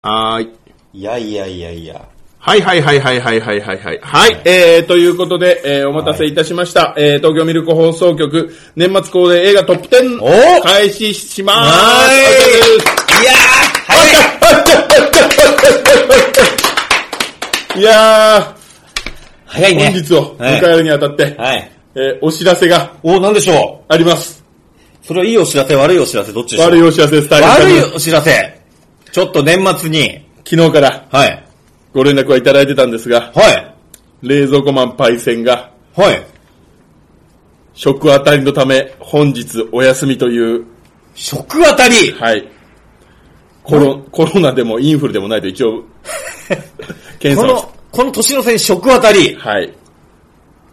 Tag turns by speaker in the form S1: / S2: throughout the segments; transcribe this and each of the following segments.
S1: はーい。
S2: いやいやいやいや。
S1: はいはいはいはいはいはいはいはい。はい。えー、ということで、えー、お待たせいたしました。えー、東京ミルク放送局、年末恒例映画トップ10、
S2: おー
S1: 開始しまーす。
S2: いやーはい
S1: いや
S2: 早い
S1: ー、
S2: ね。
S1: 本日を
S2: は
S1: 迎
S2: い
S1: えるにあたって、
S2: はい。
S1: えー、お知らせが
S2: お、なんでしょ
S1: あります。
S2: うそれはいいお知らせ、悪いお知らせ、どっちでしょう
S1: 悪いお知らせです。大変
S2: 悪い
S1: です
S2: お知らせ。ちょっと年末に。
S1: 昨日から
S2: はい。
S1: ご連絡はいただいてたんですが、
S2: はい。
S1: 冷蔵庫マンパイセンが、
S2: はい。
S1: 食あたりのため、本日お休みという、
S2: 食あたり
S1: はい。コロ、コロナでもインフルでもないと一 応、検
S2: こ
S1: 査をし
S2: の、この年の瀬に食あたり
S1: はい。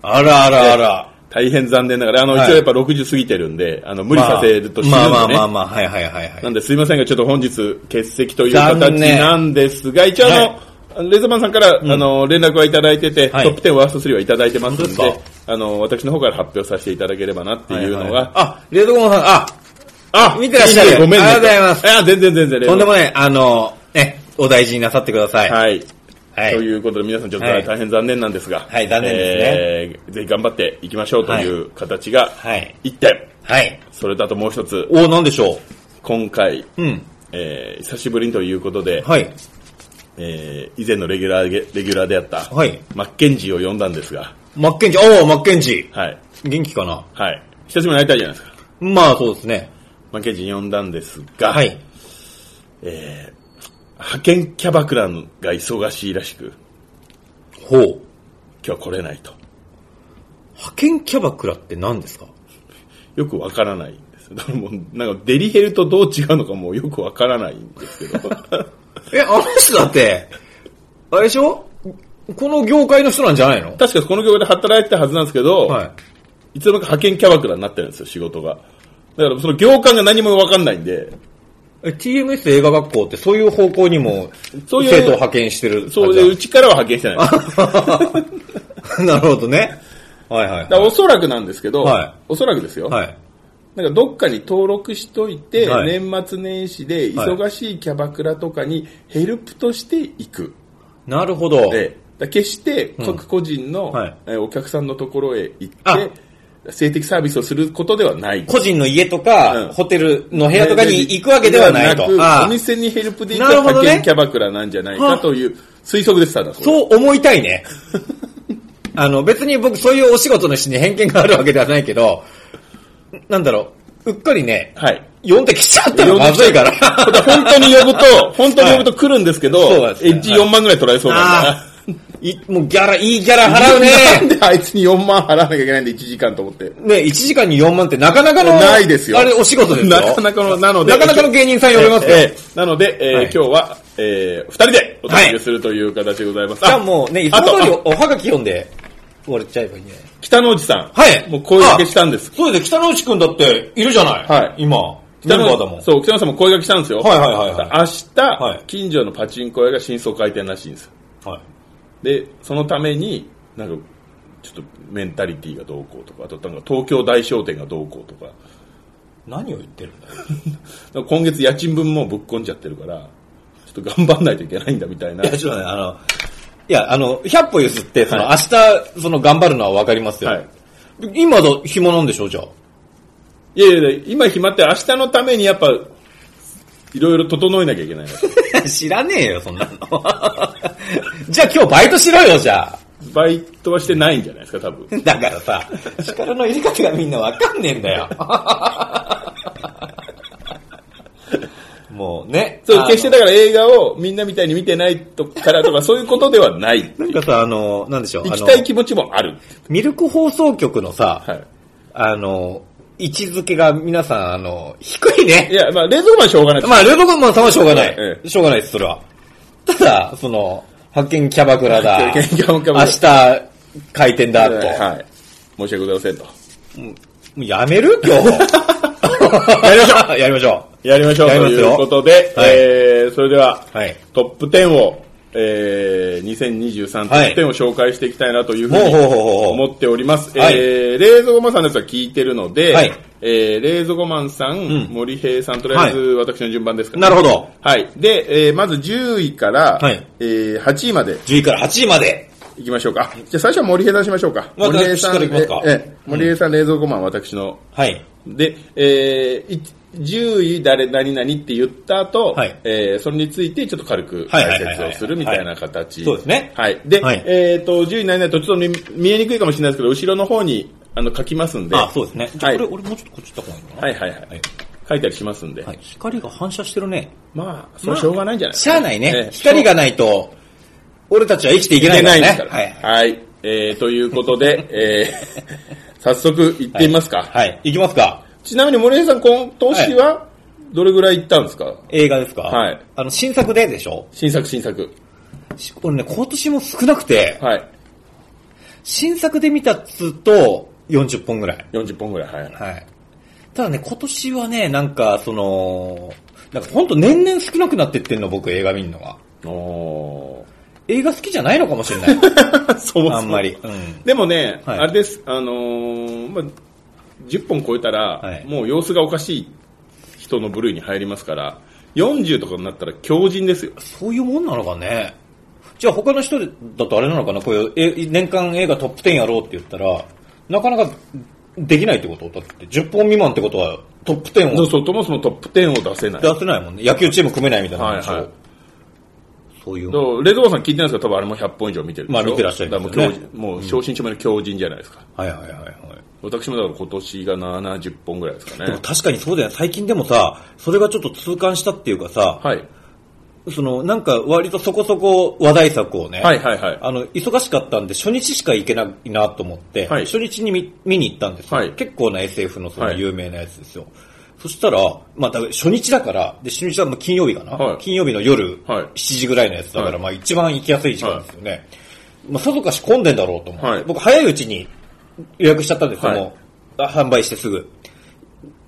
S2: あらあらあら。
S1: 大変残念ながら、あの、
S2: はい
S1: 一応やっぱ60過ぎてるんで、あの、無理させると死ぬんで
S2: ま
S1: ね。
S2: あまあまあまあ、はいはいはいは。
S1: ないんですいませんが、ちょっと本日欠席という
S2: 残
S1: 形
S2: 念
S1: なんですが、一応あの、
S2: は
S1: レズマンさんから、あの、連絡はいただいてて、
S2: はい
S1: トップ10ワースト3はいただいてますん
S2: 本当で
S1: で、あの、私の方から発表させていただければなっていうのが、
S2: あ、レードゴンさん、あ、
S1: あ
S2: 見てらっしゃる
S1: いいねごめんね。
S2: ありがとうございます
S1: や全然全然。
S2: とんでもない、あの、ね、お大事になさってください。は
S1: はい。
S2: い
S1: と。いうことで皆さんちょっと
S2: はい
S1: 大変残念なんですが、
S2: はい残念で
S1: えーぜひ頑張っていきましょうという形が
S2: はい。
S1: 1点。
S2: はい。
S1: それとあともう一つ、
S2: お、なんでしょ
S1: 今回、
S2: ううん。
S1: えー久しぶりにということで、
S2: はい。
S1: えー以前のレギュラーげ、レギュラーであった、
S2: はい
S1: マッケンジーを呼んだんですが、
S2: マッケンジー、おー、マッケンジ
S1: はい。
S2: ー。元気かな
S1: はい。久しぶりに会いたいじゃないですか。
S2: まあ、そうですね。
S1: マッケンジー呼んだんですが、
S2: はい。
S1: えー派遣キャバクラが忙しいらしく、
S2: ほう。
S1: 今日来れないと。
S2: 派遣キャバクラって何ですか
S1: よくわからないんです。 だからもう、なんかデリヘルとどう違うのかもうよくわからないんですけど。
S2: え、あの人だって、あれでしょこの業界の人なんじゃないの
S1: 確かこの業界で働いてたはずなんですけど、
S2: はい。
S1: い、つの間にか派遣キャバクラになってるんですよ、仕事が。だからその業界が何もわかんないんで、
S2: え TMS 映画学校ってそういう方向にも、
S1: そういう
S2: 生徒を派遣してる。
S1: そういううちからは派遣 してないんです。だか
S2: あじゃあ なるほどね。はいはい
S1: ら
S2: は
S1: おそらくなんですけど、
S2: はい
S1: おそらくですよ、
S2: い。はい。
S1: なんかどっかに登録しといて、
S2: はい
S1: 年末年始で忙しいキャバクラとかにヘルプとして行く。
S2: なるほど。
S1: で、だ決して各個人の、
S2: はい
S1: えーお客さんのところへ行っ
S2: あ
S1: て、性的サービスをすることではない。
S2: 個人の家と
S1: うん
S2: か、ホテルの部屋とかに行くわけではないと
S1: で。はなく
S2: あ
S1: お
S2: あ
S1: 店にヘルプで行
S2: な
S1: く
S2: るほ
S1: 派
S2: どね
S1: 遣キャバクラなんじゃないかという推測でしただそう
S2: そう思いたいね。あの、別に僕そういうお仕事の人に偏見があるわけではないけど、なんだろう、うっかりね、
S1: はい。
S2: 呼んできちゃったらまずいから。
S1: ただ本当に呼ぶと、本当に呼ぶと来るんですけど、
S2: そうなんですね
S1: エッジ4万ぐらい取られそうなんだ。
S2: ああ、いもうギャラ、いいギャラ払
S1: な
S2: う
S1: ん
S2: ね。
S1: であいつに4万払わなきゃいけないんで1時間と思って。
S2: ね、1時間に4万ってなかなかの、
S1: ないですよ。
S2: あれ、お仕事ですよ。
S1: なかなかの、なので。
S2: なかなかの芸人さん呼べますよ。
S1: ええなので、えー
S2: はい
S1: 今日は、えー、二人でお届
S2: は
S1: け
S2: い
S1: するという形でございます。
S2: じゃあもうね、いつも
S1: あと
S2: 通り
S1: あ
S2: おはがき読んで終われちゃえばいいね。
S1: 北の内さん。
S2: はい
S1: もう声掛けしたんです。
S2: そうです、北之内くんだっているじゃない。
S1: はい
S2: 今、
S1: 北
S2: メ
S1: の
S2: ンバーだもん。
S1: そう、北野さんも声掛けしたんですよ。
S2: はいはいはいはい
S1: 明日、
S2: はい
S1: 近所のパチンコ屋が新装開店らしいんですよ。
S2: はい
S1: で、そのために、なんか、ちょっとメンタリティがどうこうとか、あとなんか東京大商店がどうこうとか、
S2: 何を言ってるんだよ。
S1: なんか今月家賃分もうぶっこんじゃってるから、ちょっと頑張んないといけないんだみたいな。
S2: いや、ちょっとね、あの、いや、あの、100歩譲って、その、
S1: は
S2: 明日、その、頑張るのはわかりますよ。
S1: はい
S2: 今だ、暇なんでしょ、じゃあ。
S1: いやいやいや、今暇って明日のためにやっぱ、いろいろ整えなきゃいけないの。
S2: 知らねえよ、そんなの。 じゃあ今日バイトしろよ、じゃあ。
S1: バイトはしてないんじゃないですか、多 分。
S2: だからさ、力の入れ方がみんなわかんねえんだよ。もうね。あ
S1: そう、
S2: の
S1: 決してだから映画をみんなみたいに見てないとからとか、そういうことではない。
S2: なんかさ、あの、なんでしょう。
S1: 行
S2: あ
S1: き
S2: の
S1: たい気持ちもある。
S2: ミルク放送局のさ、
S1: はい。
S2: あの、位置づけが皆さん、あの、低いね
S1: い。や、まあ、冷蔵庫はしょうがないです。
S2: まあ、ルーボコンマンさんはしょうがない
S1: え。
S2: しょうがないです、それは。ただ、その、発見キャバクラだ。
S1: 派遣キャバクラ
S2: 明日、開店だ、と。
S1: はい。申し訳ございませんと。
S2: もうやめる今 日。やりましょ うやりまし
S1: やりましょ
S2: ょ
S1: うと
S2: やります
S1: い
S2: よ
S1: うことで、
S2: はい
S1: えー、それでは、
S2: う。はい。
S1: トップ10を、えー、2023ト
S2: はい
S1: ップ10を紹介していきたいなというふう
S2: ほう
S1: に
S2: ほうほうほう
S1: 思っております。
S2: はい
S1: えー、冷蔵庫マさんのやつは聞いてるので、
S2: はい
S1: ええー、冷蔵庫マンさん、森平さん、とりあえず私の順番ですから、
S2: なるほど。
S1: はい。で、えー、まず10位から、
S2: はい
S1: えー、8位まで
S2: 10位から8位まで。
S1: いきましょうか。じゃあ最初は森平さんしましょうか。
S2: まあ
S1: 森平さん、
S2: 私からいきますか
S1: ええ森平さん、冷蔵庫マン、私の。
S2: はい。
S1: で、えー、い10位誰、何々って言った後、
S2: はい
S1: えーそれについてちょっと軽く
S2: はいはい
S1: 解
S2: はいはい
S1: 説をするみたいな形。
S2: そうですね
S1: はい。で、
S2: はい
S1: えっ、と、10位何々とちょっと見見えにくいかもしれないですけど、後ろの方にあの書きますんで。
S2: あ、そうですね。じゃあ
S1: はい
S2: これ、俺もうちょっとこっち行った方がいいのかな
S1: はいはいはい。
S2: はい
S1: 書いたりしますんで。
S2: はい。光が反射してるね。
S1: まあ、それはしょうがないんじゃないです
S2: し
S1: か。
S2: ゃあない
S1: え
S2: ね
S1: え。
S2: 光がないと、俺たちは生きていけないからね。
S1: ですから。
S2: は
S1: はいい。。えーということで、え ー早速行ってみますか。
S2: はい。行きますか。
S1: ちなみに森江さん、今年はどれぐらい行ったんですか、
S2: 映画ですか
S1: はい。
S2: あの、新作ででしょ
S1: 新作、新作。
S2: し俺ね、今年も少なくて、
S1: はい。
S2: 新作で見たっつうと、40本ぐらい。
S1: 40本ぐらい。はい。
S2: はい。ただね、今年はね、なんか、その、なんかほんと年々少なくなってってんの、僕映画見るのが。
S1: おー
S2: 映画好きじゃないのかもしれない。
S1: そもそも
S2: あんまり。。うん。
S1: でもね、
S2: はい
S1: あれです、あのーまあ、10本超えたら、
S2: はい
S1: もう様子がおかしい人の部類に入りますから、40とかになったら強靭ですよ。
S2: そういうもんなのかね。じゃあ他の人だとあれなのかなこういうえ年間映画トップ10やろうって言ったら、なかなかできないってことだって10本未満ってことはトップ10
S1: そう
S2: を
S1: そう、ともそもトップ10を出せない。だか
S2: 出せないもんね。野球チーム組めないみたいな話を。
S1: はいはい
S2: そういう
S1: ら
S2: もん。
S1: 冷蔵庫さん聞いてないですか多分あれも100本以上見てるでしょ
S2: まあ見てらっしゃいますよね
S1: だからもう強靭もう正真正銘の強靭じゃないですか。
S2: はいはいはいはい。
S1: 私もだから今年が70本ぐらいですか
S2: でも
S1: ね。
S2: 確かにそうだよね。最近でもさ、それがちょっと痛感したっていうかさ、
S1: はい。
S2: そのなんか割とそこそこ話題作をね、
S1: はいはいはい。
S2: あの、忙しかったんで、初日しか行けないなと思って、
S1: はい
S2: 初日に見見に行ったんですよ。
S1: はい
S2: 結構な SF のその
S1: はい
S2: 有名なやつですよ。そしたら、まあ、だから初日だから、で、初日はもう金曜日かな、
S1: はい
S2: 金曜日の夜、
S1: はい
S2: 7時ぐらいのやつだから、
S1: はい
S2: まあ、一番行きやすい時間ですよね。まあ、さぞかし混んでんだろうと思って、
S1: はい
S2: 僕早いうちに予約しちゃったんですよ、
S1: はい
S2: もう。あ販売してすぐ。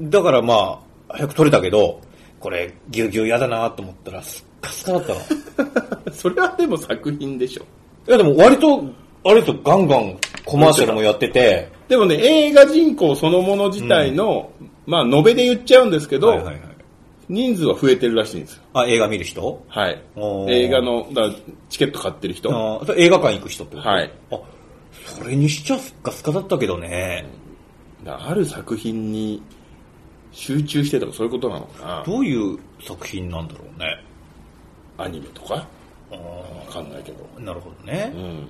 S2: だからまあ、早く取れたけど、これ、ぎゅうぎゅう嫌だなと思ったら、すっかすかだったの。
S1: それはでも作品でしょ。
S2: いやでも割と、あれとガンガンコマーシャルもやってて、
S1: でもね、映画人口そのもの自体の、まあ、延べで言っちゃうんですけど、
S2: はいはいはい
S1: 人数は増えてるらしいんですよ。
S2: あ、映画見る人
S1: はい
S2: お。ー
S1: 映画の、だからチケット買ってる人。
S2: ああと映画館行く人ってこと
S1: はい。
S2: あ、それにしちゃすっかすかだったけどね。
S1: ある作品に集中してとかそういうことなのか
S2: どういう作品なんだろうね。
S1: な。アニメとか
S2: あ
S1: わかんないけど。
S2: あ、なるほどね
S1: う。ん。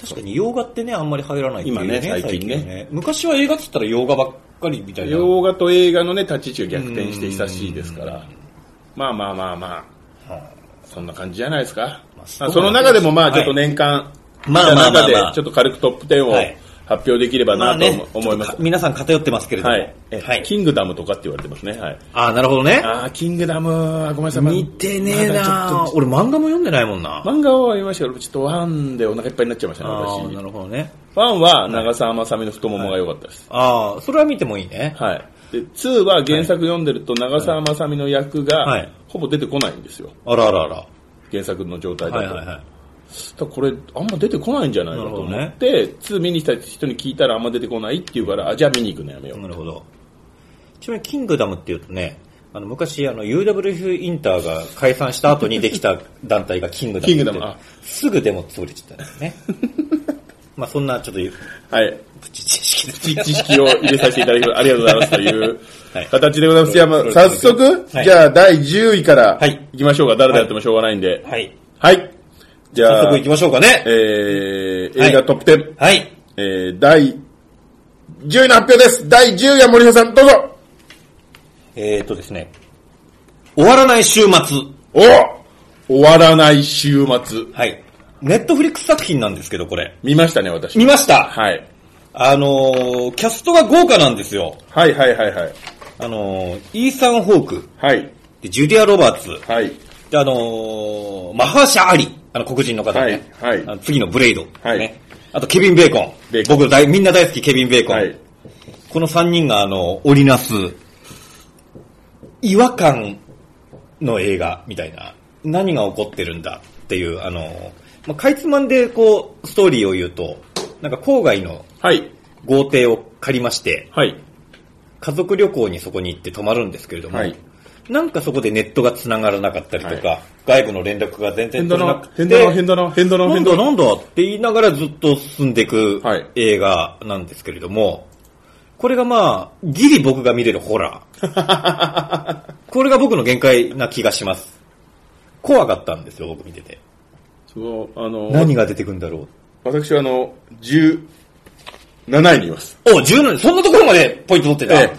S2: 確かに洋画ってね、あんまり入らないっていう
S1: 今ね最近ね
S2: 昔は映画って言ったら洋画ばっかりみたいな。
S1: 洋画と映画のね、立ち位置が逆転して久しいですか
S2: う
S1: ら。まあまあまあま
S2: は
S1: あ。そんな感じじゃないですか。
S2: まあ
S1: まあその中でもま
S2: は
S1: あ
S2: い
S1: ちょっと年間、
S2: まあまあまあまあ
S1: 見た中でちょっと軽くトップ10を
S2: はい
S1: 発表できれば
S2: まあ
S1: なと
S2: ね
S1: 思、思います
S2: ちょっとか。皆さん偏ってますけれども。
S1: はい。え
S2: はい。
S1: キングダムとかって言われてますね。はい。
S2: ああ、なるほどね。
S1: ああ、キングダムは、ごめんなさい。ま
S2: 見てねえ
S1: まだちょ
S2: な
S1: っと
S2: 俺漫画も読んでないもんな。
S1: 漫画は読みましたけど、ちょっとワンでお腹いっぱいになっちゃいましたね、
S2: ああ、
S1: 私
S2: な。るほどね。
S1: ワンは長澤まさみの太ももが良かったです。
S2: ああ、それは見てもいいね。
S1: はい。で、ツーは原作読んでると長澤まさみの役
S2: は
S1: が
S2: い、
S1: ほぼ出てこないんですよ。
S2: あらあらあら。
S1: 原作の状態だ
S2: はい
S1: と。
S2: はいはい。
S1: だからこれ、あんま出てこないんじゃないかと思って、ツー見に来た人に聞いたらあんま出てこないって言うから、あ、じゃあ見に行くのやめよう。
S2: なるほど。ちなみに、キングダムっていうとね、あの昔あの UWF インターが解散した後にできた団体がキングダムって。
S1: キングダムあ
S2: すぐでも潰れちゃったんで すね。まあそんなちょっと
S1: はい。
S2: プチ知識です。
S1: 知識を入れさせていただきます。ありがとうございますという
S2: はい
S1: 形でございます。じゃあまあ、
S2: はい
S1: 早速、
S2: はい
S1: じゃあ第10位から
S2: はい
S1: 行きましょうか。誰だってもしょうがないんで。
S2: はい。
S1: はい。じ
S2: 早
S1: ゃあ
S2: 速行、きましょうかね。
S1: えー、
S2: はい
S1: 映画トップ10、
S2: はい。
S1: えー、第10位の発表です。第10位は森下さん、どうぞ
S2: えーっとですね。終わらない週末。
S1: お終わらない週末。
S2: はい。ネットフリックス作品なんですけど、これ。
S1: 見ましたね、私。
S2: 見ました
S1: はい。
S2: あのー、キャストが豪華なんですよ。
S1: はいはいはいはい。
S2: あのー、イーサン・ホーク、
S1: はい。
S2: でジュディア・ロバーツ、
S1: はい。
S2: であのー、マハーシャ・アリ、あの黒人の方ね、
S1: はいはい
S2: あの次のブレイド、
S1: はい
S2: ね、あとケビン・ベーコン、
S1: ベーコン
S2: 僕大みんな大好きケビン・ベーコン、
S1: はい。
S2: この3人があの織りなす違和感の映画みたいな何が起こってるんだっていうあのー、まあ、かいつまんでこうストーリーを言うとなんか郊外の
S1: はい。
S2: 豪邸を借りまして、
S1: はい。
S2: 家族旅行にそこに行って泊まるんですけれども、
S1: はい
S2: なんかそこでネットが繋がらなかったりとか、
S1: は
S2: 外部の連絡が全然
S1: 変
S2: 取
S1: だ
S2: れな
S1: な
S2: く、て、
S1: 変だな、変だな、変だな、
S2: な
S1: 変
S2: ん
S1: だ
S2: だ
S1: な。
S2: なんだって言いながらずっと進んでいく
S1: はい
S2: 映画なんですけれども、これがまあ、ギリ僕が見れるホラー。 これが僕の限界な気がします。怖かったんですよ、僕見てて。
S1: その、あの、
S2: 何が出てくるんだろ
S1: 私はあの、17位にいます。
S2: う。お、17、そんなところまでポイント取ってた。
S1: え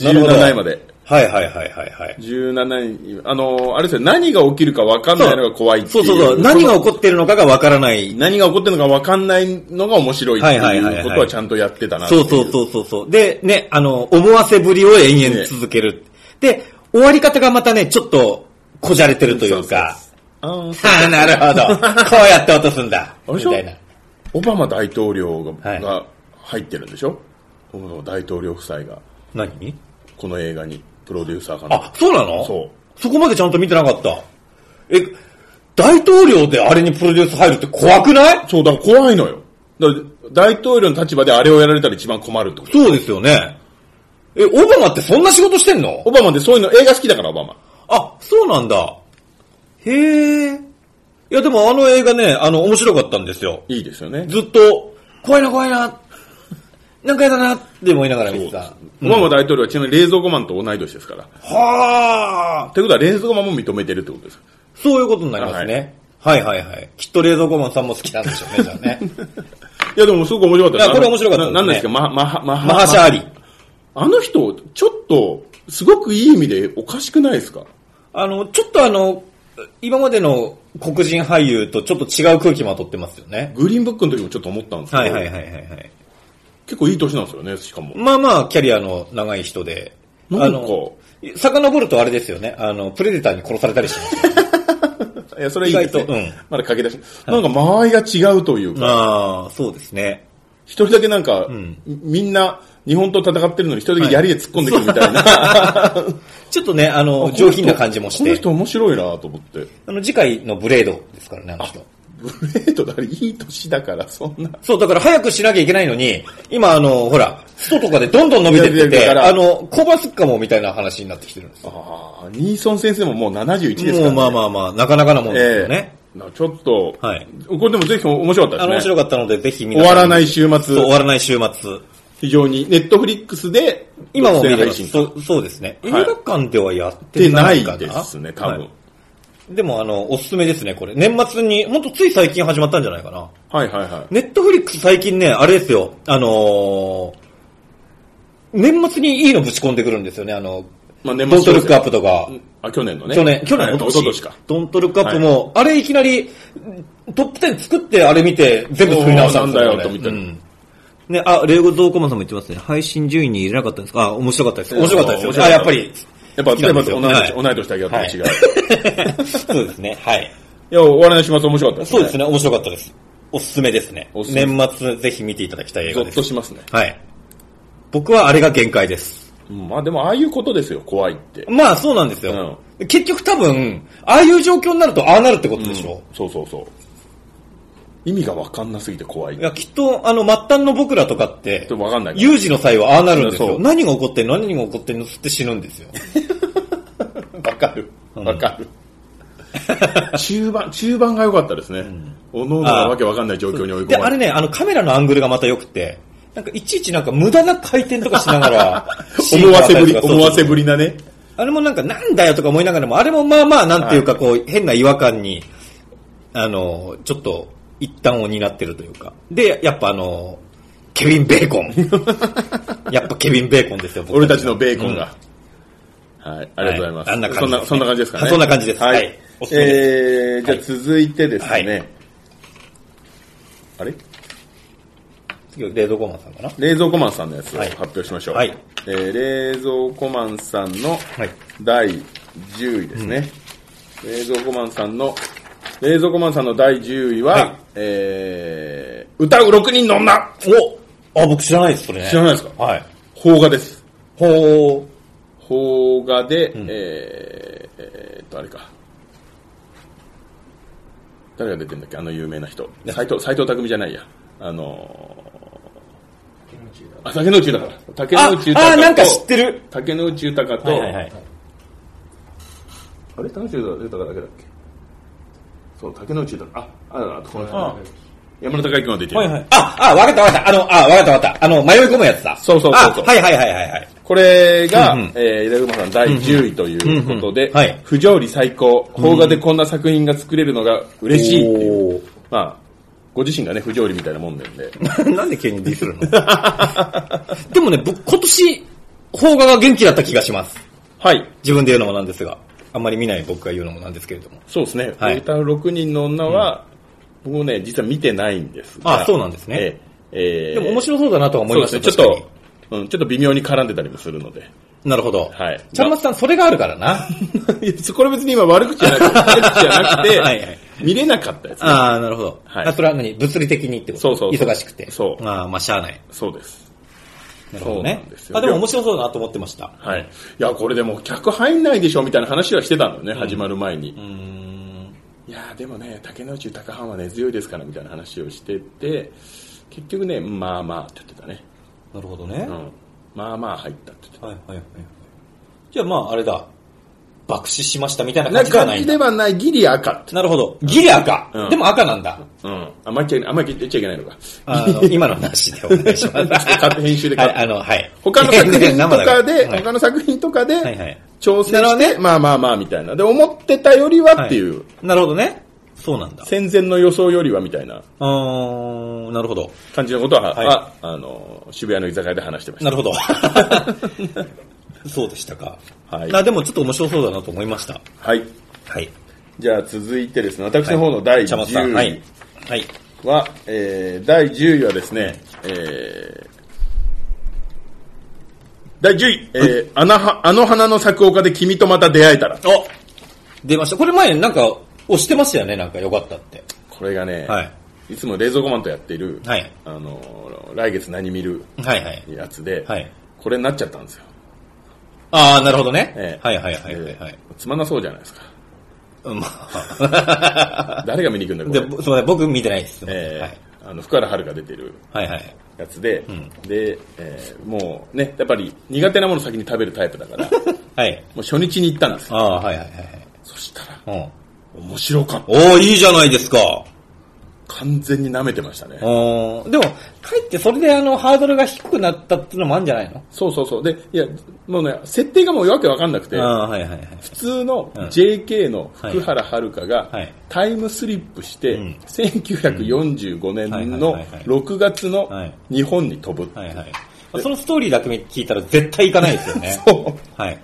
S1: え
S2: なるほど
S1: 17位まで。
S2: はいはいはいはいはい。
S1: 17位、あの、あれですよ、何が起きるか分かんないのが怖いっていう。
S2: そうそうそう。何が起こってるのかがわからない。
S1: 何が起こってるのか分かんないのが面白いって
S2: はいはいはい
S1: い
S2: は
S1: う
S2: い
S1: ことはちゃんとやってたなってい
S2: そうそうそうそうそう。で、ね、あの、思わせぶりを延々続ける。で、終わり方がまたね、ちょっと、こじゃれてるというか。
S1: そうそうそう。
S2: ああ、なるほど。こうやって落とすんだ。
S1: あれで
S2: み
S1: しょ
S2: たいな。
S1: オバマ大統領が,、
S2: はい
S1: が入ってるんでしょオバマ大統領夫妻が、
S2: 何
S1: この映画に、プロデューサーかな。
S2: あ、そうなの。
S1: そう
S2: そこまでちゃんと見てなかった。え、大統領であれにプロデュース入るって怖くない
S1: そう、だから怖いのよ。だから大統領の立場であれをやられたら一番困るってこと。
S2: そうですよね。え、オバマってそんな仕事してんの
S1: オバマでそういうの、映画好きだから、オバマ。
S2: あ、そうなんだ。へえ。いや、でもあの映画ね、あの、面白かったんですよ。
S1: いいですよね。
S2: ずっと、怖いな 怖いな、なんかやだなって思いながら見てた。
S1: オバマ大統領はちなみに冷蔵庫マンと同い年ですから。
S2: はあ、
S1: ということは冷蔵庫マンも認めてるってことです。
S2: そういうことになりますね。はい、はい、はいはいきっと冷蔵庫マンさんも好きなんでしょ うね、じゃあね。
S1: いや、でもすごく面白かった
S2: いやこれ面白かったですね
S1: ななんですか、マハ、マハ、マ
S2: マハシャーリ。
S1: あの人、ちょっと、すごくいい意味でおかしくないですか
S2: あの、ちょっとあの、今までの黒人俳優とちょっと違う空気まとってますよね。
S1: グリーンブックの時もちょっと思ったんですけど、
S2: はいはいはいはいはい。
S1: 結構いい年なんですよね、しかも。
S2: まあまあ、キャリアの長い人で。
S1: なんか
S2: あの、遡るとあれですよね。あの、プレデターに殺されたりします。
S1: いや、それいいですね
S2: 意外とうん
S1: まだ駆け出し。なんか間合いが違うというか、
S2: ああ、そうですね。
S1: 一人だけなんか、
S2: ん
S1: みんな日本と戦ってるのに一人だけ槍で突っ込んでくるみたいな。
S2: ちょっとね、あの、上品な感じもし
S1: この
S2: て。
S1: 人面白いなと思って。
S2: あの、次回のブレードですからね、あの人。
S1: ブレードだからいい年だから、そんな。
S2: そう、だから早くしなきゃいけないのに、今あの、ほら、ストとかでどんどん伸びてって
S1: いやいやだ
S2: て、
S1: から
S2: あの、コバスかもみたいな話になってきてるんですよ。
S1: ああ、ニーソン先生ももう71ですから、ね。
S2: もうまあまあまあ、なかなかなもんです
S1: え
S2: よ
S1: え
S2: ね。
S1: なちょっと、
S2: はい
S1: これでもぜひ面白かった
S2: あの、
S1: で
S2: 面
S1: すね。
S2: 白かったので、ぜひ見
S1: 終わらない週
S2: そう、
S1: 末、
S2: 終わらない週末。
S1: 非常に、ネットフリックスで、
S2: 今も見れ
S1: 独占
S2: ま
S1: 配
S2: す。
S1: 信
S2: そうそうですね。
S1: は
S2: 映
S1: い
S2: 画館ではやっ
S1: で
S2: て
S1: な
S2: ない
S1: い
S2: かな。
S1: ですね、多分
S2: はい。でもあの、おすすめですね、これ。年末に、ほんとつい最近始まったんじゃないかな。
S1: はいはいはい。
S2: ネットフリックス最近ね、あれですよ、あのー年末にいいのぶち込んでくるんですよね、あの、
S1: まあ
S2: ド
S1: 年末
S2: ントルックアップとか、
S1: あ、去年のね。
S2: 去年、去年、
S1: はい
S2: 一
S1: 一
S2: 昨
S1: 昨
S2: 年
S1: 年
S2: か
S1: か。。
S2: ドントルックアップも、あれいきなり、トップ10作ってあれ見て、全部作り直したんです
S1: おーなんだよと見て
S2: 俺うんね、あ、レゴゾーコマさんも言ってますね。配信順位に入れなかったんですかあ、面白かったです。面白かったですよ、ね。あ、やっぱり。
S1: やっぱ、
S2: 好き
S1: や
S2: な
S1: っ
S2: ん
S1: ぱ
S2: で
S1: 同
S2: すよ
S1: い
S2: はい
S1: 年、同い年だけだと
S2: はい
S1: 違う。い、
S2: そうですね。はい。
S1: や、お笑いの始末面白かったですね。
S2: そうですね。面白かったです。おすすめですね。
S1: おすすめ
S2: 年末ぜひ見ていただきたい映
S1: ゾ
S2: 画で
S1: ッ
S2: す
S1: と。しますね。
S2: はい。僕はあれが限界です。
S1: うんまあでも、ああいうことですよ、怖いって。
S2: まあそうなんですよ。結局多分、ああいう状況になるとああなるってことでしょ。
S1: そうそうそう。意味がわかんなすぎて怖い。
S2: いや、きっと、あの、末端の僕らとかって
S1: で、もわかんない。
S2: 有事の際はああなるんです
S1: そ
S2: よ。
S1: う
S2: 何が起こってんの何が起こってんのつって死ぬんですよ。
S1: わかる。
S2: うん
S1: わかる。中盤、中盤が良かったですね。おのおのがわけわかんない状況に追い
S2: で、
S1: 込ま
S2: あ
S1: れ
S2: れ
S1: て。、
S2: ね、あの、カメラのアングルがまた良くて、なんかいちいちなんか無駄な回転とかしながら
S1: 思わせぶ
S2: シーンがあったり
S1: り、
S2: とかそうそう
S1: 思わせぶりなね。
S2: あれもなんかなんだよとか思いながらも、あれもまあまあなんていうかこう、変な違和感に、あの、ちょっと一旦を担ってるというか。で、やっぱあの、ケビン・ベーコン。 やっぱケビン・ベーコンですよ、僕
S1: 俺たちのベーコンが。はい、ありがとうございます。
S2: はいあんな
S1: そ
S2: 感
S1: ん
S2: じ
S1: な、そんな感じで
S2: ですね
S1: すかね。
S2: そんな感じです
S1: は
S2: はいいお。すすめ
S1: えー、じゃあ続いてです
S2: はい
S1: ね。あれ
S2: 次は冷蔵庫マンさんかな。
S1: 冷蔵庫マンさんのやつを
S2: はい
S1: 発表しましょう。
S2: はい
S1: えー冷蔵庫マンさんの
S2: はい
S1: 第10位ですね。冷蔵庫マンさんの、冷蔵庫マンさんの第10位は、
S2: はい
S1: えー、歌う6人の女
S2: おあ、僕知らないです、それね。
S1: 知らないですか
S2: はい。
S1: 邦画です。
S2: ほ
S1: 邦画で、えー、えーっと、あれか。誰が出てんだっけあの有名な人。斎藤、斎藤匠じゃないや。あの
S3: 内だ。
S1: あ、竹野内豊だ。竹野
S2: あ
S1: 内、豊
S2: あ、
S1: と
S2: なんか知ってる。
S1: 竹野内豊と、
S2: はいはいはい。
S1: あれ竹野内豊だけだっけそう、竹野内豊。あ、あ、あとこの人
S3: あ
S1: 山田孝之が出てる。
S3: はいはい。
S2: あ、あ、わかったわかった。あの、あ、わかったわかった。あの、迷い込むやつだ。
S1: そうそうそうそう
S2: あはいはいはいはいはい。
S1: これが、
S2: うんうん
S1: えー、枝馬さん第10位ということで、
S2: うんうんはい
S1: 不条理最高、邦画でこんな作品が作れるのが嬉しいっていう、
S2: い
S1: まあ、ご自身がね、不条理みたいなもんなんで、
S2: なんで急にディスるのでもね、僕、今年、邦画が元気だった気がします。
S1: はい、
S2: 自分で言うのもなんですが。あんまり見ない僕が言うのもなんですけれども。
S1: そうですね、
S2: はい
S1: 歌う6人の女は、僕もね、実は見てないんですが
S2: あそうなんですね
S1: えええー
S2: でも面白そうだなとは思いまし
S1: そ
S2: た
S1: うですね、ちょっと、うん、ちょっと微妙に絡んでたりもするので、
S2: と。なるほど。
S1: はい
S2: ちゃんまつ さん、それがあるからな。
S1: いやこれ別に今悪口じゃなくて、 悪口じゃなくて、
S2: はいはい
S1: 見れなかったやつ、
S2: ああ、なるほど。
S1: はい
S2: あ、それは何物理的にってこと
S1: そうそうそう
S2: 忙しくて。
S1: そう
S2: ああ、まあ、しゃあない。
S1: そうです。
S2: なるほど
S1: そう
S2: ね
S1: なんです。よ
S2: あ、でも面白そうだなと思ってました。
S1: はい、いやこれでも客入んないでしょみたいな話はしてたのよね、始まる前に、
S2: うーん。
S1: いやでもね竹野内豊藩は根強いですからみたいな話をしてて結局ねまあまあって言ってたね、
S2: なるほどね。
S1: う
S2: はい
S1: ん、まあまあ入ったって言ってた
S2: はいはいはい。じゃあ、まあ、あれだ。爆死しましたみたいな
S1: な
S2: 感じではな
S1: 感
S2: い
S1: じ
S2: んだ
S1: ではないギリ赤って、
S2: なるほど。ギリ赤、
S1: うん
S2: でも赤なんだ。
S1: うん、あんまり言っちゃいあんまり言っちゃいけないのか
S2: あ の、今の話でお願い します。
S1: 勝手編集で
S2: は
S1: 勝
S2: い、
S1: 手
S2: あの、はい。
S1: 他の 作品とか
S2: いや
S1: で、
S2: いや生だ
S1: 他の作品とかで、
S2: はいはい
S1: 調整して、まあまあまあみたいな。で、思ってたよりはっていう、
S2: はいなるほどね。そうなんだ。
S1: 戦前の予想よりはみたいな
S2: あー、なるほど。
S1: 感じのことは、
S2: はい
S1: ああの、渋谷の居酒屋で話してました
S2: な。るほど。 そうでしたか。
S1: はい
S2: なでもちょっと面白そうだなと思いました。
S1: はい。
S2: はい。
S1: じゃあ続いてですね、私の方の第
S2: 茶松さ
S1: 10
S2: ん。
S1: 位
S2: は。
S1: はい
S2: はい。
S1: えー第10位はですね、えー第10位、えーあのはあの花の作岡で君とまた出会えたら。
S2: お出ました。これ前なんか押してましたよね。なんかよかったって。
S1: これがね、
S2: はい。
S1: い、つも冷蔵庫マンとやっている、
S2: はい
S1: あの、来月何見る
S2: はいはい。
S1: やつで、
S2: はい
S1: これになっちゃったんですよ。
S2: あー、なるほどね。
S1: ええ
S2: はいはいはいはいはい。
S1: つまんなそうじゃない ですか。
S2: うんまあ
S1: 誰が見に行くんだろう
S2: で、
S1: これ
S2: ぼすみません。僕見てないです。
S1: えーあの福原遥が出てる
S2: はいはいはい。
S1: やつで、で、えーもうね、やっぱり苦手なもの先に食べるタイプだ から、
S2: はい。
S1: もう初日に行ったんですよ。
S2: ああ、はいはいはい
S1: そしたら、
S2: はい。うん。
S1: 面白かった。
S2: おおいいじゃないですか。
S1: 完全に舐めてましたね。
S2: おーでも、かえってそれであの、ハードルが低くなったっていうのもあるんじゃないの
S1: そうそうそう。で、いや、もうね、設定がもうわけわかんなくて、
S2: ああー、はいはいはい。
S1: 普通の
S2: ん
S1: JK の福原遥が
S2: はい
S1: タイムスリップして、
S2: うん
S1: 1945年の
S2: はいはいはいはい
S1: 6月の
S2: はい
S1: 日本に飛ぶ。
S2: はいはい。そのストーリーだけ聞いたら絶対行かないですよね。
S1: そう
S2: はい。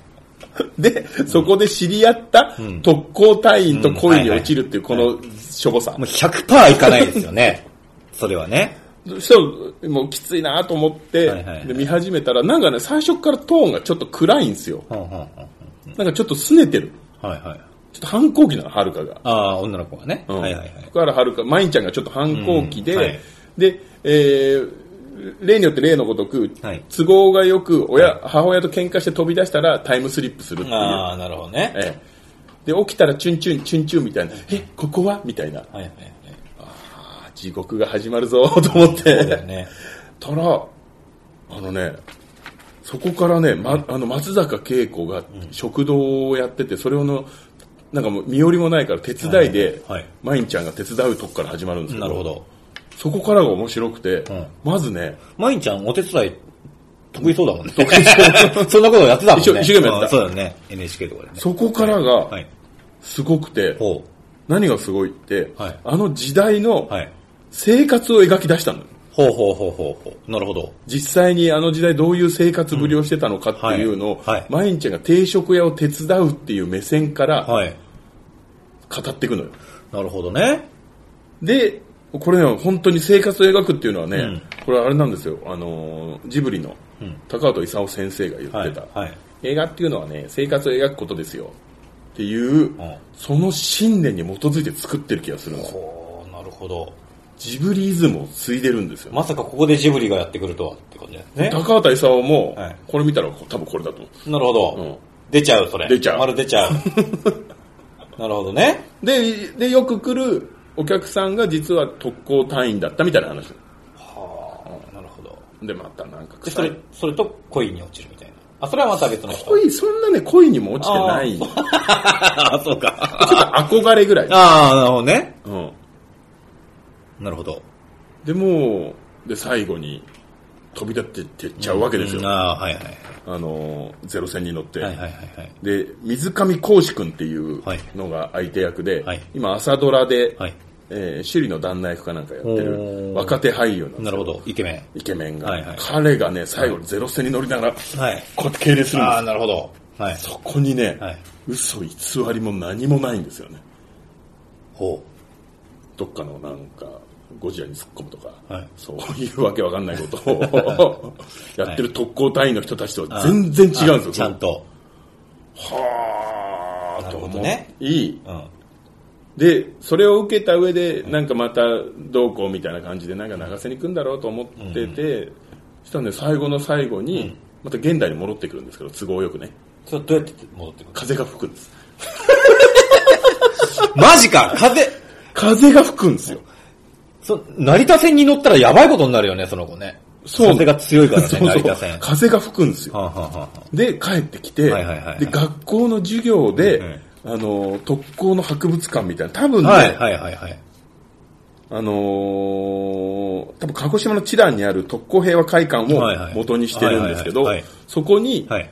S1: で、そこで知り合った
S2: ん
S1: 特攻隊員と恋に落ちるっていうこのしょぼさ
S2: もう。100%行かないですよ ね。それはね。
S1: そう、もうきついなと思って、
S2: はいはいはい
S1: で見始めたら、なんかね、最初からトーンがちょっと暗いんですよ。
S2: ほんほんほん
S1: なんかちょっと拗ねてる。
S2: ほんはいはい。
S1: ちょっと反抗期なの、はるかが。
S2: ああ、女の子がね。
S1: うん
S2: はいはいはい。
S1: 福原遥、まいんちゃんがちょっと反抗期で、
S2: うんはい
S1: で、えー例によって例のごとく、
S2: はい
S1: 都合がよく親、母親と喧嘩して飛び出したらタイムスリップするっていう。
S2: ああ、なるほどね。はい
S1: ええで、起きたらチュンチュン、チュンチュンみたいな、え、ここはみたいな、
S2: はいはい。
S1: あー地獄が始まる ぞと思っ
S2: そうだよ
S1: て、
S2: ね。
S1: たら、あのね、そこからね、ま、あの松坂慶子が食堂をやってて、それをの、なんかもう身寄りもないから手伝いで、
S2: はいはい
S1: まいんちゃんが手伝うとこから始まるんですけ
S2: なるほど。
S1: そこからが面白くて、
S2: ん
S1: まずね、
S2: まいんちゃんお手伝い得意そうだもんね。得意 そう。そんなことやってたもんね。
S1: 一生一生懸命やってた
S2: うんそうだね。NHK とかでね。
S1: そこから
S2: は
S1: が
S2: い。
S1: すごくて、
S2: ほ
S1: 何がすごいって、
S2: はい
S1: あの時代の
S2: う。はい。
S1: 生活を描き出したの。
S2: ほうほうほうほうほう。なるほど。
S1: 実際にあの時代どういう生活ぶりをしてたのかっていうのを、
S2: はいはい
S1: マインちゃんが定食屋を手伝うっていう目線から
S2: はい。
S1: 語っていくのよ。
S2: なるほどね。
S1: で、これね、本当に生活を描くっていうのはね、
S2: うん
S1: これあれなんですよ、あのージブリの高畑勲先生が言ってた、
S2: はい。はい。
S1: 映画っていうのはね、生活を描くことですよっていう、
S2: ん
S1: その信念に基づいて作ってる気がするんですよ。
S2: ほう、なるほど。
S1: ジブリイズムを継いでるんですよ。
S2: まさかここでジブリがやってくるとはって感じだよね。
S1: 高畑勲も、
S2: はい
S1: これ見たら多分これだと思
S2: なるほど。
S1: うん
S2: 出ちゃう、それ。
S1: 出ちゃう
S2: まる出ち ゃう。なるほどね。
S1: う。で、で、よく来るお客さんが実は特攻隊員だったみたいな話。
S2: はあ、なるほど。
S1: で、またなんか
S2: で、
S1: 臭
S2: それ
S1: い。、
S2: それと恋に落ちるみたいな。あ、それはまた別の人。
S1: 恋、そんなね、恋にも落ちてない。ちょっ
S2: あー、 そうか。
S1: と憧れぐらい。
S2: ああ、なるほどね。
S1: うん。
S2: なるほど。
S1: で、もう、で、最後に、飛び立ってってっちゃうわけですよ。
S2: うんああ、はいはいはい。
S1: あの、ゼロ戦に乗って。
S2: はいはいはいはい。
S1: で、水上講師君っていう
S2: はい
S1: のが相手役で、
S2: はい
S1: 今朝ドラで、
S2: はい。
S1: えー、首里の旦那役かなんかやって
S2: おー
S1: る若手俳優なんですよ
S2: なるほど。イケメ
S1: イケメンが、
S2: はいはい
S1: 彼がね、最後にゼロ戦に乗りながら、こ
S2: ン。はい。
S1: うやって敬礼するんで
S2: あ
S1: す
S2: あ、なるほど。はい。
S1: そこにね、
S2: はい
S1: 嘘偽りも何もないんですよね。
S2: ほ
S1: どっかのなんか、ゴジラに突っ込むとか、
S2: はい
S1: そういうわけわかんないこと をやってる特攻隊員の人たちとは全然違
S2: う。
S1: うんですよ。
S2: ちゃんと。
S1: はーと思
S2: なるほどね
S1: いい。
S2: うん。
S1: で、それを受けた上で、なんかまたどうこうみたいな感じで、なんか流せに行くんだろうと思ってて、そしたらね、最後の最後に、また現代に戻ってくるんですけど、都合よくね。
S2: それどうやって戻ってくる
S1: 風が吹くんです。
S2: マジか風
S1: 風が吹くんですよ。
S2: そ成田線に乗ったらやばいことになるよね、その子ね。
S1: そう
S2: 風が強いからね、
S1: そうそう
S2: 成田線。
S1: 風が吹くんですよ。
S2: はあ、はあはあ、
S1: で、帰ってきて、
S2: はいはいはいはい
S1: で、学校の授業で、
S2: うん
S1: あの、特攻の博物館みたいな、多分ね、
S2: はいはいはいはい。
S1: あのー多分鹿児島の知覧にある特攻平和会館を
S2: はいはい
S1: 元にしてるんですけど
S2: はいはいはいはい、
S1: そこに、
S2: はい。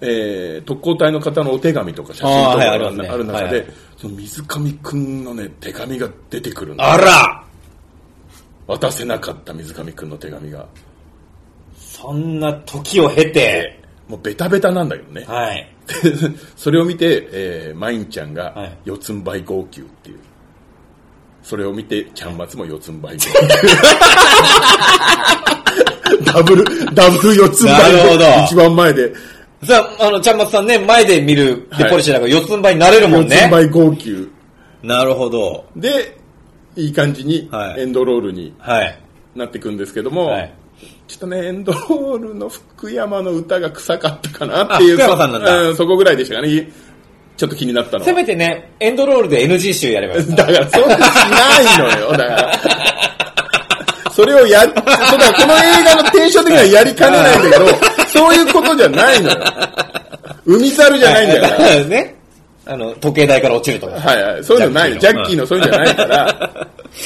S1: えー特攻隊の方のお手紙とか写真と
S2: あー
S1: か
S2: はい
S1: が
S2: あ
S1: あ
S2: り
S1: る,、
S2: ますね
S1: 中で、
S2: はいはい
S1: その水上くんのね、手紙が出てくるんです
S2: あら
S1: 渡せなかった水上くんの手紙が。
S2: そんな時を経て、
S1: もうベタベタなんだけどね。
S2: はい。
S1: それを見て、えー、マインちゃん
S2: は
S1: が
S2: い
S1: 四つん這い号泣っていう。それを見て、ちゃんまつも四つん這い号泣。ダブル、ダブル四つん這
S2: ないるほど
S1: 一番前で、
S2: さあ、あの、ちゃんまつさんね、前で見るデポリシーなんか四つん這いになれるも
S1: 四
S2: ん
S1: つん
S2: ね。
S1: 這い号泣。
S2: なるほど。
S1: で、いい感じに
S2: はい
S1: エンドロールに
S2: はい。
S1: なっていくんですけども、
S2: はい
S1: ちょっとね、エンドロールの福山の歌が臭かったかなっていう、
S2: あ福山さんなんだ
S1: うそこぐらいでしたかね、ちょっと気になったのは
S2: せ。めてね、エンドロールで NG 集やればよかっ
S1: だから、そうしないのよ、だから。それをや、そうだからこの映画の提唱的にはやりかねないんだけど、そういうことじゃないのよ。海猿じゃ
S2: た
S1: ないんだよから。
S2: ね。あの、時計台から落ちるとか。
S1: はいはい、そういうのない。ジャッキーのそういうんじゃないから、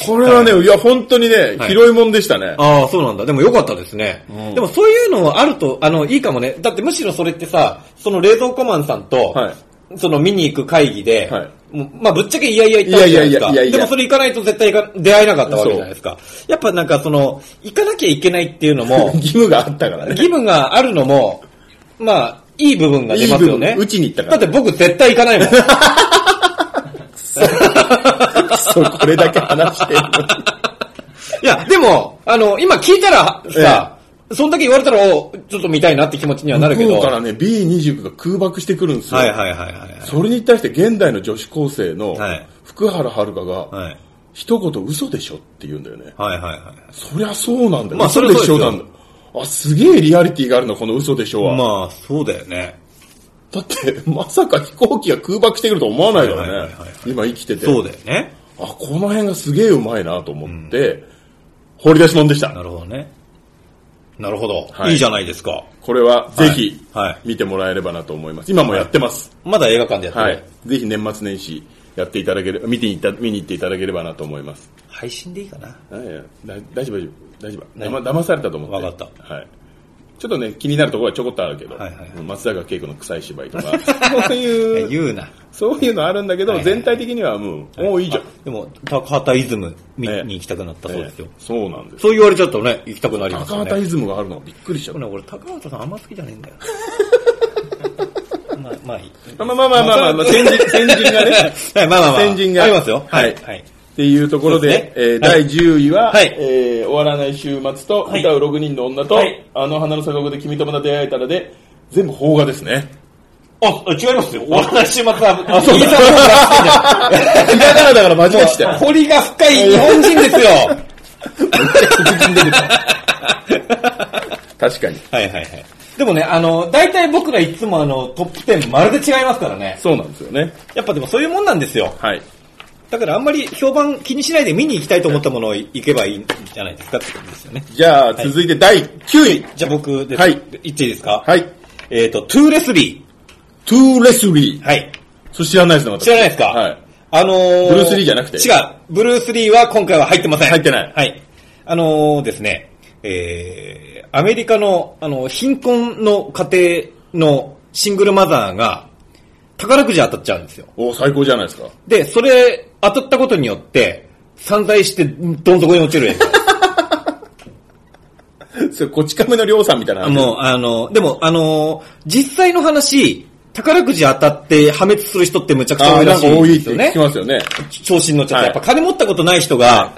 S1: これはね、いや、本当にね、
S2: はい
S1: 広いもんでしたね。
S2: ああ、そうなんだ。でもよかったですね。
S1: うん
S2: でもそういうのあると、あの、いいかもね。だってむしろそれってさ、その冷蔵庫マンさんと、
S1: は
S2: その見に行く会議で、
S1: は
S2: もうまあぶっちゃけいやいや行ったわけじゃないですか。
S1: いやいやいやいやいや、
S2: でもそれ行かないと絶対行か出会えなかったわけじゃないですか。やっぱなんかその、行かなきゃいけないっていうのも
S1: 義務があったからね。
S2: 義務があるのも、まあ、いい部分が出ますよ
S1: いい
S2: ね
S1: 部。分うちに行ったか
S2: だっ
S1: ら
S2: て僕絶対行か ないもん。
S1: そう、これだけ話してるのに
S2: いや、でも、あの、今聞いたらさ、そんだけ言われたら、おちょっと見たいなって気持ちにはなるけど。
S1: 向こうからね、B29 が空爆してくるんですよ。
S2: はいはいはいはい。
S1: それに対して現代の女子高生の
S2: はい
S1: 福原遥が、
S2: はい。
S1: 一言嘘でしょって言うんだよね。
S2: はいはいは
S1: そりゃそうなんだよ。
S2: まあ
S1: 嘘
S2: それは
S1: で
S2: そ
S1: し
S2: うですよ
S1: ょなんだよ。あ、すげえリアリティがあるの、この嘘でしょ
S2: い。
S1: は。
S2: まあ、そうだよね。
S1: だって、まさか飛行機が空爆してくると思わないか
S2: はいは
S1: ら
S2: い
S1: ね
S2: はいはい。
S1: 今生きてて。
S2: そうだよね。
S1: あ、この辺がすげえうまいなと思って、掘り出し物でした。
S2: なるほどね。なるほど。、
S1: はいい
S2: いじゃないですか。
S1: これはぜひ
S2: はいはい
S1: 見てもらえればなと思います。今もやってます。
S2: まだ映画館でやってる。
S1: はい。ぜひ年末年始やっていただければ、見ていた、見に行っていただければなと思います。
S2: 配信でいいかな。
S1: はいや、だ大丈夫、大丈夫。
S2: ね
S1: 大丈夫。だま、騙されたと思って。
S2: わかっ
S1: はい。ちょっとね、気になるところはちょこっとあるけど、
S2: はいはいはい
S1: 松坂慶子の臭い芝居と か、そういう、
S2: 言うな。
S1: そういうのあるんだけど、
S2: はいはい
S1: 全体的にはもう、もういいじゃん。
S2: あでも、高畑イズム見
S1: ええ
S2: に行きたくなったそうですよ
S1: ええ。そうなんです。
S2: そう言われちゃったらね、行きたくなります
S1: 高
S2: よ
S1: 畑イ
S2: ね。
S1: ズムがあるのがびっくりしちゃっ
S2: でもね、俺、高畑さんあんま好きじゃねえんだよ。 まあ、まあいい。
S1: た。まあまあまあまあまあ、まあ、先人、先人が ね。
S2: はい、まあまあまあ。
S1: 先人が
S2: ありますよ。
S1: はい
S2: はい。
S1: っていうところで、
S2: そうですね
S1: えー
S2: はい
S1: 第10位は、
S2: はい
S1: えー終わらない週末と、
S2: はい
S1: 歌う6人の女と、
S2: はい
S1: あの花の鎖国で君とまた出会えたらで、全部邦画ですね。
S2: あ、違いますよ。私週末は、あ、
S1: そうだひらがなだから間違えて たよ。
S2: 彫りが深い日本人 ですよ。
S1: 確かに。
S2: はいはいはい。でもね、あの、大体僕らいつもあの、トップ10まるで違いますからね。
S1: そうなんですよね。
S2: やっぱでもそういうもんなんですよ。
S1: はい。
S2: だからあんまり評判気にしないで見に行きたいと思ったものを行けばいいんじゃないですかってことですよね。
S1: じゃあ、続いて第9位。
S2: じゃあ僕です。
S1: はい
S2: 言っていいですか
S1: はい。
S2: えっ、と、トゥーレスリ
S1: トゥーレスリ
S2: ー。
S1: ー。
S2: はい。
S1: それ知らないですね、私
S2: 知らないですか
S1: はい。。
S2: あのー、
S1: ブルースリーじゃなくて
S2: 違う。ブルースリーは今回は入ってません。
S1: 入ってない
S2: はい。あのーですね、えー、アメリカの、あの、貧困の家庭のシングルマザーが、宝くじ当たっちゃうんですよ。
S1: お最高じゃないですか。
S2: で、それ当たったことによって、散財してどん底に落ちるや つ。
S1: それ、こち亀のりょうさんみたいな。
S2: あもう、あの、でも、あの、実際の話、宝くじ当たって破滅する人ってむちゃくちゃ
S1: あ
S2: 多
S1: ー
S2: いら
S1: なん
S2: し
S1: か
S2: いん
S1: 多い
S2: で
S1: っ
S2: す
S1: て聞
S2: よね
S1: き。ますよね。
S2: 調子に乗っちゃって、
S1: はい
S2: やっぱ金持ったことない人が、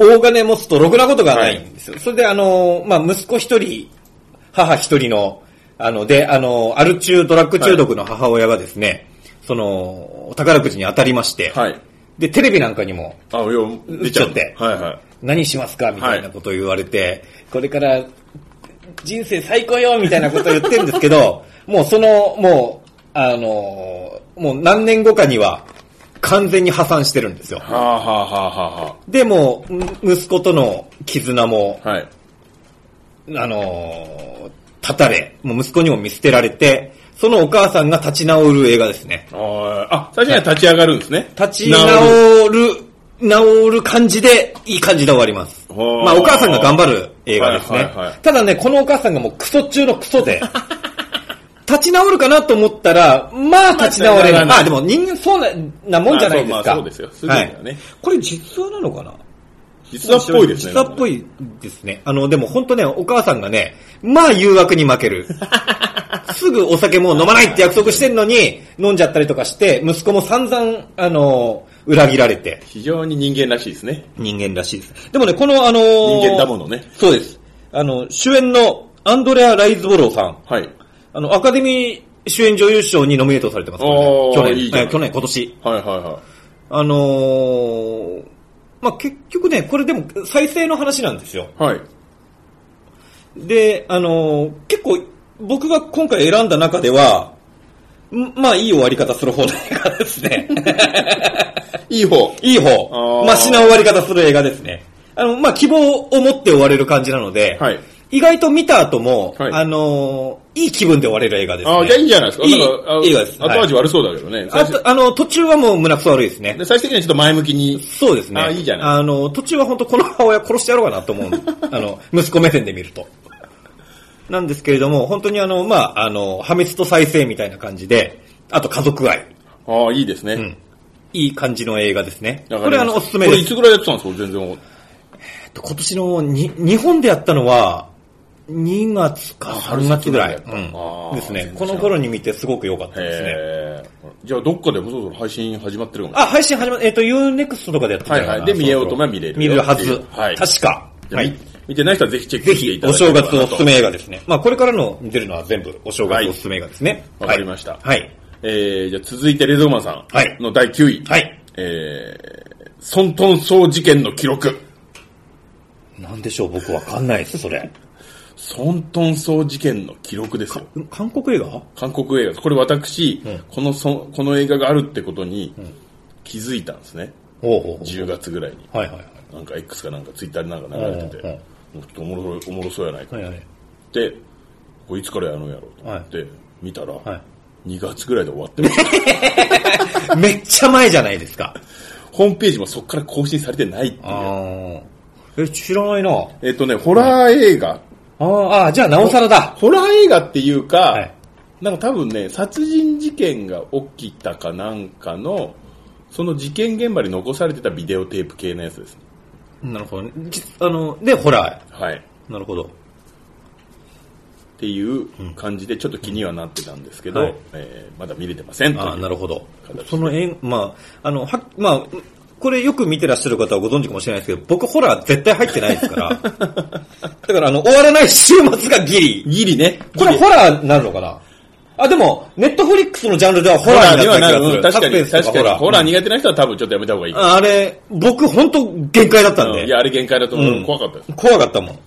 S2: 大金持つとろくなことがないんですよ。それであの、まあ、息子一人、母一人の、あの、で、あの、アル中、ドラッグ中毒の母親がですね、その、宝くじに当たりまして、
S1: はい。
S2: で、テレビなんかにも、
S1: あ、よう、出ちゃう
S2: 打っちゃって
S1: はいはい。
S2: 何しますかみたいなことを言われて、これから人生最高よみたいなことを言ってるんですけど、 もうその、もう、あのーもう何年後かには完全に破産してるんですよ。
S1: はあはあはあはあは
S2: で、もう、む息子との絆も、
S1: あ。はい。
S2: あのー断たれ、もう息子にも見捨てられて、そのお母さんが立ち直る映画ですね。
S1: あーあ、最初には立ち上がるんですね。
S2: 立ち
S1: なる
S2: 直る、治る感じで、いい感じで終わります。ま
S1: ほう
S2: あ、お母さんが頑張る映画ですね。
S1: はいはいはい
S2: ただね、このお母さんがもうクソ中のクソで、立ち直るかなと思ったら、まあ立ち直
S1: ま
S2: れな
S1: あ
S2: い。
S1: ま
S2: ま
S1: あ
S2: あでも人間そうななもんじゃないです
S1: ま
S2: か。
S1: あそうまあそうですよすぐにはね
S2: はい。これ実話なのかな
S1: 実話っぽいですね。
S2: 実話っぽ
S1: い。
S2: いですね。あの、でも本当ね、お母さんがね、まあ誘惑に負け る。すぐお酒もう飲まないって約束してんのに、飲んじゃったりとかして、息子も散々、あの、裏切られて、
S1: 非常に人間らしいですね。
S2: 人間らしいです。でもね、この、あの
S1: 人間だものね。
S2: そうです。あの、主演のアンドレア・ライズボローさん、
S1: はい。
S2: あの、アカデミー主演女優賞にノミネートされてますからね
S1: お。ー
S2: 去年、
S1: いいじゃん
S2: え去年、今年。
S1: はいはいは
S2: あのーまあ、結局ね、これでも再生の話なんですよ。
S1: い。はい。
S2: で、あのー結構、僕が今回選んだ中では、んまあ、いい終わり方する方の映画ですね。
S1: いい方。
S2: いい方
S1: あ。ー
S2: マシな終わり方する映画ですね。あの、まあ、希望を持って終われる感じなので、
S1: はい
S2: 意外と見た後も、
S1: はい
S2: あのーいい気分で終われる映画です、ね。
S1: ああ、じゃあいいんじゃないですか。
S2: いい
S1: なんかあ
S2: いい映画です。
S1: 後味
S2: は
S1: 悪そうだけどね。
S2: い、あ
S1: 最終
S2: と、あの、途中はもう胸くそ悪いですね
S1: で。最終的にはちょっと前向きに。
S2: そうですね。
S1: あいいじゃない
S2: あの、途中は本当この母親殺してやろうかな と思う。あの、息子目線で見ると。なんですけれども、本当にあの、まあ、あの、破滅と再生みたいな感じで、あと家族愛。
S1: ああ、いいですね。
S2: うん。いい感じの映画ですね。
S1: わ
S2: こ
S1: かりました
S2: れあの、おすすめ
S1: こ
S2: で
S1: れい
S2: す。
S1: つぐらいやってたんですか全然。
S2: えっと今年のに、日本でやったのは、2月か3月ぐらい。
S1: 春先ぐらいやったあ
S2: う
S1: ー
S2: ん。ですね
S1: 全。然
S2: この頃に見てすごく良かったですね。
S1: へえ。じゃあ、どっかでもそろそろ配信始まってるかもしれない。
S2: あ、配信始まっえっ、と、UNEXT とかでやってたのかな
S1: はいはいで
S2: そろそろ
S1: 見ようと思えば見れるよ
S2: 見れるは
S1: ってい
S2: ず
S1: う。はい
S2: 確か。
S1: じゃあみ見てない人はぜひチェック
S2: ぜ
S1: して
S2: ひ
S1: い、た
S2: お
S1: だけ
S2: 正
S1: ればな
S2: 月
S1: と
S2: おすすめ映画ですね。まあ、これからの出るのは全部お正月おすすめ映画ですね。
S1: わかりました
S2: はい。
S1: えー、じゃあ続いてレゾーマンさ
S2: はい
S1: んの第9位。
S2: はい。
S1: えー、ソントンソー事件の記録。
S2: なんでしょう、僕わかんないです、それ。
S1: ソントンソー事件の記録ですよ。
S2: 韓国映画
S1: 韓国映画ですこれ私、このそこの映画があるってことに気づいたんですね。
S2: ほうほう。
S1: 10月ぐらいに。
S2: はいはいはい。
S1: なんか X かなんかツイッターになんか流れてて、
S2: うんうん
S1: もうちょっとおもろいおもろそうやないか
S2: は
S1: っ
S2: いはい。
S1: て、これいつからやるんやろうと思って、見たら、
S2: はい
S1: 2月ぐらいで終わ ってました。
S2: めっちゃ前じゃないですか。
S1: ホームページもそこから更新されてないってい
S2: あ
S1: う。
S2: ー。え、知らないな
S1: えっとね、ホラー映画。
S2: あーあー、じゃあなおさらだ。
S1: ホラー映画っていうか、
S2: はい
S1: なんか多分ね、殺人事件が起きたかなんかの、その事件現場に残されてたビデオテープ系のやつですね。
S2: なるほどね。じあの、で、ホラ
S1: はい。
S2: ー。なるほど。
S1: っていう感じで、ちょっと気にはなってたんですけど、
S2: はい
S1: えーまだ見れてませんという
S2: ああ、なるほど
S1: 形。で
S2: その映画、まあ、あの、は、まあ、これよく見てらっしゃる方はご存知かもしれないですけど、僕ホラー絶対入ってないですか ら。だからあの、終わらない週末がギリ。
S1: ギリね。
S2: これホラーになるのかなあ、でも、ネットフリックスのジャンルではホ
S1: ホラ
S2: ラー
S1: ー
S2: に
S1: に
S2: な
S1: は
S2: っ
S1: な
S2: た
S1: る
S2: 気がす
S1: うん
S2: る。
S1: 確かに、
S2: サスペンスと
S1: 確かに。ホラー
S2: うん
S1: 苦手な人は多分ちょっとやめた方がいい。
S2: ああれ、僕本当限界だったん
S1: うん
S2: で。
S1: いや、あれ限界だと思う。
S2: うん
S1: 怖かったです。
S2: 怖かったもん。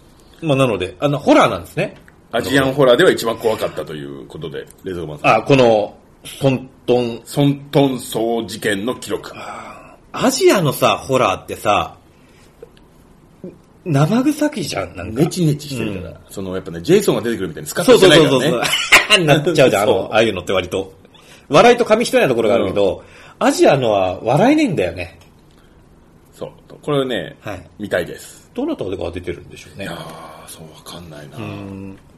S2: まあ、なので、あの、ホラーなんですね。
S1: アジアンホラーでは一番怖かったということで、レゾーマンさん。
S2: あ、この、トントン。
S1: ソントンソー事件の記録。
S2: アジアのさ、ホラーってさ、生臭きじゃん、なんか
S1: ネ。チネチしてるから、そのやっぱね、ジェイソンが出てくるみたいにスカッ
S2: そ
S1: とし
S2: う
S1: て
S2: そう
S1: ない
S2: そ
S1: か
S2: う
S1: ら
S2: そう。
S1: ね。
S2: なっちゃうじゃん、あ
S1: そう
S2: の、ああいうのって割と。笑いと紙一重なところがあるけど、アジアのは笑えねえんだよね。
S1: そうこれね、
S2: はい
S1: 見たいです。
S2: どなたが出てるんでしょうね。
S1: ああ、そう、わかんないな。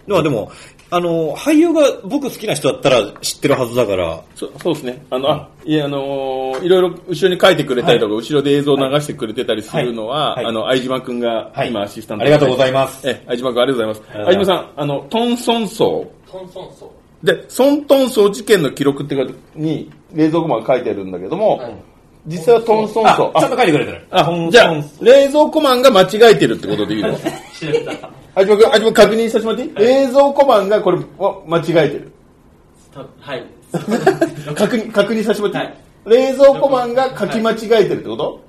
S2: まあでも、あの、俳優が僕好きな人だったら知ってるはずだから、
S1: そそうですね。あの、あ、いや、あのーいろいろ後ろに書いてくれたりとか、後ろで映像を流してくれてたりするのは、
S2: はいはい
S1: あの、相島くんが、
S2: はい
S1: 今アシスタント
S2: ありがとうございます。
S1: え、相島くんありがとうございます。
S2: ありが
S1: 相
S2: とうご
S1: 島
S2: ざ
S1: さん、あの、トンソンソウ。
S3: トンソンソ
S1: で、ソントンソウ事件の記録ってことに、冷蔵庫マンが書いてるんだけども、
S3: はい
S1: 実際はトンソンソウ。
S2: あ、ちゃんと書いてくれてる。
S1: あ
S2: ほん
S1: じゃ
S2: ほ
S1: あ
S2: ん、
S1: 冷蔵庫マンが間違えてるってことでいいのあ、じまくん、あ、じまくん確認させてもらっていい、冷蔵庫マンがこれ、わ間違えてる。
S3: ー。 はい。
S1: 確認、確認させてもらっていい、
S3: はい
S1: 冷蔵庫マンが書き間違えてるってこと、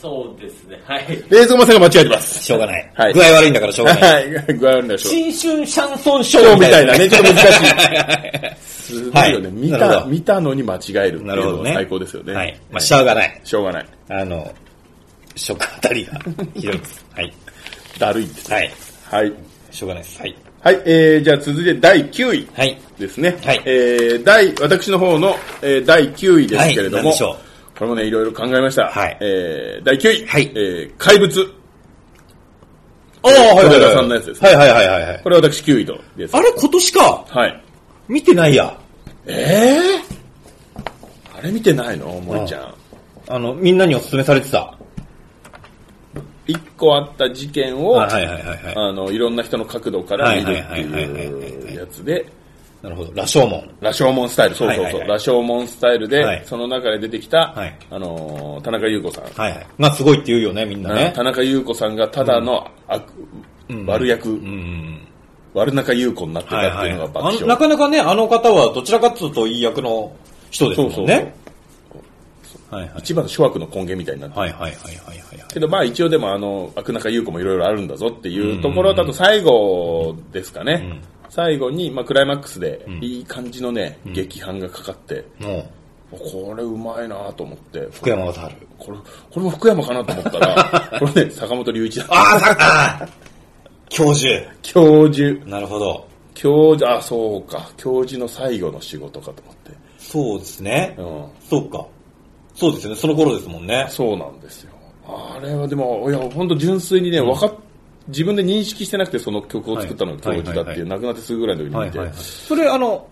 S3: そうですね。はい。
S1: 冷蔵庫マンさんが間違えてます。
S2: しょうがない。
S1: はい
S2: 具合悪いんだからしょうが ない。
S1: はい、具合悪いんでしょう。
S2: 新春シャンソンショ
S1: 今
S2: ー
S1: 日みたいなね、ちょっと難しい。すごいよね。
S2: はい
S1: 見
S2: なるほ
S1: た、
S2: ど
S1: 見たのに間違えるっていう
S2: なるほ
S1: の
S2: ど
S1: が
S2: ね。
S1: 最高ですよね。
S2: はい。まあ、しょうがない。
S1: しょうがない。
S2: あの、食あたりがひど いです。はい。
S1: だるいです。
S2: はい。
S1: はい。
S2: しょうがないです。はい。
S1: はい、えー、じゃあ続いて第9位。
S2: はい。
S1: ですね。
S2: はい
S1: えー第、私の方の、えー第9位ですけれど
S2: はい
S1: も、
S2: 何でしょ
S1: これもね、いろいろ考えました。
S2: はい
S1: えー第9位、
S2: はい
S1: えー怪物。
S2: ああ、はい
S1: 小寺さんのやつですね
S2: はいはいはいはいはい。
S1: これ私9位とです。
S2: あれ今年か。
S1: はい。
S2: 見てないや。
S1: えー、あれ見てないの森ちゃん。
S2: あの、みんなにお勧めされてた。
S1: 一個あった事件
S2: あ
S1: を、
S2: はいはいはいはい。
S1: あの、いろんな人の角度から見るって
S2: はいはいはいはいはい
S1: い
S2: は
S1: う
S2: い
S1: やつで、
S2: なるほど。羅生門。
S1: 羅生門スタイル、そうそうそう、
S2: はいはいはい
S1: 羅生門スタイルで、
S2: はい
S1: その中で出てきた、
S2: はい
S1: あのー田中優子さん、
S2: はいはい。まあすごいって言うよね、みんな
S1: な
S2: ね
S1: 田。中優子さんがただの悪、悪役、
S2: うん。
S1: 悪中優子になって
S2: はい
S1: たっ
S2: は
S1: て
S2: い。
S1: い
S2: あ
S1: うのが爆笑。
S2: のなかなかね、あの方はどちらかっつうといい役の人です
S1: そう
S2: も
S1: そ
S2: ん
S1: う
S2: ね。はいはい。
S1: 一番の諸悪の根源みたいになってる。
S2: はいはいはいはいはいはい。
S1: けどまあ一応でもあの、悪中優子もいろいろあるんだぞっていうところだと最後ですかね。最後に、まあクライマックスでいい感じのね、劇版がかかって、
S2: もう、
S1: これうまいなと思って、
S2: 福山雅治。
S1: これ、これも福山かなと思った ら、これね、坂本龍一だった。
S2: ああ、さああ教授。
S1: 教授。
S2: なるほど。
S1: 教授、あ、そうか。教授の最後の仕事かと思って。
S2: そうですね。
S1: うん。
S2: そうか。そうですよね。その頃ですもんね。
S1: そうなんですよ。あれはでも、いや、本当純粋にね、わかっ自分で認識してなくて、その曲を作ったのが教
S2: はい
S1: 授だっていう、
S2: は
S1: 亡くなってすぐぐらいの時に見て、
S2: それ、あの、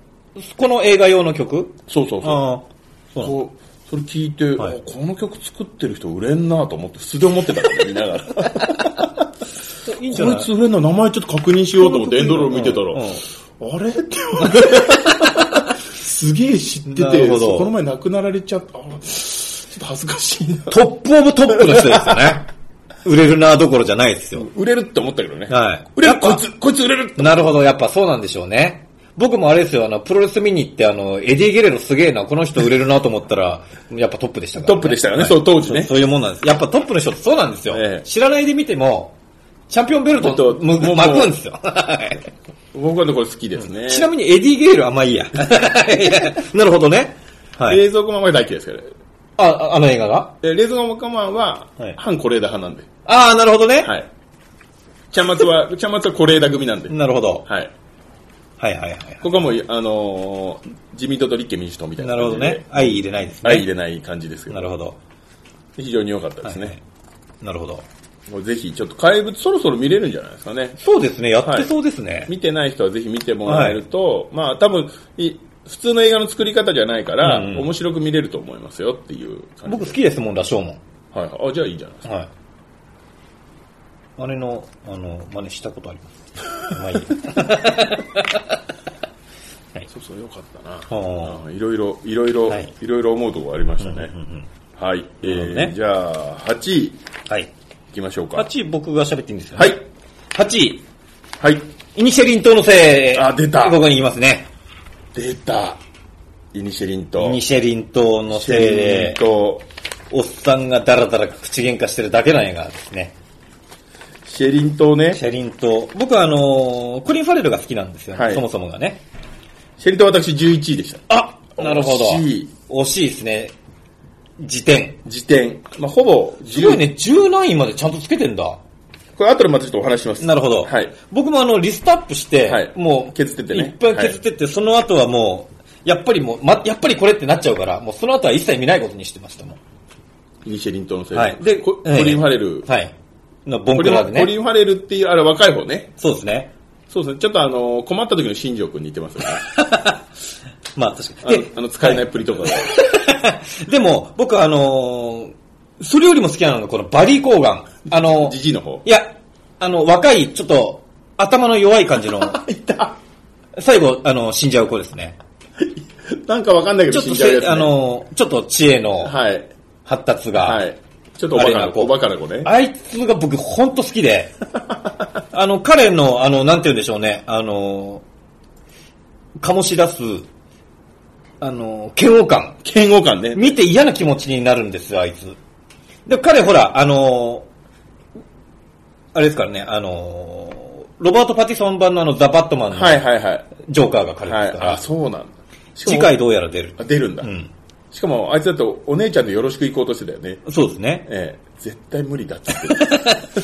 S2: この映画用の曲
S1: そうそうそう。
S2: あ。そうなんだ
S1: こうそれ聞いて、
S2: はい
S1: あこの曲作ってる人売れんなと思って、素で思ってたから、ね、見ながら。こ
S2: いいんじゃない
S1: いつ売れんな、名前ちょっと確認しようと思って、エンドロール見てた
S2: うん
S1: ら、あれって思ってすげえ知って
S2: なる
S1: て、
S2: ほど
S1: そこの前亡くなられちゃった。あちょっと恥ずかしいな。
S2: トップオブトップの人ですよね。 売れるなどころじゃないですよ。
S1: 売れるって思ったけどね。
S2: はい
S1: 売れ
S2: や
S1: る
S2: っぱ
S1: こいつ、こいつ売れる
S2: なるほど、やっぱそうなんでしょうね。僕もあれですよ、あの、プロレス見に行って、あの、エディ・ゲレロすげえな、この人売れるなと思ったら、やっぱトップでしたから、
S1: トップでしたよねそう当時ね
S2: そう。そういうもんなんです。やっぱトップの人ってそうなんですよ。
S1: ええ
S2: 知らないで見ても、チャンピオンベルト
S1: ちょっ
S2: を
S1: と
S2: む
S1: もう
S2: 巻くん ですよ。はい
S1: 僕はねこれ好きですね。
S2: ちなみにエディ・ゲレロ、あ、まあいいや。 なるほどね。はい。
S1: 冷蔵庫マンは大嫌いですから。
S2: ああ、あの映画が
S1: え冷蔵庫マンは
S2: はい、
S1: 反是枝派なんで。
S2: ああ、なるほどね。
S1: はい。ちゃんまつは、ちゃんまつは是枝組なんで。
S2: なるほど。
S1: はい。
S2: はいはいはい。
S1: ここはもう、あのー自民党と立憲民主党みたいな
S2: なるほ
S1: 感
S2: ど
S1: じで。
S2: ね。愛入れないですね。
S1: 相入れない感じですけ
S2: な
S1: ど。
S2: るほど。
S1: 非常に良かったですね。
S2: はいなるほど。
S1: もうぜひ、ちょっと怪物そろそろ見れるんじゃないですかね。
S2: そうですね、やってそうですね。
S1: 見てない人はぜひ見てもらえると、まあ多分い、普通の映画の作り方じゃないから、
S2: うんうん
S1: 面白く見れると思いますよっていう感じ。
S2: 僕好きですもん、羅生門。
S1: はいはい。あ、じゃあいいじゃないですか。
S2: はい。あれの、あの、真似したことあり ます。まあいいや。
S1: そうそう、よかった
S2: は
S1: な。うんいろいろ、いろいろ、
S2: はい
S1: い、ろいろ思うところありましたね。はい。え
S2: なるほど
S1: ー
S2: ね
S1: じゃあ、8位い
S2: はい。
S1: きましょうか。
S2: 8位僕が喋っていいんですよ。
S1: はい。。
S2: 8位、
S1: はい。
S2: イニシェリン島のせい。
S1: あ出た
S2: 僕に言いますね。
S1: 出た。イニシェリンと。
S2: イニシェリン島の
S1: シェ
S2: せい
S1: リン
S2: で、
S1: と。
S2: おっさんがダラダラ口喧嘩してるだけの映画ですね。
S1: シェリンとね。
S2: シェリン島。僕はあのー、コリン・ファレルが好きなんですよ、
S1: はい
S2: そもそもがね。
S1: シェリンと私11位でした。
S2: あなるほど。
S1: 惜しい。
S2: 惜しいですね。辞典。
S1: 辞典。まあ、ほぼ、
S2: すごいね、10何位までちゃんとつけてんだ。
S1: 10。これ後でまたちょっとお話します。
S2: なるほど。
S1: はい。
S2: 僕もあの、リストアップして、
S1: はい
S2: もう、
S1: 削ってってね
S2: いっぱい削ってって、その後はもう、やっぱりもう、ま、やっぱりこれってなっちゃうから、もうその後は一切見ないことにしてましたもん。
S1: ミシェリントン製。
S2: はい
S1: で、ココ
S2: ええ
S1: リン・ファレル。
S2: はい。のボン
S1: コ
S2: ク
S1: リン
S2: ラで
S1: コリ
S2: ね。
S1: ン・ファレルっていう、あれ若い方ね。
S2: そうですね。
S1: そうですね。ちょっとあの、困った時の新庄君似てますよね。
S2: まあ確
S1: あ
S2: かに。
S1: の
S2: で、
S1: あの使えないっぷりとかが。
S2: でも、僕はあのーそれよりも好きなのがこのバリー・コーガン。あの
S1: じ
S2: ー
S1: じいの方
S2: い。や、あの、若い、ちょっと、頭の弱い感じの、
S1: いた。
S2: 最後、あの、死んじゃう子ですね。
S1: なんかわかんないけ
S2: ちょ
S1: ど死
S2: っと
S1: んじゃうや
S2: せ、
S1: つ、ね。
S2: あ、の、ちょっと知恵の
S1: はい。
S2: 発達が、
S1: はい。ちょっとおバカな子。おバカな子ね。
S2: あいつが僕ほんと好きで、 あの、彼の、あの、なんて言うんでしょうね、あの、醸し出す、あの、嫌悪感。
S1: 嫌悪感ね。
S2: 見て嫌な気持ちになるんですよ、あいつ。で、彼ほら、あの、あれですからね、あの、ロバート・パティソン版のあの、ザ・バットマンの
S1: はいはいはい。
S2: ジョーカーが彼
S1: は
S2: で
S1: い
S2: す。から、
S1: あ、そうなんだ。しかも
S2: 次回どうやら出る。
S1: あ出るんだ、
S2: うん。
S1: しかも、あいつだとお姉ちゃんとよろしく行こうとしてたよね。
S2: そうですね。
S1: ええ絶対無理だ って言って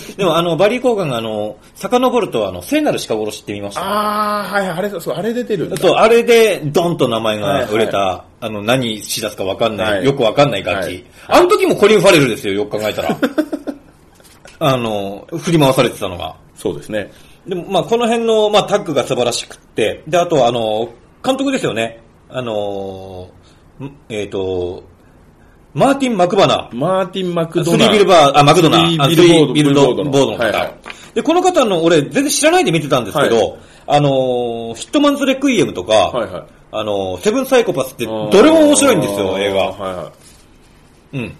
S1: る
S2: でも、あの、バリー・コーガンが、あの、遡ると、あの、聖なる鹿殺しって見ました。
S1: ああ、はいはい、あれだ、そう、あれ出てるんだ。
S2: そう、あれで、ドンと名前が売れた、
S1: は
S2: あの、何しだすかわかんない、
S1: はい
S2: よくわかんない楽器。
S1: はい
S2: あの時もコリン・ファレルですよ、よく考え たら。あの、振り回されてたのが。
S1: そうですね。
S2: でも、まあ、この辺の、まあ、タッグが素晴らしくって、で、あと、あの、監督ですよね。あの、んえっ、と、マーティン・マクバナー。
S1: マーティン・マクド
S2: ス
S1: ナ
S2: リービルバー、あ、マクドナ
S1: スリ
S2: ー、
S1: ー
S2: あ
S1: ビルボード
S2: スリービルドボ
S1: ビルボードの
S2: ードの方、
S1: はいはい
S2: で、この方の、俺、全然知らないで見てたんですけど、
S1: は
S2: あのーヒットマンズ・レクイエムとか、
S1: はいはい。
S2: あのーセブン・サイコパスって、どれも面白いんですよ、映
S1: は
S2: 画。
S1: いはい。
S2: うん。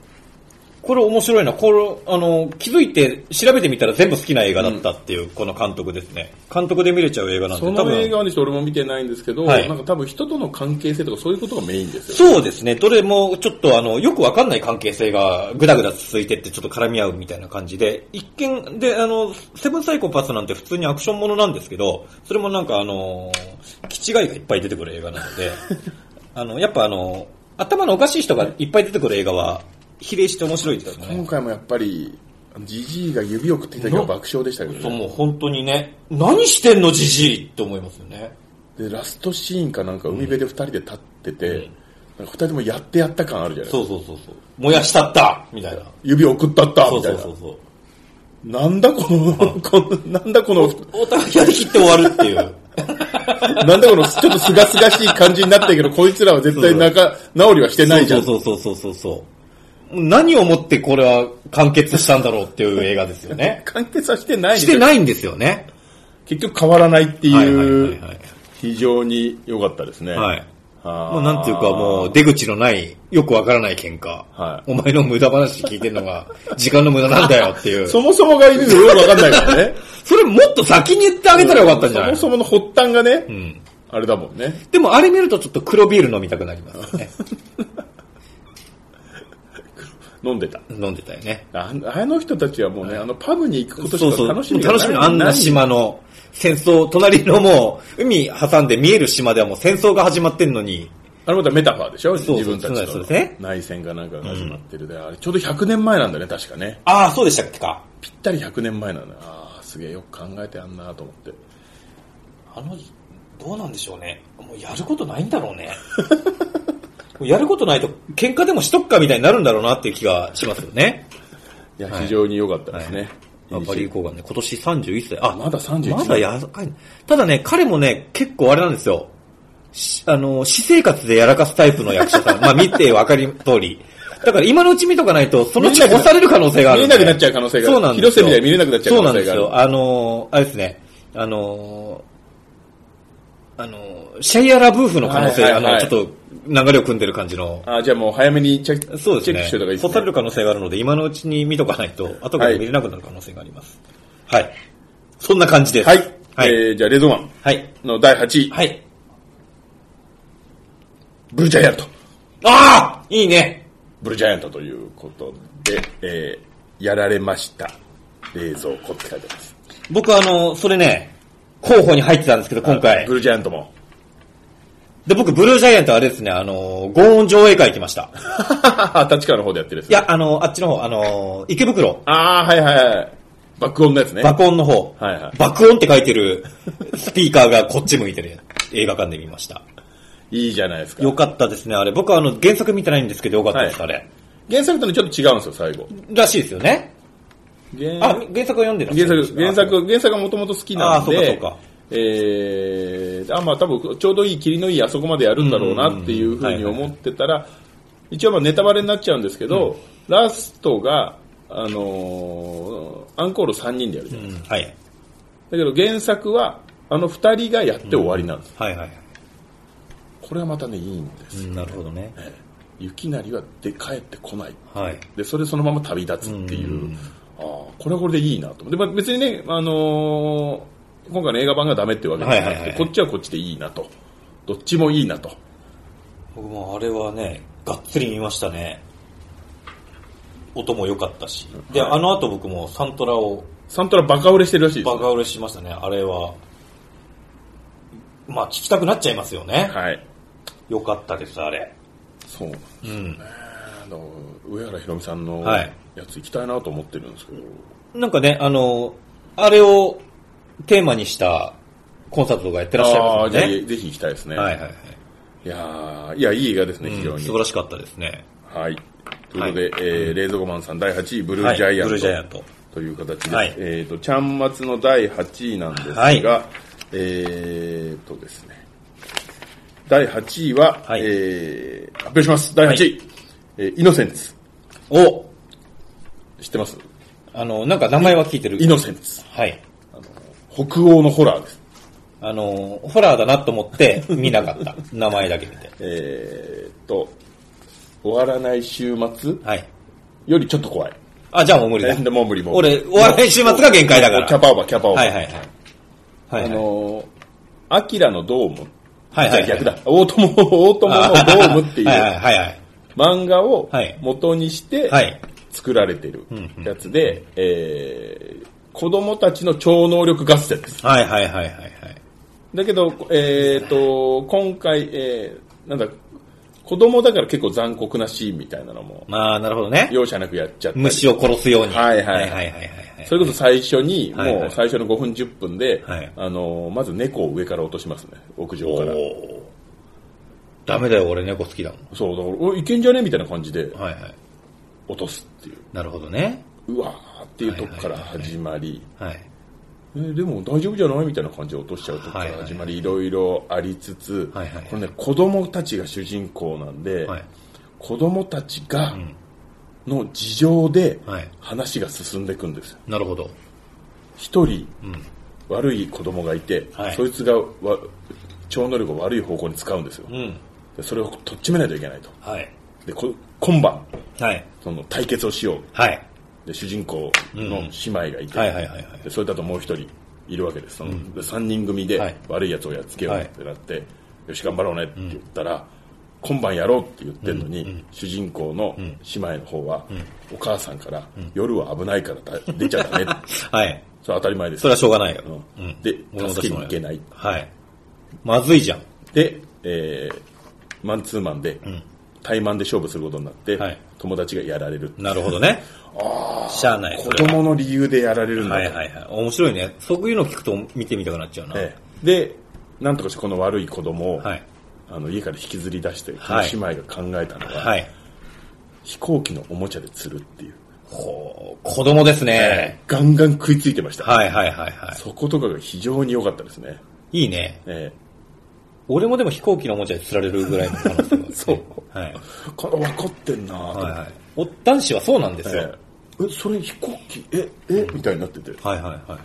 S2: これ面白いな。これ、あのー気づいて調べてみたら全部好きな映画だったっていう、この監督ですね。監督で見れちゃう映画なんで、
S1: その
S2: 多分
S1: 映画はね、ちょっと俺も見てないんですけど、
S2: はい
S1: なんか多分人との関係性とかそういうことがメインですよ。
S2: そうですね。どれもちょっとあの、よくわかんない関係性がぐだぐだ続いてってちょっと絡み合うみたいな感じで、一見、で、あの、セブンサイコパスなんて普通にアクションものなんですけど、それもなんかあの、気違いがいっぱい出てくる映画なの で、あの、やっぱあの、頭のおかしい人がいっぱい出てくる映画は、比例して面白いですよね
S1: 今。回もやっぱり、じじいが指をくってきた時は爆笑でしたけ
S2: そ
S1: ど
S2: う、
S1: ね。
S2: もう本当にね、何してんのじじいって思いますよね。
S1: で、ラストシーンかなんか海辺で二人で立ってて、なんか二人ともやってやった感あるじゃないですか。
S2: そうそうそうそう。燃やしたったみたいな。
S1: 指送ったった
S2: そ
S1: み
S2: う
S1: たいな。
S2: そうそうそう。
S1: なんだこの、このなんだこの、
S2: お互いやりきって終わるっていう。
S1: なんだこの、ちょっとすがすがしい感じになったけど、こいつらは絶対仲、治りはしてないじゃん。。
S2: そうそうそうそうそうそう。何をもってこれは完結したんだろうっていう映画ですよね
S1: 完結はしてないん
S2: し
S1: です
S2: て
S1: よ
S2: ないんですよね。
S1: 結局変わらないって
S2: はいはいはいいは
S1: う
S2: い、
S1: 非常に良かったですね。
S2: はい。
S1: は
S2: もうなんていうかもう出口のない、よくわからない喧嘩。
S1: はい
S2: お前の無駄話聞いてんのが、 時間の無駄なんだよっていう。
S1: そ
S2: そ
S1: もそもが意味がよくわかんないから ね。
S2: れもっと先に言ってあげたらよかったんじゃない
S1: そもそもの発端がね、
S2: ん
S1: あれだもんね。
S2: でもあれ見るとちょっと黒ビール飲みたくなりますよね。
S1: 飲んでた。
S2: 飲んでたよね。
S1: ああの人たちはもうね、あのパブに行くこと
S2: そう
S1: しか
S2: そう。
S1: 楽
S2: 楽
S1: し
S2: し
S1: み
S2: み
S1: がない。
S2: のあんな島の戦争、隣のもう海挟んで見える島ではもう戦争が始まってんのに、
S1: あれまたメタファーでしょ
S2: そう
S1: 自分た
S2: そうです
S1: ちの
S2: ね
S1: 内戦がなんかが始まってるで、あれちょうど100年前なんだね、確かね。
S2: ああ、そうでしたっけか。
S1: ぴったり100年前なんだ。ああ、すげえよく考えてあんなと思って。
S2: あの、どうなんでしょうね。もうやることないんだろう ね。もうやることないと、喧嘩でもしとっかみたいになるんだろうなっていう気がしますよね。
S1: いや、
S2: はい
S1: 非常に良かったですね。いい
S2: バリー・
S1: し
S2: コーガンね、今年31歳。あ、
S1: まだ31
S2: まだやかい。ただね、彼もね、結構あれなんですよ。しあの、私生活でやらかすタイプの役者 さん。まあ見てわかり通り。だから今のうち見とかないと、そのうち
S1: 見えなくな
S2: 押される可能性があるんで。
S1: 見えなくなっちゃう可能性がある
S2: そうなんですよ。
S1: 広瀬みたいに見れなくなっちゃう可能性がある
S2: そうなんですよ。あのー、あれですね。あのー、あのー、シェイア・ラブーフの可能性、
S1: はいはいはい
S2: あの、ちょっと流れを組んでる感じの。
S1: ああ、じゃあもう早めにチェック
S2: そうです
S1: チェック
S2: ね。
S1: してた方がいいです、
S2: 干される可能性があるので、今のうちに見とかないと、後から見れなくなる可能性があります。はい。そんな感じです。
S1: はい。
S2: はい。
S1: えー、じゃあ、レゾワン
S2: はい。
S1: の第8位、
S2: はい。
S1: ブルージャイアント。
S2: ああいいね。
S1: ブルージャイアントということで、えー、やられました。冷蔵庫って書いてます。
S2: 僕あの、それね、候補に入ってたんですけど、今回
S1: ブ。ルージャイアントも。
S2: で、僕、ブルージャイアントはあれですね、あの、合音上映会行きました。
S1: 立川の方でやってるやつ。
S2: いや、あの、あっちの方、あの、池袋、
S1: ああ、はいはいはい。爆音のやつね。
S2: 爆音の方、
S1: はいはい
S2: 爆音って書いてるスピーカーがこっち向いてる映画館で見ました。
S1: いいじゃないですか。
S2: よかったですね、あれ。僕はあの、原作見てないんですけど、よかったです、
S1: は
S2: あれ。
S1: 原作とね、ちょっと違うんですよ、最後。
S2: らしいですよね。あ、
S1: 原
S2: 原作を読んでる
S1: 原作、原作、原作がもともと好きなんで、
S2: あそうかそうか
S1: えー、あ、まあ多分、ちょうどいい、霧のいい、あそこまでやるんだろうなっていうふうに思ってたら、一応まあネタバレになっちゃうんですけど、ラストが、あのーアンコール3人でやるじゃない
S2: うんはい。
S1: だけど原作は、あの2人がやって終わりなんです。
S2: はいはい。
S1: これはまたね、いいんです。
S2: うんなるほどね。
S1: 雪成はで帰ってこない。
S2: はい。
S1: でそれそのまま旅立つっていう、
S2: うん
S1: ああこれはこれでいいなと思って、まあ、別にね、あのー今回の映画版がダメっていうわけじゃなくて、
S2: はいはいはい
S1: こっちはこっちでいいなとどっちもいいなと
S2: 僕もあれはね、がっつり見ましたね。音も良かったし。で、あの後僕もサントラを
S1: サントラバカ売れしてるらしいです
S2: バ
S1: ね、
S2: カ売れしましたね。あれは、まあ聞きたくなっちゃいますよね。
S1: はい
S2: 良かったです、あれ。
S1: そう
S2: うん。
S1: あの上原ひろみさんの
S2: はい
S1: やつ行きたいなと思ってるんですけど、
S2: なんかね、あの、あれをテーマにしたコンサートとかやってらっしゃい
S1: あ
S2: ま
S1: あ
S2: す
S1: ぜ
S2: よ
S1: ひ
S2: ね。
S1: ぜひ行きたいですね、
S2: はいはいはい。
S1: いやーいやいい映画ですね、非常
S2: うん
S1: に
S2: 素晴らしかったですね。
S1: はいということで、えー、冷蔵庫マンさん第8位ブルージャイアント、
S2: はいブルージャイアント。
S1: という形で、
S2: はい
S1: えっ、と、ちゃんまつの第8位なんですが、
S2: はい
S1: えっ、とですね、第8位は、
S2: はい
S1: えー発表します。第8位、えーイノセンツ。
S2: お
S1: 知ってます
S2: あの、なんか名前は聞いてる。
S1: イノセンツ。
S2: はい。
S1: 北欧のホラーです。
S2: あの、ホラーだなと思って見なか った。名前だけ見て。
S1: えっ、と、終わらない週末
S2: はい。
S1: よりちょっと怖い。
S2: あ、じゃあもう無理だ
S1: え。でもう無理もう無理
S2: 俺、終わらない週末が限界だか
S1: もうキャ
S2: ら。
S1: パオーバー、キャパオーバー。
S2: はいはいはい。はい、はい。
S1: あのーアキラのドーム。
S2: はいはいはい
S1: じゃあ逆だ。大友、大友のドームっていう。
S2: はいはいはいはい。
S1: 漫画を
S2: はい
S1: 元にして
S2: はい
S1: 作られてるやつで、えー子供たちの超能力合戦です。
S2: はいはいはいはいはい。
S1: だけど、えー、と今回、えーなんだ子供だから結構残酷なシーンみたいなのも
S2: まあ、なるほどね。
S1: 容赦なくやっちゃったり
S2: 虫を殺すように。
S1: はいはい
S2: はいはいはいはい。
S1: それこそ最初に、
S2: はいはい
S1: もう最初の5分10分で、
S2: はい
S1: あのーまず猫を上から落としますね屋上から
S2: おーダメだよ、俺猫好きだもん。
S1: そうだからおいけんじゃねみたいな感じで
S2: はいはい。
S1: 落とすっていう
S2: なるほどね。
S1: うわーっていうとこから始まり、
S2: はい。
S1: えーでも大丈夫じゃないみたいな感じで落としちゃうとこから始まり、いろいろありつつ、
S2: はいはい
S1: これね子供たちが主人公なんで、
S2: はい。
S1: 子供たちが、の事情で
S2: はい
S1: 話が進んでいくんですよ
S2: なるほど。
S1: 一人、悪い子供がいて、
S2: はい
S1: そいつがわ超能力を悪い方向に使うんですよ、
S2: うん。
S1: でそれをとっちめないといけないと
S2: はい。
S1: でこ今晩
S2: はい。
S1: その対決をしよう
S2: はい。
S1: で主人公の姉妹がいて、
S2: はいはいはいはい。
S1: でそれだともう一人いるわけですその、で3人組で
S2: はい
S1: 悪いやつをやっつけようってなって、よし頑張ろうねって言ったら、今晩やろうって言ってるのに、主人公の姉妹の方は、お母さんから、夜は危ないからだ出ちゃダ メって
S2: はい。
S1: それは当たり前です
S2: それはしょうがないよ。
S1: うんで
S2: 物
S1: 助けに
S2: 出
S1: 行
S2: し
S1: け
S2: もら
S1: な
S2: え
S1: い
S2: はい。まずいじゃん。
S1: で、えーマンツーマンで、対マンで勝負することになって、
S2: はい
S1: 友達がやられる
S2: なるほどね。ああ。しゃあない。
S1: 子供の理由でやられるんだ
S2: は
S1: と、
S2: いはいはい。面白いね。そういうの聞くと見てみたくなっちゃうな。
S1: ええでなんとかしてこの悪い子供を、
S2: はい。
S1: あの家から引きずり出して、
S2: はい
S1: この姉妹が考えたのは、
S2: はい。
S1: 飛行機のおもちゃで釣るっていう、
S2: ほう、子供ですね。
S1: ガンガン食いついてました、
S2: はいはいはいは
S1: そことかが非常に良かったですね、
S2: い。いいね。
S1: え
S2: 俺もでも飛行機のおもちゃで釣られるぐらいの可能性は、 そう。はい。
S1: えこれ分かってんなと思
S2: はい
S1: っ
S2: はい。お男子はそうなんで
S1: て、
S2: すよ。
S1: ええそれ飛行機ええみたいになってて、
S2: はいはいはい。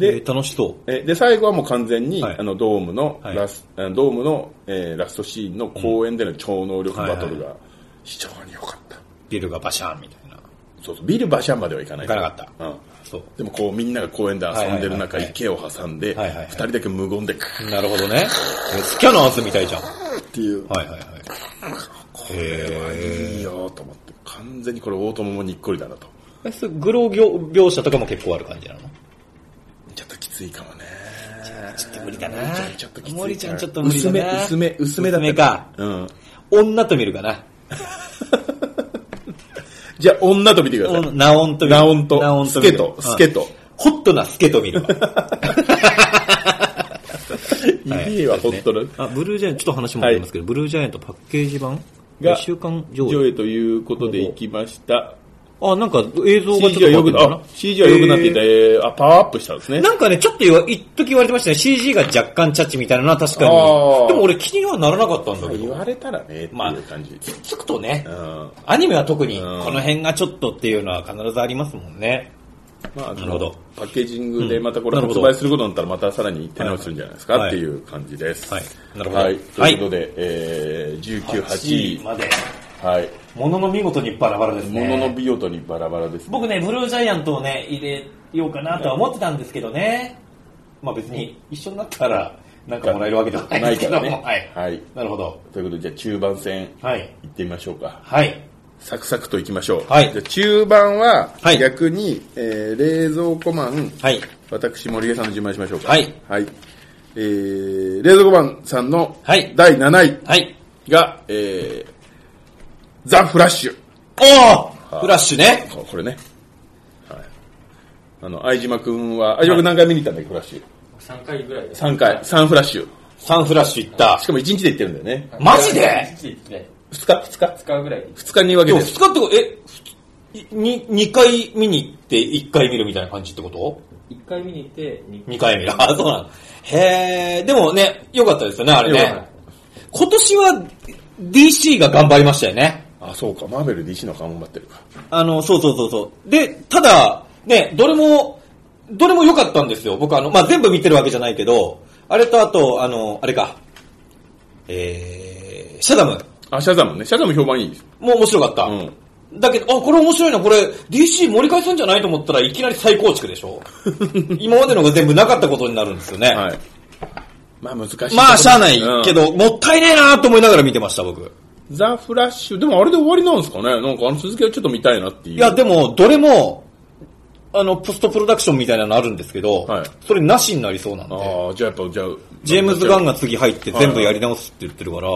S1: で
S2: で、楽しそう。
S1: えで最後はもう完全に、
S2: はい
S1: あのドームの
S2: はい
S1: ラス、あのドームの、えーラストシーンの公演での超能力バトル
S2: はい
S1: が非常に良かった、
S2: ビルがバシャーンみたいな。
S1: そうそうビルバシャンまではいかない
S2: いかなかった
S1: うん
S2: そう。
S1: でもこうみんなが公園で遊んでる中、
S2: はいはいはいはい
S1: 池を挟んで、二
S2: はいはいはい
S1: 人だけ無言でクー
S2: なるほどね。スキャナーズみたいじゃん。は
S1: っていう、
S2: いはいはい。
S1: いいよと思って完全にこれ大友もにっこりだなと
S2: えそうグロー描写とかも結構ある感じなの
S1: ちょっときついかもね
S2: ちょっと無理だな。
S1: 森ちゃんちょっときつい
S2: 森ちゃんちょっと無理だ
S1: 薄
S2: な。
S1: め、薄め、薄め
S2: 薄め
S1: だった
S2: か。。
S1: うん。
S2: 女と見るかな。
S1: じゃあ、女と見てください。
S2: ナオンと見る。
S1: ナオンと
S2: ナオンと見
S1: ス
S2: る
S1: ケと
S2: うん
S1: スケと
S2: ホットなスケと見るわ。
S1: い いわ、ホットな。
S2: あ、ブルージャイアント、ちょっと話戻りますけど、ブルージャイアントパッケージ版
S1: が
S2: 一週間上
S1: 上
S2: 映。
S1: 映ということで行きました。
S2: あ、なんか映像がち
S1: CG
S2: ょっと
S1: は良くな、
S2: 変わ
S1: あ CG は良くなっていて、
S2: え
S1: えーあ、パワーアップしたんですね
S2: ー。なんかね、ちょっと言わ、一時言われてましたね。CG が若干チャッチみたいなのは確か
S1: あ
S2: に。で
S1: ー
S2: も俺気にはならなかったんだけ
S1: 言
S2: ど。
S1: われたらね、って
S2: まあ
S1: いう感じ。
S2: つくとね
S1: う、ん。
S2: アニメは特にこ
S1: うん
S2: の辺がちょっとっていうのは必ずありますもんね。
S1: まあ、
S2: なるほど
S1: パッケージングでまたこれ
S2: うんなる
S1: 発
S2: ほど
S1: 売することになったらまたさらに手直しするんじゃないですか、
S2: はい
S1: っていう感じです。
S2: はいなるほど
S1: はい。と
S2: はいいう
S1: ことで、えー、19、8
S2: まで。
S1: はい。
S2: ものの見事にバラバラですね。
S1: もののビオトにバラバラです。
S2: 僕ね、ブルージャイアントをね、入れようかなとは思ってたんですけどね。まあ別に一緒になったら、なんかもらえるわけではない
S1: な
S2: で
S1: い
S2: すけ
S1: か
S2: ど
S1: ら
S2: も。
S1: ね。
S2: はい。
S1: はい。
S2: なるほど。
S1: ということで、じゃあ中盤戦、
S2: はい。
S1: 行ってみましょうか。
S2: はい。
S1: サクサクといきましょう。
S2: はい
S1: じゃあ中盤は
S2: は、い
S1: 逆に、えー、冷蔵庫マン、
S2: はい。
S1: 私、森江さんの順番にしましょうか。
S2: はい。
S1: はい。えー、冷蔵庫マンさんの、
S2: はい
S1: 第7
S2: はい。
S1: 位が、えー、ザ・フラッシュ。
S2: おおフラッシュね。
S1: そうこれね。はい。あの、相島くんは、相島くん何回見に行ったんだっけ、フラッシュ。
S3: 3回ぐらいです。
S1: 3回、3フラッシュ。
S2: サンフラッシュ行った
S1: し。かも1日で行ってるんだよね。
S2: マジで
S3: ?1 日で
S1: 2日、2日
S3: 2日ぐらいに
S1: ?2 日に分
S2: で
S1: け
S2: も
S1: て。
S2: 2日ってこと、え、に、2回見に行って1回見るみたいな感じってこと
S3: 1回見に行って、に
S2: ?2 回見る。 あ、そうなの。へえ、でもね、良かったですよね、あれ
S1: 良かっ
S2: ね。今年は DC が頑張りましたよね。
S1: あ、そうか、マーベル DC の顔も待ってるか。
S2: あの、そうそうそうそう。で、ただ、ね、どれも、どれも良かったんですよ。僕あの、まあ、全部見てるわけじゃないけど、あれとあと、あの、あれか、えー、シャダム
S1: あ、シャザムね。シャザム評判いいです。
S2: も面白かった。
S1: うん
S2: だけど、あ、これ面白いな、これ、DC 盛り返すんじゃないと思ったらいきなり再構築でし ょ今までのが全部なかったことになるんですよね。
S1: はい。まあ難しいところ。
S2: まあ、しゃあない
S1: うん
S2: け。ど、もったいねえなと思いながら見てました、僕。
S1: ザ・フラッシュ、でもあれで終わりなんですかねなんかあの続きはちょっと見たいなっていう。
S2: いや、でも、どれも、あの、ポストプロダクションみたいなのあるんですけど、
S1: はい
S2: それなしになりそうなんで。
S1: ああ、じゃあやっぱ、じゃあ。
S2: ジェームズ・ガン
S1: が。
S2: が次入って全部やり直すって言ってるから、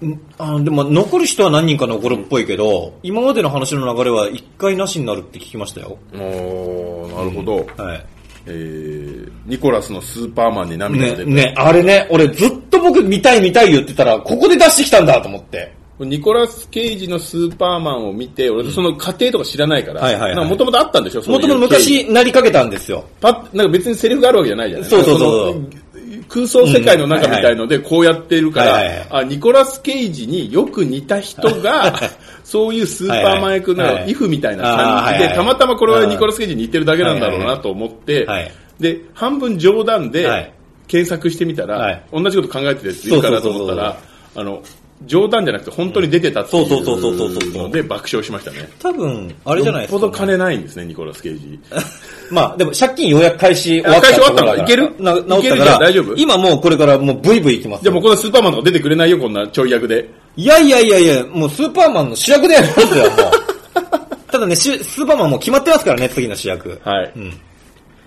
S2: んあのでも残る人は何人か残るっぽいけど、今までの話の流れは一回なしになるって聞きましたよ。
S1: おーなるほど。
S2: はい。
S1: えー、ニコラスのスーパーマンに涙が
S2: ね、
S1: 出て、
S2: ね、あれね、俺ずっと僕見たい見たい言ってたら、ここで出してきたんだと思って。
S1: ニコラス・ケイジのスーパーマンを見て、俺その過程とか知らないから、
S2: はいはいはい
S1: もともとあったんでしょ
S2: もともと、
S1: そういう経緯
S2: 昔なりかけたんですよ。
S1: パッ、なんか別にセリフがあるわけじゃないじゃない
S2: そうそうそう
S1: なんかその空想世界の中みたいので、こうやってるから、
S2: はいはいはい
S1: あ、ニコラス・ケイジによく似た人が、そういうスーパーマン役
S2: はい
S1: の
S2: はい
S1: イフみたいな感じ
S2: あーはいは
S1: で、
S2: い
S1: たまたまこれはニコラス・ケイジに似てるだけなんだろうなと思って
S2: はいはい、
S1: で、半分冗談
S2: は
S1: で
S2: い
S1: 検索してみた
S2: は
S1: ら
S2: い、
S1: 同じこと考えてるやついるかなと思ったら、あの、冗談じゃなくて本当に出てたってい
S2: そうそうそうそうそう
S1: うので爆笑しましたね。
S2: 多分、あれじゃないです
S1: よ
S2: か、
S1: っぽど金ないんですね、ニコラス・ケイジ。
S2: まあ、でも借金ようやく開始終わった
S1: あ開始終わったの
S2: ところだ
S1: いける
S2: な
S1: い
S2: 治
S1: け
S2: っ
S1: るじゃ
S2: たか
S1: ん
S2: ら、
S1: 大丈夫
S2: 今もうこれからもうブイブイいきます
S1: じゃ
S2: よ。
S1: あもうこのスーパーマンとか出てくれないよ、こんなちょい役で。
S2: いやいやいやいや、もうスーパーマンの主役でやりますよ、も う。ただね、しスーパーマンもう決まってますからね、次の主役。
S1: はい。
S2: うん。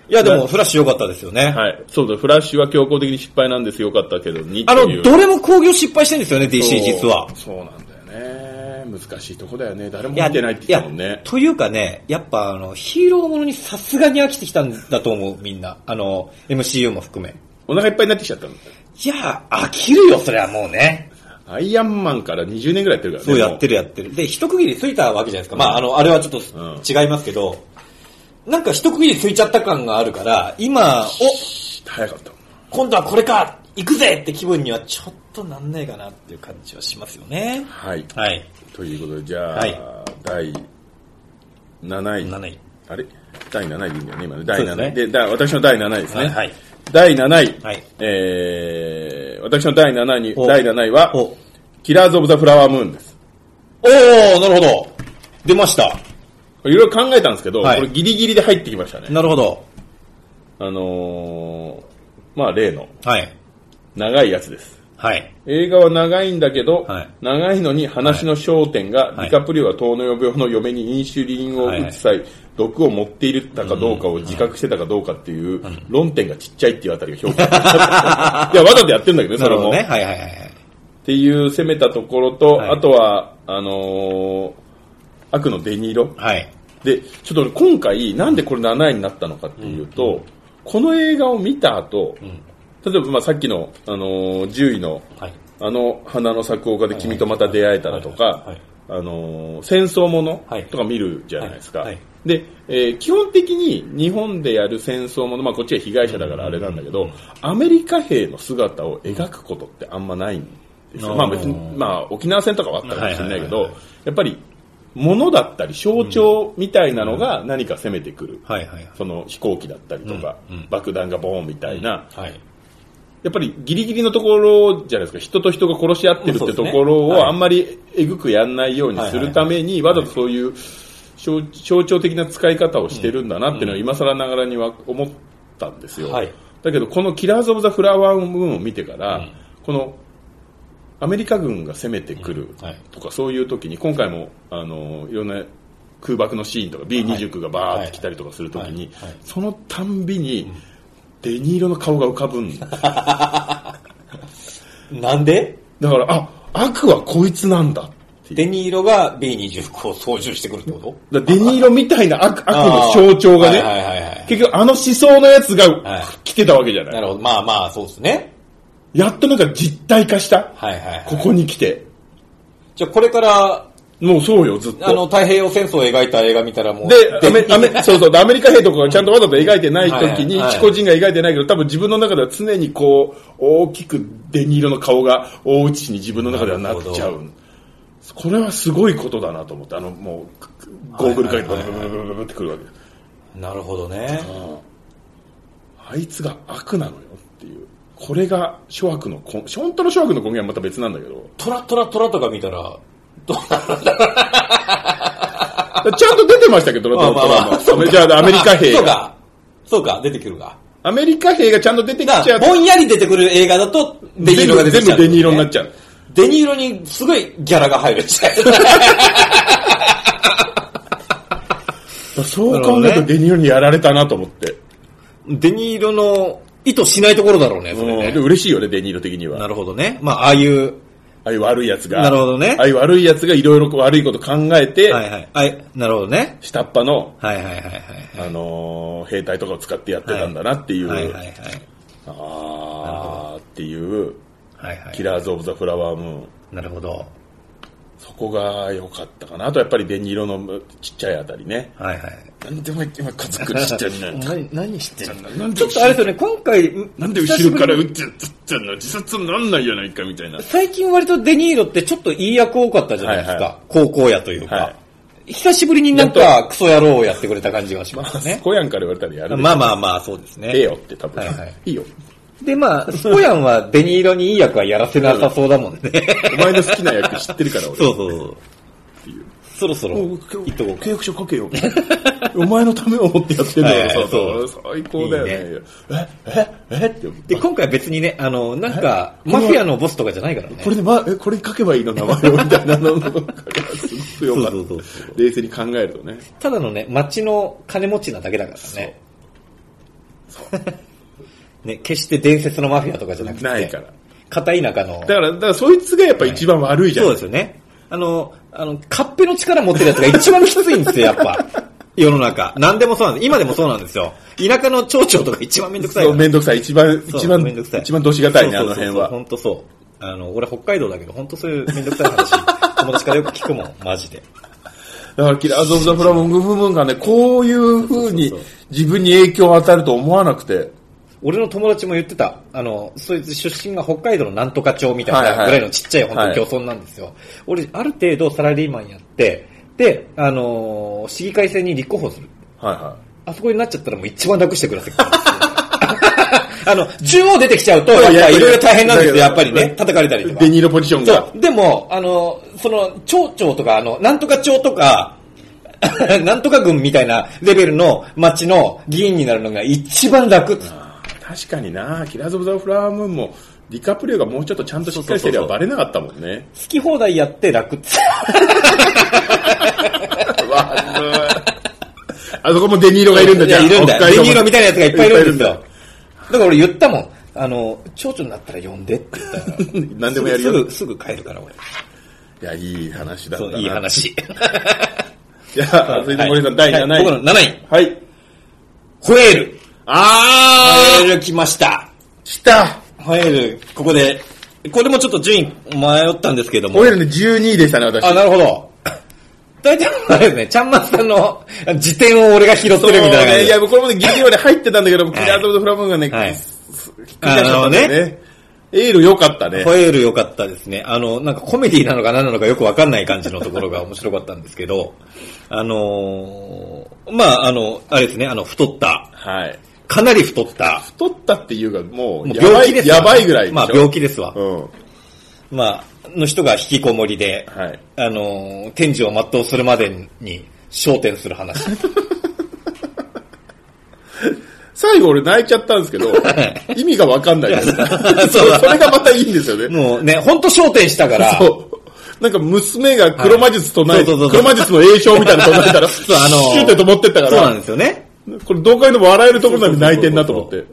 S2: いや、でも、フラッシュ良かったですよね。
S1: はい。そうだ、フラッシュは強行的に失敗なんですよかったけど、2
S2: あ
S1: とい
S2: の、
S1: う
S2: どれも興行失敗してるんですよね、
S1: そう
S2: DC 実は。
S1: そうなんだよね。難しいとこだよね。誰も見てないって
S2: い
S1: 言っ
S2: や
S1: てたもんね。
S2: というかね、やっぱあの、ヒーローものにさすがに飽きてきたんだと思う、みんな。あの、MCU も含め。
S1: お腹いっぱいになってきちゃったんだよ。
S2: いや、飽きるよ、それはもうね。
S1: アイアンマンから20年ぐらいやってるからね。
S2: そうやって
S1: る。
S2: るやってる。で、一区切りついたわけじゃないですか。まあ、あの、あれはちょっと
S1: うん
S2: 違いますけど、なんか一区切りついちゃった感があるから、今、お、
S1: 早かったもん。
S2: 今度はこれか行くぜって気分にはちょっとなんないかなっていう感じはしますよね。
S1: はい。
S2: はい。
S1: ということで、じゃあ、
S2: はい
S1: 第7位。
S2: 7位。
S1: あれ第7位でいいんだよね、今ね。第7位。
S2: そうで
S1: です
S2: ね
S1: だ私の第7位ですね。
S2: はい。
S1: 第7位。
S2: はい
S1: えー、私の第7位に、
S2: お
S1: 第7位は
S2: お、
S1: キラーズ・オブ・ザ・フラワームーンです。
S2: おー、なるほど。出ました。
S1: いろいろ考えたんですけど、
S2: はい
S1: これギリギリで入ってきましたね。
S2: なるほど。
S1: あのー、まあ例の
S2: はい。
S1: 長いやつです。
S2: はい。
S1: 映画は長いんだけど、
S2: はい
S1: 長いのに話の焦点が、
S2: はい
S1: ディカプリオは糖尿病の嫁にインシュリンを打つ際、毒を持っていたかどうかを自覚してたかどうかっていう、論点がちっちゃいっていうあたりが評価されち ゃった。いや、わざとやってんだけどね、
S2: な
S1: それ
S2: るほ
S1: も。
S2: どね。はいはいはいはい。
S1: っていう攻めたところと、
S2: はい
S1: あとは、あのー悪のデニーロ。
S2: はい。
S1: で、ちょっと俺今回、なんでこれ7位になったのかっていうと、この映画を見た後、例えばまあさっきの、あのー10位の、
S2: はい。
S1: あの花の咲く丘で君とまた出会えたらとか
S2: はいはい、
S1: あのー戦争もの
S2: はい
S1: とか見るじゃないですか。
S2: はいはい
S1: で、えー基本的に日本でやる戦争もの、まあこっちは被害者だからあれなんだけど、アメリカ兵の姿を描くことってあんまないんですよ。
S2: うん
S1: まあ別に、まあ沖縄戦とかはあったかもしれないけ
S2: はいはいはい
S1: ど
S2: は、
S1: やっぱり物だったり象徴みたいなのが何か攻めてくる。
S2: はいはい。
S1: その飛行機だったりとか、
S2: うんうん
S1: 爆弾がボーンみたいな、
S2: はい。
S1: やっぱりギリギリのところじゃないですか、人と人が殺し合ってるっ
S2: そう
S1: て
S2: です
S1: と
S2: ね
S1: ころ
S2: はい
S1: をあんまりえぐくやんないようにするために、わざとそういう象象徴的な使い方をしてるんだなっていうのは今更ながらには思ったんですよ。
S2: はい
S1: だけど、このキラーズ・オブ・ザ・フラワームーンを見てから、
S2: うん
S1: このアメリカ軍が攻めてくる
S2: うんはい
S1: とか、そういう時に、今回もあのいろんな空爆のシーンとか、B29 がバーって来たりとかする時に
S2: はいはいはい、
S1: そのたんびに、デニーロの顔が浮かぶんですよ
S2: なんで
S1: だから、あ、悪はこいつなんだっていう。
S2: デニーロが B29 を操縦してくるってこと
S1: だからデニーロみたいな悪悪
S2: あ
S1: の
S2: ー
S1: 象徴がね、
S2: はいはいはいはい
S1: 結局あの思想のやつ
S2: はい
S1: が来てたわけじゃない。
S2: なるほど。まあまあ、そうですね。
S1: やっとなんか実体化した。
S2: はいはいはい。
S1: ここに来て。
S2: じゃあこれから、
S1: もうそうよ、ずっ
S2: あの、
S1: と。
S2: 太平洋戦争を描いた映画見たらもう。
S1: で、アメ、アメ、そうそう、でアメリカ兵とかがちゃんとわざと描いてない時に、
S2: はいはい
S1: チコ人が描いてないけど、多分自分の中では常にこう、大きくデニーロの顔が大内に自分の中ではなっちゃ
S2: なるほ
S1: う。これはすごいことだなと思って、あの、もう、ゴーグルかけて、ブ
S2: はい
S1: ル
S2: はい
S1: ブルブル
S2: はい
S1: ブルってくるわけです。
S2: なるほどね。
S1: あいつが悪なのよっていう。これが諸悪の根、本当の諸悪の根源はまた別なんだけど、
S2: トラトラトラとか見たら、どうなる
S1: ちゃんと出てましたけど、ドラドラドラもアメじゃあアメリカ兵
S2: そう
S1: が。
S2: か。そうか、出てくるか。
S1: アメリカ兵がちゃんと出てきち
S2: だか
S1: ゃ
S2: ら
S1: う
S2: ぼんやり出てくる映画だと、デニーロが出て
S1: 全
S2: き
S1: 部
S2: ち
S1: 全
S2: ゃう、
S1: 部デニーロになっちゃう。
S2: デニーロにすごいギャラ が入るじゃん。
S1: そう考えるとデニーロにやられたなと思って。
S2: デニーロの意図しないところだろうね、そ
S1: うん
S2: れ
S1: で
S2: ね。
S1: 嬉しいよね、デニーロ的には。
S2: なるほどね。まあ、ああいう、
S1: ああいう悪いやつが。
S2: なるほどね
S1: ああいう悪いやつがいろいろ悪いこと考えて、
S2: はいはい。はい、なるほどね。
S1: 下っ端の、
S2: はいはいはいはい。
S1: あのー兵隊とかを使ってやってたんだなっていう、
S2: はいはいはい。
S1: あーっていう、
S2: はいは
S1: キ
S2: い。
S1: ラーズ・オブ・ザ・フラワームーン。
S2: なるほど。
S1: そこが良かったかな。あとやっぱりデニーロのちっちゃいあたりね。
S2: はいはい。
S1: なんでも今、カツクリちっちゃいみたい な。
S2: 何、何してんの
S1: なんで
S2: ちょっとあれですよね、今回、
S1: なんで後ろから撃ってやったの自殺になんないじゃないかみたいな。
S2: 最近割とデニーロってちょっといい役多かったじゃないですか。
S1: はいは
S2: 高校やというか、
S1: は
S2: 久しぶりになん
S1: や
S2: かクソ野郎をやってくれた感じがしますね。
S1: コヤンから言われたらやるでしょ。
S2: まあまあまあ、そうです
S1: ええ
S2: ね。
S1: よって多分。
S2: はいいはい
S1: い、よ。
S2: でまあ、スポヤンはデニーロにいい役はやらせなさそうだもんね。
S1: お前の好きな役知ってるから俺。
S2: そうそうそう。
S1: っていう。
S2: そろそろ
S1: もう
S2: 行っ
S1: 今日
S2: とこうか
S1: 契。約書書けよ。お前のためを思ってやってんだから
S2: はいはい
S1: さ、
S2: そ
S1: そうう最高だよね。
S2: いい
S1: え、え、えって思って
S2: で、今回は別にね、あの、なんか、
S1: この
S2: マフィアのボスとかじゃないからね。
S1: これで、ま、え、これ書けばいいの名前をみたいなのが、すごく良かった
S2: そうそうそうそ
S1: 冷静に考えるとね。
S2: ただのね、町の金持ちなだけだからね。 ね、決して伝説のマフィアとかじゃなくて。
S1: ないから。
S2: 片田舎の。
S1: だから、だからそいつがやっぱ一番悪いじゃん。
S2: そうですよね。あの、あの、カッペの力持ってるやつが一番きついんですよ、や っぱ。世の中。何でもそうなんです。今でもそうなんですよ。田舎の町長とか一番めんどくさい
S1: そ
S2: か
S1: う、
S2: ら。
S1: めんどくさい。一番、
S2: そう
S1: 一番、
S2: めんどくさい。
S1: 一番どしがたいね、あの辺
S2: ほ
S1: は。
S2: んとそう。あの、俺北海道だけど、ほんとそういうめんどくさい話、友達からよく聞くもん、マジで。
S1: だから、キラーズ・オブ・ザ・フラモング・フムーンがね、こういう風に
S2: そうそうそ
S1: 自分に影響を与えると思わなくて。
S2: 俺の友達も言ってた。あの、そいつ出身が北海道のなんとか町みたい
S1: はいは
S2: ないぐらいのちっちゃい本当に漁村なんですよ。俺、ある程度サラリーマンやって、で、あのー市議会選に立候補する。
S1: はいは
S2: あそこになっちゃったらもう一番楽してください。 あの、中央出てきちゃうと、
S1: いやい
S2: やっ
S1: や
S2: ぱいろいろ大変なんですよ、
S1: いやいや
S2: やっぱりね。叩かれたり
S1: い。
S2: とか。
S1: デニーロポジションが
S2: そ。う、でも、あの、その、町長とか、あの、なんとか町とか、 なんとか軍みたいなレベルの町の議員になるのが一番楽っつ
S1: あー確かにな、キラーズ・オブ・ザ・フラモンも、ディカプリオがもうちょっとちゃんとしっかりしてれば
S2: そうそ
S1: バレ
S2: うそうそう
S1: なかったもんね。
S2: 好き放題やって楽っつ
S1: わ あそこもデニーロがいるんだ、
S2: い
S1: じゃ
S2: や
S1: あ。
S2: いるんだ
S1: 北海
S2: よ。デ
S1: 道
S2: ニーロみたいなやつがいっぱいいるんです
S1: いっ
S2: よ。だから俺言ったもん。あの、蝶々になったら呼んでって言ったら。
S1: 何でもやる
S2: す
S1: よ。
S2: ぐ、すぐ帰るから俺。
S1: いや、いい話だった
S2: そ
S1: な。
S2: う、いい。話。
S1: じゃあ、続いて森さん、第7位。
S2: はい僕の7位。
S1: はい。
S2: ホエール。
S1: あ
S2: ホエ
S1: ー
S2: ール来ました。
S1: 来た
S2: ホエール、ここで、これもちょっと順位迷ったんですけども。
S1: ホエールの12位でしたね、私。
S2: あ、なるほど。大体あれですね、ちゃんまんさんの辞典を俺が拾ってるみたいな感
S1: ね。
S2: じ
S1: い
S2: で
S1: や、。もうこれもね、ギリギリまで入ってたんだけど、ク
S2: はい
S1: リアート・フラムーンがね、
S2: はい
S1: ひっくり返しちゃったんだよね。エール良かったね。
S2: ホエール良かったですね。あの、なんかコメディなのか何なのかよくわかんない感じのところが面白かったんですけど、あのーまあ、あの、あれですね、あの、太った、
S1: はい。
S2: かなり太った、
S1: 太ったっていうか、もう、
S2: もう
S1: やば
S2: 病気
S1: い
S2: ですわ
S1: やばいぐらいでしょ。
S2: まあ、病気ですわ。
S1: うん。
S2: まあ、の人が引きこもりで、
S1: はい。
S2: あのー、天寿を全うするまでに焦点する話。
S1: 最後俺泣いちゃったんですけど、意味がわかんないです。そ
S2: そうだ
S1: れがまたいいんですよね。
S2: もうね、ほんと焦点したか ら、
S1: そう。なんか娘が黒魔術唱え、
S2: はいそうそうそう
S1: 黒魔術の栄唱みたいなの唱えたら、
S2: そうあのー
S1: シューってと思ってったか
S2: そうなん
S1: ら、
S2: ですよね。
S1: これどう考えても笑えるところなのに泣いてんなと思っ
S2: そ
S1: て。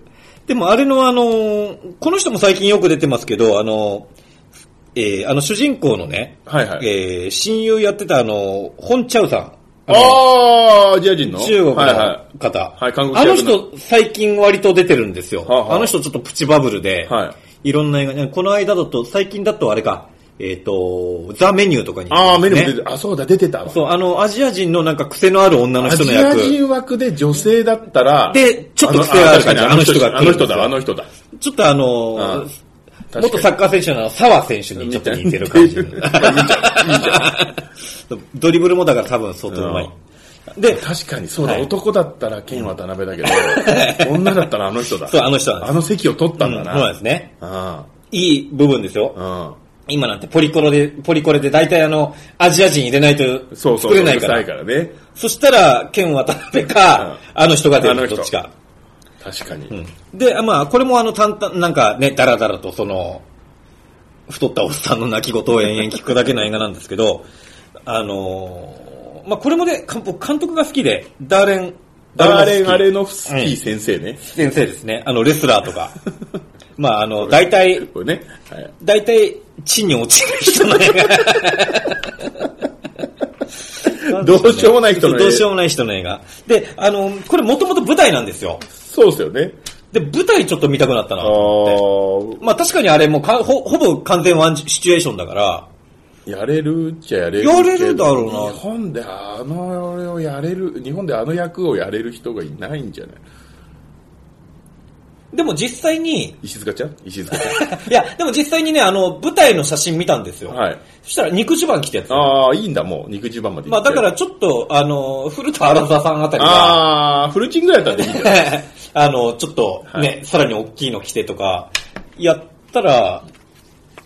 S2: でもあれのあのーこの人も最近よく出てますけど、あのーえーあの主人公のね、
S1: はいはい
S2: えー親友やってたあのーホン・チャウさん。あの
S1: あー、アジア人の
S2: 中国の
S1: はいは
S2: 方。
S1: はい韓国
S2: あの
S1: 中国
S2: 人、最近割と出てるんですよ。
S1: はあはあ
S2: あの人ちょっとプチバブルで、、
S1: はい
S2: ろんな映画に、この間だと、最近だとあれか、えっ、と、ザ・メニューとかに、
S1: い。あー、メニューも出て
S2: ね
S1: る。あ、そうだ、出てたわ。
S2: そう、あの、アジア人のなんか癖のある女の
S1: ア
S2: 人の
S1: ジア
S2: 役。
S1: 人枠で女性だったら、
S2: でちょっと癖がある感じ
S1: あの確かにあの人
S2: あの人
S1: だ、
S2: が
S1: あの人だ。
S2: ちょっとあのー
S1: うん確かに
S2: 元サッカー選手のあの澤選手にちょっと似てる感じ。ドリブルもだから多分相当うまい。で、
S1: 確かにそうだ、
S2: はい
S1: 男だったら剣渡辺だけど、女だったらあの人だ。
S2: そう、あの人なんです
S1: あ。の席を取ったんだ
S2: うんそうなん
S1: な
S2: で。すね。
S1: あ
S2: いい部分ですよ。
S1: あ、
S2: 今なんてポリコロで、ポリコレで大体あの、アジア人入れない
S1: うん。
S2: と
S1: そうそう。
S2: 作れないか
S1: う
S2: ら
S1: る。さいからね。
S2: そしたら、ケン渡辺
S1: うん
S2: か、あの人が出
S1: あの
S2: る、
S1: 人
S2: どっちか。
S1: 確かに。
S2: で、まあ、これもあの、淡々、なんかね、だらだらとその、太ったおっさんの泣き言を延々聞くだけの映画なんですけど、 あのーまあ、これもね、かん僕監督が好きで、ダーレン、
S1: ダーレン・
S2: ダ
S1: アレ
S2: ノ
S1: ノフスキー先生ね。
S2: フスキー先生ですね。あの、レスラーとか。 まあ、あの、大体、
S1: これね。はい
S2: 大体、地に落ちる人の映画。
S1: どうしようもない人の映画
S2: どうしようもない人の映画。で、あの、これもともと舞台なんですよ。
S1: そうですよね。
S2: で、舞台ちょっと見たくなったな
S1: あ
S2: と思って。
S1: あ
S2: まあ確かにあれもうかほほぼ完全ワンシチュエーションだから、
S1: やれるっちゃやれるけど。
S2: やれるだろうな
S1: 日本であのあれをやれる、日本であの役をやれる人がいないんじゃない
S2: でも実際に、
S1: 石塚ちゃん石塚ちゃ
S2: いや、でも実際にね、あの、舞台の写真見たんですよ。
S1: ん。はい。
S2: そしたら肉襦袢着たやつ。
S1: ああ、いいんだ、もう。肉襦袢まで行って。
S2: まあだからちょっと、あの、古田新沢さんあたりが、
S1: ああ、フルチンぐらいだったらでいいんじゃない
S2: あの、ちょっとね、
S1: は
S2: さらに大きいの着てとか、やったら、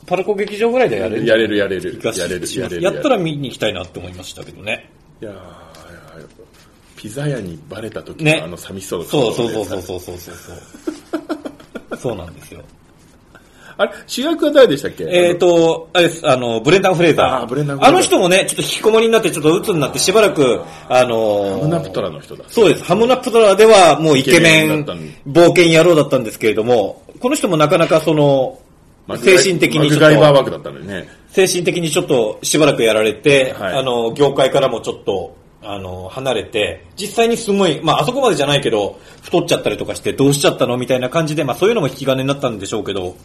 S2: パルコ劇場ぐらいでやれる
S1: やれるやれる
S2: 気が。し
S1: やれる
S2: し
S1: や
S2: ます
S1: れる。
S2: やったら見に行きたいなって思いましたけどね。
S1: いやーいやピザ屋にバレた時
S2: ね
S1: のあの寂しそうな顔
S2: そ
S1: ね
S2: うそうそうそうそうそうそう。 そうなんですよ。
S1: あれ主役は誰でしたっけ
S2: えっ、ー、と、あれです、あの、ブレンダン・フレイザー。
S1: あーブレンダンフレイザー
S2: あの人もね、ちょっと引きこもりになって、ちょっと鬱になって、しばらく、あ
S1: あ
S2: のー
S1: のハムナプトラの人だ
S2: そうです。ハムナプトラではもうイケメン
S1: イケメンだったのに、
S2: 冒険野郎だったんですけれども、この人もなかなかその、
S1: マグガイ
S2: 精神的に
S1: マ
S2: ち
S1: グ
S2: ょ
S1: ガイバー
S2: っと、
S1: 枠だったのにね
S2: 精神的にちょっとしばらくやられて、
S1: はい
S2: あの、業界からもちょっと、あの、離れて、実際にすごい、まあ、あそこまでじゃないけど、太っちゃったりとかして、どうしちゃったのみたいな感じで、まあ、そういうのも引き金になったんでしょうけど、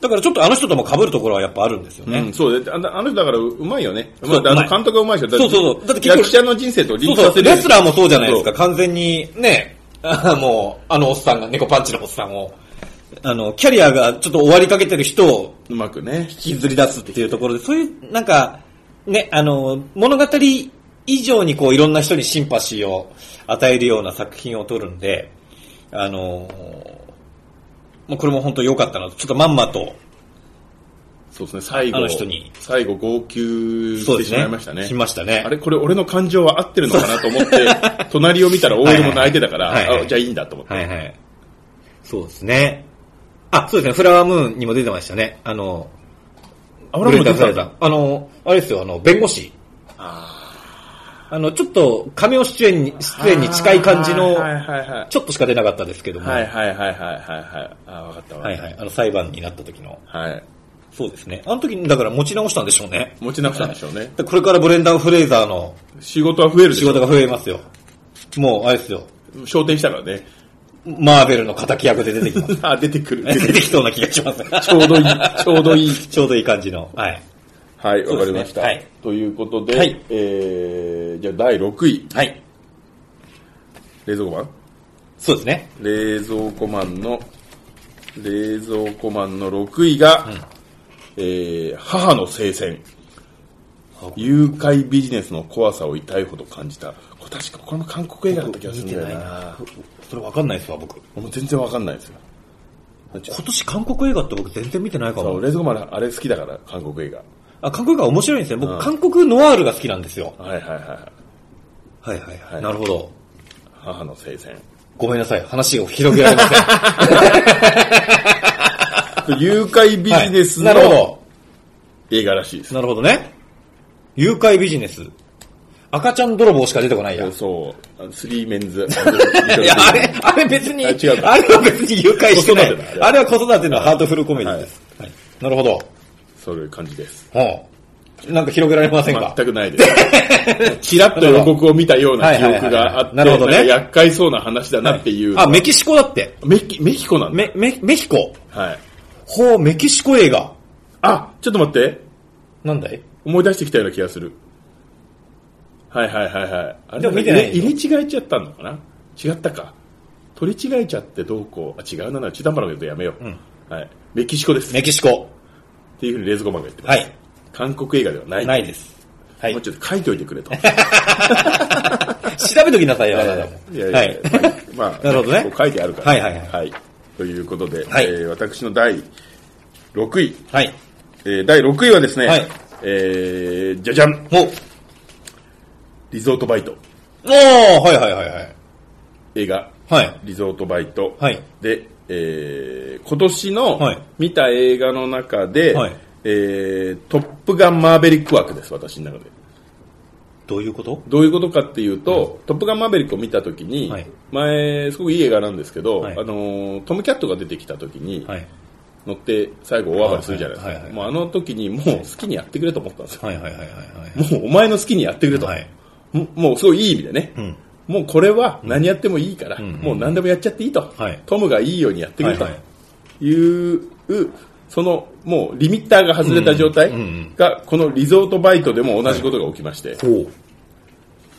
S2: だからちょっとあの人とも被るところはやっぱあるんですよね。
S1: うん、そうで、あのあの人だからうまいよね。う
S2: そう
S1: まいあ
S2: うま
S1: の
S2: い
S1: 監督がうまいでしょ。
S2: そうそうそうだって結局
S1: 役者の人生とリンク
S2: そう
S1: さ
S2: そ
S1: せ
S2: う、
S1: る。
S2: レスラーもそうじゃないですか、
S1: そ
S2: 完全にね、あもう、あのおっさんが、猫パンチのおっさんを、あの、キャリアがちょっと終わりかけてる人を
S1: う。うまくね。
S2: 引きずり出すっていうところで、そういう、なんか、ね、あの、物語以上にこう、いろんな人にシンパシーを与えるような作品を撮るんで、あの、もうこれも本当良かったなと、ちょっとまんまと、
S1: そうですね、最後。
S2: あの人に
S1: 最後、号泣
S2: そ
S1: し
S2: う
S1: て
S2: です
S1: しま
S2: ね
S1: いましたね。
S2: しましたね
S1: あれ、これ俺の感情は合ってるのかなと思 って、隣を見たら OL も泣いてたから、
S2: はいはいはい
S1: あじゃあいいんだと思って。
S2: はいはい。そうですね。あ、そうですね、フラワームーンにも出てましたね。あの、
S1: あ、俺も出
S2: ブレ
S1: て
S2: イクアウト
S1: た
S2: され。たあの、あれですよ、あの、弁護士。あの、ちょっと、亀尾出演に、出演に近い感じの
S1: はい、はいはいはい。
S2: ちょっとしか出なかったですけども、
S1: はいはいはいはいはいはい。あ、わかったわ。
S2: はいはいあの、裁判になった時の、
S1: はい。
S2: そうですね。あの時に、だから持ち直したんでしょうね。
S1: 持ち直したんでしょうね。
S2: これからブレンダー・フレイザーの
S1: 仕事は増えるでし
S2: 仕
S1: ょ
S2: 事が増えますよ。もう、あれですよ、
S1: 昇天したから ね。
S2: マーベルの敵役で出てきます。
S1: あ、出てくる。
S2: 出てきそうな気がし ます。
S1: ちょうどいい、 ちょうどいい。
S2: ちょうどいい感じの。はい。
S1: はい、わ
S2: そう
S1: かり
S2: ですね
S1: ました。
S2: はい
S1: ということで、
S2: はい
S1: えー、じゃあ第6位、
S2: はい。
S1: 冷蔵庫マン
S2: そうですね。
S1: 冷蔵庫マンの、冷蔵庫マンの6位が、えー、母の聖戦。誘拐ビジネスの怖さを痛いほど感じた。これ確かこれも韓国映画だった気がするんだよな。
S2: な。それわかんないですわ、僕。
S1: もう全然わかんないですよ。
S2: 今年韓国映画って僕全然見てないか
S1: そう、
S2: も。
S1: 冷蔵庫マンあれ好きだから、韓国映画。
S2: あ、韓国映画面白いんですね。僕、
S1: うん
S2: 韓国ノワールが好きなんですよ。
S1: はいはいはい。
S2: はいはい
S1: はい
S2: なるほど。
S1: 母の聖戦。
S2: ごめんなさい。話を広げられません。
S1: 誘拐 ビジネス
S2: はいなるほ
S1: の
S2: ど。
S1: 映画らしいです。
S2: なるほどね。誘拐ビジネス。赤ちゃん泥棒しか出てこないや。い
S1: そうあの、スリーメンズ。
S2: や、あれ、あれ別に、
S1: あ
S2: あ
S1: 違うか
S2: れは別に誘拐してな
S1: 子育て
S2: い。
S1: だ
S2: あれは子育てのハートフルコメディです。はいなるほど。
S1: そういう感じです。
S2: うん。なんか広げられませんか
S1: 全くない です。ちらっと予告を見たような記憶があって、
S2: はいはいはいなるほどね
S1: んか厄介そうな話だなっていう。
S2: あ、メキシコだって。
S1: メキ、メキコなんだ。
S2: メ、メ、メキコ。
S1: はい。
S2: ほう、メキシコ映画。
S1: あ、ちょっと待って。
S2: なんだい
S1: 思い出してきたような気がする。はいはいはいはい。あれ
S2: でも見てない
S1: 入れ入れ違えちゃったのかな違ったか。取り違えちゃってどうこう。あ、違うなな。中途半端なことやめよう。
S2: うん
S1: はい。メキシコです。
S2: メキシコ。
S1: っていうふうにレーズコマンが言ってます。
S2: はい。
S1: 韓国映画ではない。
S2: ないです。はい
S1: もう。ちょっと書いておいてくれと。
S2: 調べときなさいよ、あなたも。
S1: いやい
S2: は
S1: やい
S2: い。
S1: や、まあ、
S2: なるほどね
S1: こう書いてあるから。
S2: はいはいはい
S1: ということで、
S2: はい
S1: えー私の第6位、
S2: はい。
S1: えー第6位はですね、
S2: はい
S1: えーじゃじゃん、
S2: お、お
S1: リゾートバイト、
S2: ー、はいはいはいはい。
S1: 映画、
S2: はい。
S1: リゾートバイト、
S2: はい
S1: で、えー今年の
S2: はい
S1: 見た映画の中で、
S2: はい
S1: えートップガンマーベリック枠です、私の中で。
S2: どういうこと
S1: どういうことかっていうと、トップガンマーベリックを見たときに、
S2: はい
S1: 前、すごくいい映画なんですけど、
S2: はい
S1: あのートム・キャットが出てきたときに、
S2: はい。
S1: 乗って最後大暴れするじゃないですか、
S2: はいはいはい
S1: もうあの時にもう好きにやってくれと思ったんですよ、
S2: はいはいはいはいはい。
S1: もうお前の好きにやってくれと、
S2: はい
S1: ももうすごいいい意味でね、
S2: うん
S1: もうこれは何やってもいいから、
S2: うん
S1: もう何でもやっちゃっていいと、
S2: はい
S1: トムがいいようにやってくれと
S2: はいは
S1: いう、そのもうリミッターが外れた状態
S2: うんうんうん
S1: がこのリゾートバイトでも同じことが起きまして、
S2: ほう。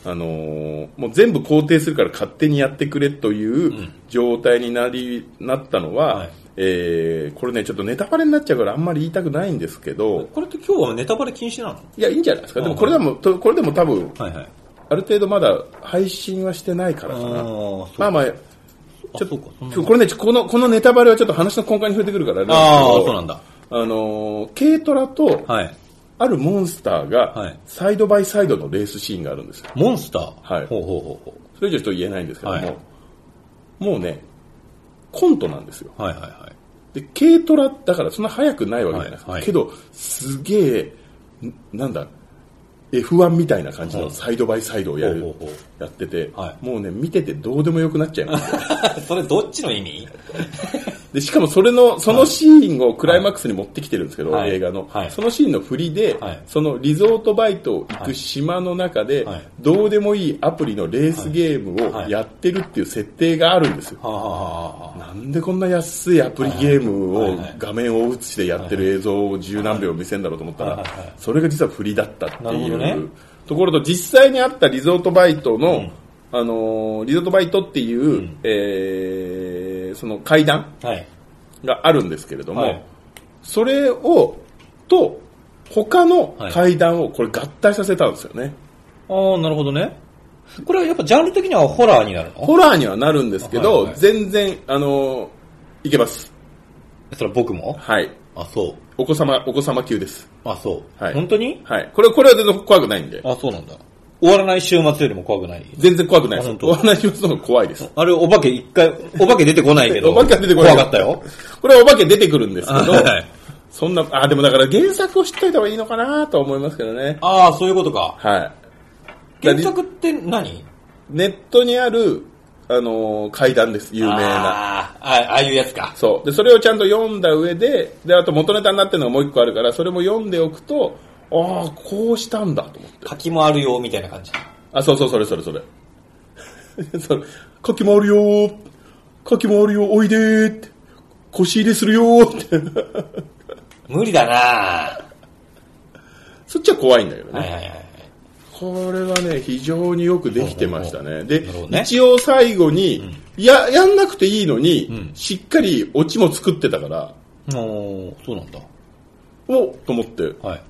S1: あのーもう全部肯定するから勝手にやってくれという状態になりなったのは、
S2: はい
S1: えーこれねちょっとネタバレになっちゃうからあんまり言いたくないんですけど
S2: これって今日はネタバレ禁止なの
S1: いやいいんじゃないですかでも
S2: あ
S1: これでもとこれでも多分
S2: はいはい。
S1: ある程度まだ配信はしてないからか
S2: あー
S1: な
S2: そう
S1: まあまあ
S2: あ、そうか。そんな
S1: これねちょこのこのネタバレはちょっと話の根幹に触れてくるからあれ
S2: あ
S1: です
S2: ー
S1: けど
S2: そうなんだ。
S1: あのー軽トラと
S2: はい。
S1: あるモンスター
S2: は
S1: が
S2: い
S1: サイドバイサイドのレースシーンがあるんですよ
S2: モンスター。
S1: はい
S2: ほうほうほうほ
S1: それ以上ちょっと言えないんですけども、
S2: はい
S1: もうね、コントなんですよ。
S2: う。はいはいはい。
S1: で、軽トラだからそんな速くないわけじゃないですか。
S2: はいはい
S1: けど、すげえ、んなんだ、F1 みたいな感じ
S2: う
S1: の
S2: ん
S1: サイドバイサイドをやる、
S2: ほうほうほ
S1: やってて、
S2: はい
S1: もうね、見ててどうでもよくなっちゃいます。
S2: それどっちの意味
S1: で、しかもそれの、そのシーンをクライマックスに持ってきてるんですけど、
S2: はい
S1: 映画の、
S2: はい
S1: そのシーンの振りで、
S2: はい
S1: そのリゾートバイトを行く島の中で、
S2: はい
S1: どうでもいいアプリのレースゲームを
S2: はい
S1: やってるっていう設定があるんですよ。
S2: はあはあはあはあ。
S1: なんでこんな安いアプリゲーム
S2: はい
S1: を
S2: はい
S1: 画面を映してやってる映像を十何秒見せるんだろうと思った
S2: はい
S1: ら
S2: はいはい、
S1: それが実は振りだったって
S2: なるほ
S1: い
S2: どね
S1: うところと、実際にあったリゾートバイトの、あのー、リゾートバイトっていう、えーその階段
S2: はい。
S1: があるんですけれども、
S2: はい
S1: それを、と、他の階段をこれ合体させたんですよね。
S2: ああ、なるほどね。これはやっぱジャンル的にはホラーになるの
S1: ホラーにはなるんですけど、
S2: はいはい
S1: 全然、あのーいけます。
S2: それは僕も
S1: はい。
S2: あ、そう。
S1: お子様、お子様級です。
S2: あ、そう。
S1: はい
S2: 本当に
S1: はい。これ、これは全然怖くないんで。
S2: あ、そうなんだ。終わらない週末よりも怖くない。
S1: 全然怖くないで
S2: あ
S1: す。
S2: 本当
S1: お話しますのが怖いです。
S2: あれ、お化け一回、 お化け出てこないけど。
S1: お化けは出てこない
S2: 怖かったよ。。
S1: これはお化け出てくるんですけ ど
S2: はい、
S1: そんな、あ、でもだから原作を知っといた方がいいのかなとは思いますけどね。
S2: ああ、そういうことか。
S1: はい。
S2: 原作って何
S1: ネットにある、あのー怪談です、有名な。
S2: あーあ、ああいうやつか。
S1: そう。で、それをちゃんと読んだ上で、で、あと元ネタになってるのがもう一個あるから、それも読んでおくと、ああ、こうしたんだと思って。
S2: 柿もあるよ、みたいな感じ。
S1: あ、そうそう、それそれそれ。 それ、かき回るよー、かき回るよ、おいでーって、腰入れするよーって。
S2: 無理だな
S1: そっちは怖いんだけどね。
S2: はいはいはい。
S1: これはね、非常によくできてましたね。で
S2: なるほど、ね
S1: 一応最後に、いや、やんなくていいのに、しっかりオチも作ってたから、
S2: おーそうなんだ。
S1: おと思って、
S2: はい。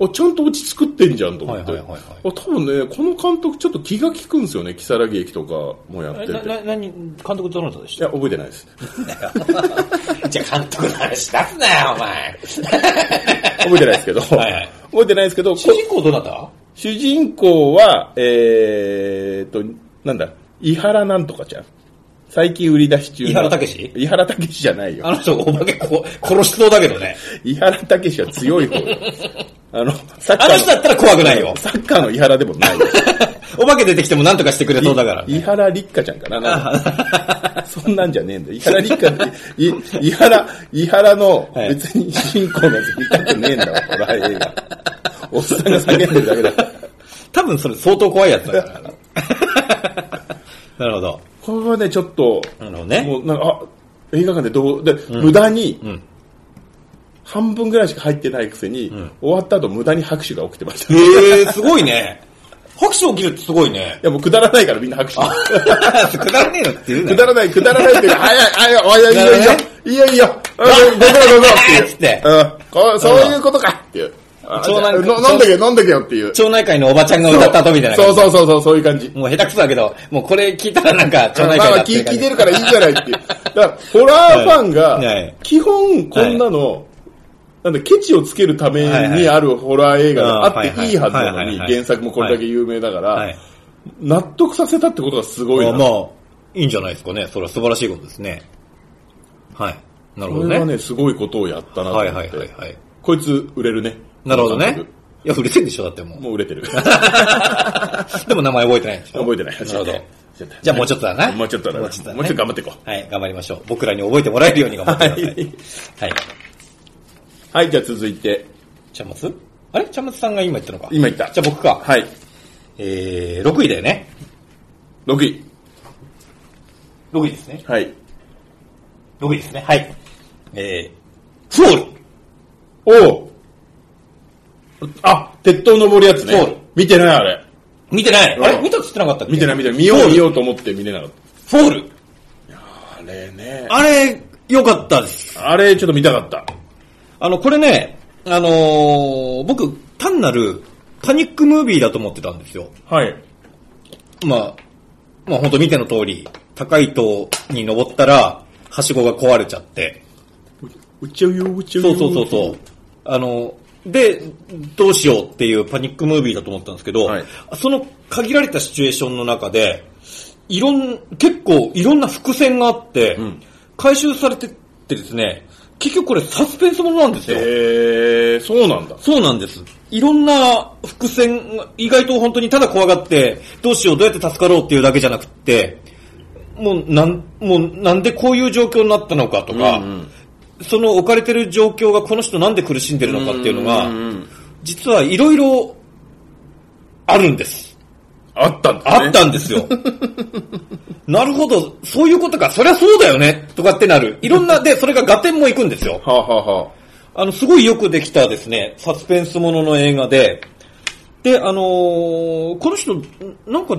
S1: おちゃんとオチ作ってんじゃんと思って。
S2: はいはいはいはい
S1: あ多分ね、この監督ちょっと気が利くんですよね、如月駅とかもやってて。
S2: な、
S1: い
S2: な、なに、監督どなたでした
S1: や、覚えてないです。
S2: じゃあ監督の話出すなよ、お前。
S1: 覚えてないですけど。
S2: はいはい
S1: 覚えてないですけど、こ
S2: 主人公どなた
S1: 主人公は、えーっと、なんだ、伊原なんとかちゃん。最近売り出し中の。
S2: 伊原武志
S1: 伊原武志じゃないよ
S2: あ。の人、お化けこ殺しそうだけどね。
S1: 伊原武志は強い方 よ。あの、サッカ
S2: あ
S1: ー
S2: の人だったら怖くないよ。
S1: サッカーの伊原でもないよ。
S2: お化け出てきても何とかしてくれそうだから、
S1: 伊
S2: ね。
S1: 原立花ちゃんかななんか。そんなんじゃねえんだよ。伊原立花って、い伊原、伊原の
S2: はい
S1: 別に主人公のやつ見たくねえんだわ、ホラー映画。おっさんが叫んでるだけだから。
S2: 多分それ相当怖いやつ だからな。なるほど。
S1: これはね、ちょっと、
S2: なるほどね
S1: もうなんか、あ、映画館でどう、で、無駄に、
S2: ん
S1: 半分ぐらいしか入ってないくせに、終わった後無駄に拍手が起きてました。い
S2: ええー、すごい ね。拍手起きるってすごいね。
S1: や、もうくだらないからみんな拍手。
S2: くだらねえよって言うな
S1: く
S2: よ。
S1: だらない、くだらないっていう か、早い、早い、早い、いいよ、いいよ、いいよ、いいよ、うんごめんごめんごめん
S2: つ って
S1: うんこう、そういうことかっていう。あ
S2: 長男
S1: じゃあ飲んでけよ、飲んでけよっていう。
S2: 町内会のおば ちゃんが歌った後みたいな感
S1: そ
S2: じ
S1: うそうそうそう、そういう感じ。
S2: もう下手くそだけど、もうこれ聞いたらなんか町
S1: まあ
S2: 内会
S1: ま
S2: だ
S1: あ
S2: ってい
S1: 聞
S2: う感
S1: 聞い
S2: じ
S1: てるからいいじゃないっていう。だから、ホラーファン
S2: はいは
S1: が
S2: い、
S1: 基本こんなの、なんだ、ケチをつけるためにあるホラー映画があっていいはずなのに、
S2: はいはい
S1: 原作もこれだけ有名だか
S2: は
S1: ら
S2: い、。
S1: 納得させたってことがすごい
S2: まあ
S1: な。
S2: まあ、いいんじゃないですかね。それは素晴らしいことですね。はい。なるほ
S1: こ
S2: ど
S1: れは
S2: ね。
S1: ね、すごいことをやったなと
S2: は
S1: 思
S2: いはい
S1: っ
S2: はい
S1: て。
S2: はい。
S1: こいつ売れるね。
S2: なるほど
S1: 監
S2: ね
S1: 督。
S2: いや、売れてるでしょ、だってもう。
S1: もう売れてる。
S2: でも名前覚えてないんでしょ
S1: 覚えてない。
S2: なるほど。じゃあもうちょっとだな。
S1: もうちょっとだな。もうちょっと頑張っていこう。
S2: はい、頑張りましょう。僕らに覚えてもらえるように頑張ってください。はい。
S1: はい、じゃあ続いて、
S2: ちゃんまつあれちゃんまつさんが今言ったのか。
S1: 今言った
S2: じゃあ僕か。
S1: はい、
S2: えー、6位だよね。
S1: 6位。
S2: 6位ですね。
S1: はい。
S2: 6位ですね。はい。えー、フォール。
S1: おうあ、鉄塔登るやつね。
S2: そう
S1: 見てない、あれ。
S2: 見てない。
S1: うん
S2: あれ見たっつってなかったっけ
S1: 見てない、見てない。見よう、見ようと思って見れなかっ
S2: フォール。
S1: た。あれね。
S2: あれ、良かったです。
S1: あれ、ちょっと見たかった。
S2: あの、これね、あのー、僕、単なるパニックムービーだと思ってたんですよ。
S1: はい。
S2: まあ、まあ本当見ての通り、高い塔に登ったら、はしごが壊れちゃって。
S1: うちゃうよ、うちゃう
S2: そ
S1: よ。
S2: うそうそうそう。あの、で、どうしようっていうパニックムービーだと思ったんですけど、
S1: はい
S2: その限られたシチュエーションの中で、いろん、結構いろんな伏線があって、
S1: ん
S2: 回収されてってですね、結局これサスペンスものなんですよ。
S1: えー、そうなんだ。
S2: そうなんです。いろんな伏線が、意外と本当にただ怖がって、どうしよう、どうやって助かろうっていうだけじゃなくって、もうなん、もうなんでこういう状況になったのかとか、
S1: うんうん
S2: その置かれてる状況がこの人なんで苦しんでるのかっていうのが
S1: ん、ん
S2: 実はいろいろあるんです。
S1: あったんだ、ね。
S2: あったんですよ。なるほど、そういうことか、そりゃそうだよね、とかってなる。いろんな、で、それが合点もいくんですよ。
S1: はあ、はあは
S2: あの、すごいよくできたですね、サスペンスものの映画で、で、あのーこの人、んなんか、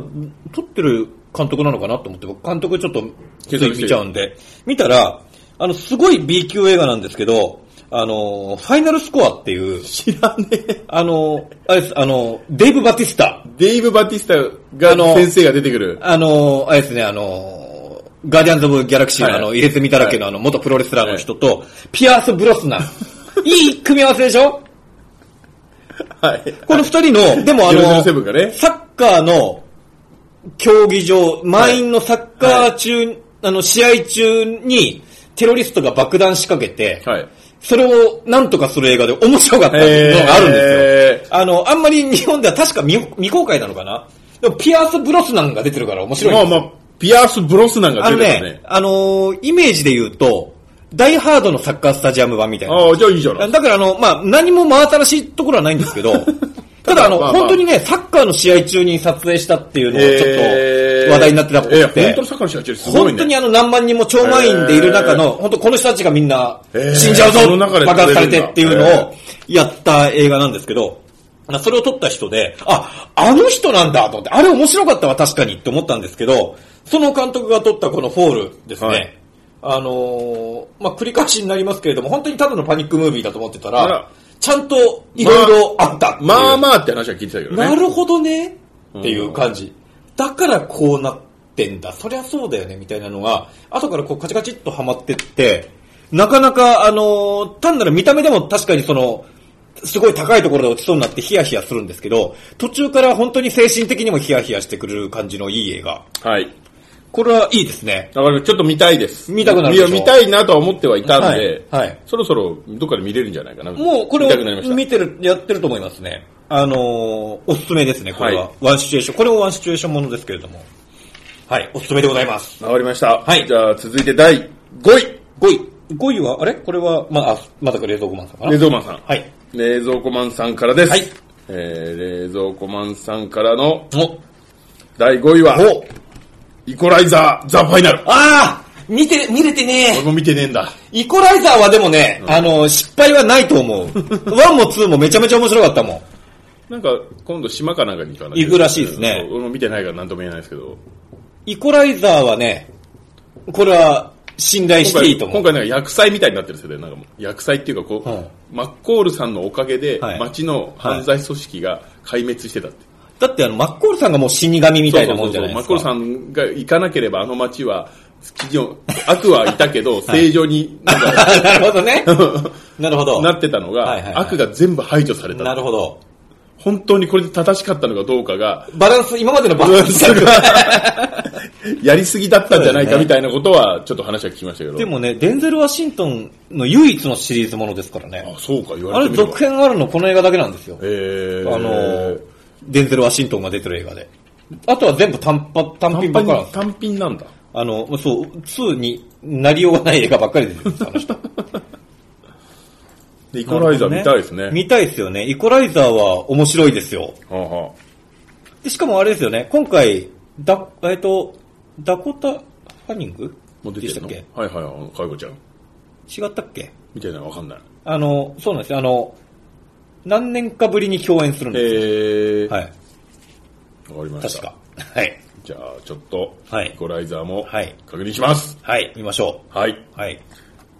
S2: 撮ってる監督なのかなと思って、僕監督ちょっと、つ
S1: 検索し
S2: い
S1: て
S2: 見ちゃうんで、見たら、あの、すごい B 級映画なんですけど、あのーファイナルスコアっていう、
S1: 知らねえ。
S2: あのーあれです、あのーデイブ・バティスタ、
S1: デイブ・バティスタ
S2: あ
S1: が、
S2: の
S1: 先生が出てくる。
S2: あのーあれですね、あのーガーディアンズ・オブ・ギャラクシーの
S1: は
S2: あ
S1: い
S2: の、入れ墨だらけのあの、元プロレスラーの人と、ピアース・ブロスナン。いい組み合わせでしょ
S1: はい。
S2: この二人の、でもあの、
S1: 007がね
S2: サッカーの競技場、満員のサッカー中、あの、試合中にテロリストが爆弾仕掛けて、
S1: はい。
S2: それをなんとかする映画で面白かったのがあるんで
S1: へ
S2: すよ。あの、あんまり日本では確か未未公開なのかなでも、ピアース・ブロスなんか出てるから面白い
S1: ま
S2: んで
S1: あ
S2: すよ
S1: まあ、ピアース・ブロスなんか
S2: あの
S1: 出てた
S2: ね
S1: ね、。
S2: あのーイメージで言うと、ダイハードのサッカースタジアム版みたいな。
S1: ああ、じゃあいいじゃない。
S2: だからあの、まあ、何も真新しいところはないんで すけど、ただあの、
S1: まあまあ
S2: 本当にね、サッカーの試合中に撮影したっていうのがちょっ
S1: え
S2: と話題になってたっぽ
S1: え
S2: く
S1: ー本
S2: て
S1: 当の、サッカーの試合中すごいね。
S2: 本当にあの何万人も超満員でいる中の、本当この人たちがみんな
S1: えー
S2: 死んじゃうぞ
S1: その中で
S2: 爆発され
S1: 撮れ
S2: て
S1: るんだ
S2: っていうのをやった映画なんですけど、それを撮った人で、あ、あの人なんだと思って、あれ面白かったわ確かにって思ったんですけど、その監督が撮ったこのフォールですね、
S1: はい
S2: あのーまあ、繰り返しになりますけれども、本当にただのパニックムービーだと思ってた
S1: あ
S2: ら
S1: ら、
S2: ちゃんといろいろあったっていう
S1: まあまあって話は聞いてたけどね。
S2: なるほどねっていう感じ。だからこうなってんだ。そりゃそうだよねみたいなのが、後からこうカチカチっとはまってって、なかなか、あのー単なる見た目でも確かにその、すごい高いところで落ちそうになってヒヤヒヤするんですけど、途中から本当に精神的にもヒヤヒヤしてくれる感じのいい映画。
S1: はい。
S2: これはいいですね。
S1: だからちょっと見たいです。
S2: 見たくなる
S1: い
S2: でし
S1: や、
S2: ょ
S1: 見たいなとは思ってはいたんで、
S2: はいはい
S1: そろそろどっかで見れるんじゃないかな。
S2: もうこれ
S1: 見たくなりまし
S2: を見てる、やってると思いますね。あのーおすすめですね、これは。
S1: はい
S2: ワンシチュエーション。これもワンシチュエーションものですけれども。はい、おすすめでございます。
S1: た。わかりました。
S2: はい
S1: じゃあ続いて第5位。
S2: 5位。5位は、あれこれは、まあ、あまだか冷蔵庫マンさんかな
S1: 冷蔵マンさん。
S2: はい。
S1: 冷蔵庫マンさんからです。
S2: はい
S1: えー、冷蔵庫マンさんからの
S2: お
S1: 第5位は、
S2: お
S1: イコライザー、ザ・ファイナル。
S2: ああ見て、見れてね
S1: 俺も見てねえんだ。
S2: イコライザーはでもね、あの、失敗はないと 思う。1も2もめちゃめちゃ面白かったもん。
S1: なんか、今度島かなんかに行かない
S2: 行くらしいですね
S1: そう俺も見てないから何とも言えないですけど。
S2: イコライザーはね、これは、信頼し
S1: 今
S2: てい
S1: 回
S2: いと思
S1: 今
S2: う。
S1: 回なんか薬剤みたいになってるんですよね。なんかもう薬剤っていうかこう、
S2: はい
S1: マッコールさんのおかげで、
S2: はい
S1: 町の犯罪組織が壊滅してたって。
S2: だってあの、マッコールさんがもう死神みたいなもんじゃない
S1: マッ
S2: です
S1: コー
S2: か。
S1: ルさんが行かなければあの町は、基準悪はいた けど、正常になんか
S2: なるほどね。 なるほど。
S1: なってたのが、
S2: はいはいはい
S1: 悪が全部排除された。
S2: なるほど。
S1: 本当にこれで正しかったのかどうかが、
S2: バランス、今までのバランス。
S1: やりすぎだったんじゃない
S2: そう
S1: か
S2: ですね
S1: みたいなことは、ちょっと話は聞きましたけど。
S2: でもね、デンゼル・ワシントンの唯一のシリーズものですからね。
S1: あ、そうか、言
S2: あ
S1: われ
S2: れ
S1: てみれ
S2: 続
S1: ば。
S2: 編があるのこの映画だけなんですよ。
S1: えー、
S2: あのー、デンゼル・ワシントンが出てる映画で。あとは全部単発単品ばっかなん
S1: 単
S2: ですよ。
S1: 単品なんだ。
S2: あの、そう、2になりようがない映画ばっかりですよ、あの人。
S1: でイコライザー見たいですね。
S2: 見たいですよね。イコライザーは面白いですよ。
S1: はあは
S2: でしかもあれですよね、今回、だ、えっと、ダコタ・ハニング
S1: あ、もう出
S2: でしてた
S1: ん
S2: っ
S1: の
S2: け
S1: はいはい、あの、かいこちゃん。
S2: 違ったっけ
S1: みたいなのわかんない。
S2: あの、そうなんですよ。あの、何年かぶりに共演するん
S1: え
S2: ですよ。
S1: ー、
S2: はい。
S1: わかりました。
S2: 確か。。はい。
S1: じゃあ、ちょっと、
S2: はい
S1: イコライザーも、
S2: はい
S1: 確認します。
S2: はい、見ましょ
S1: はい。
S2: う。はい。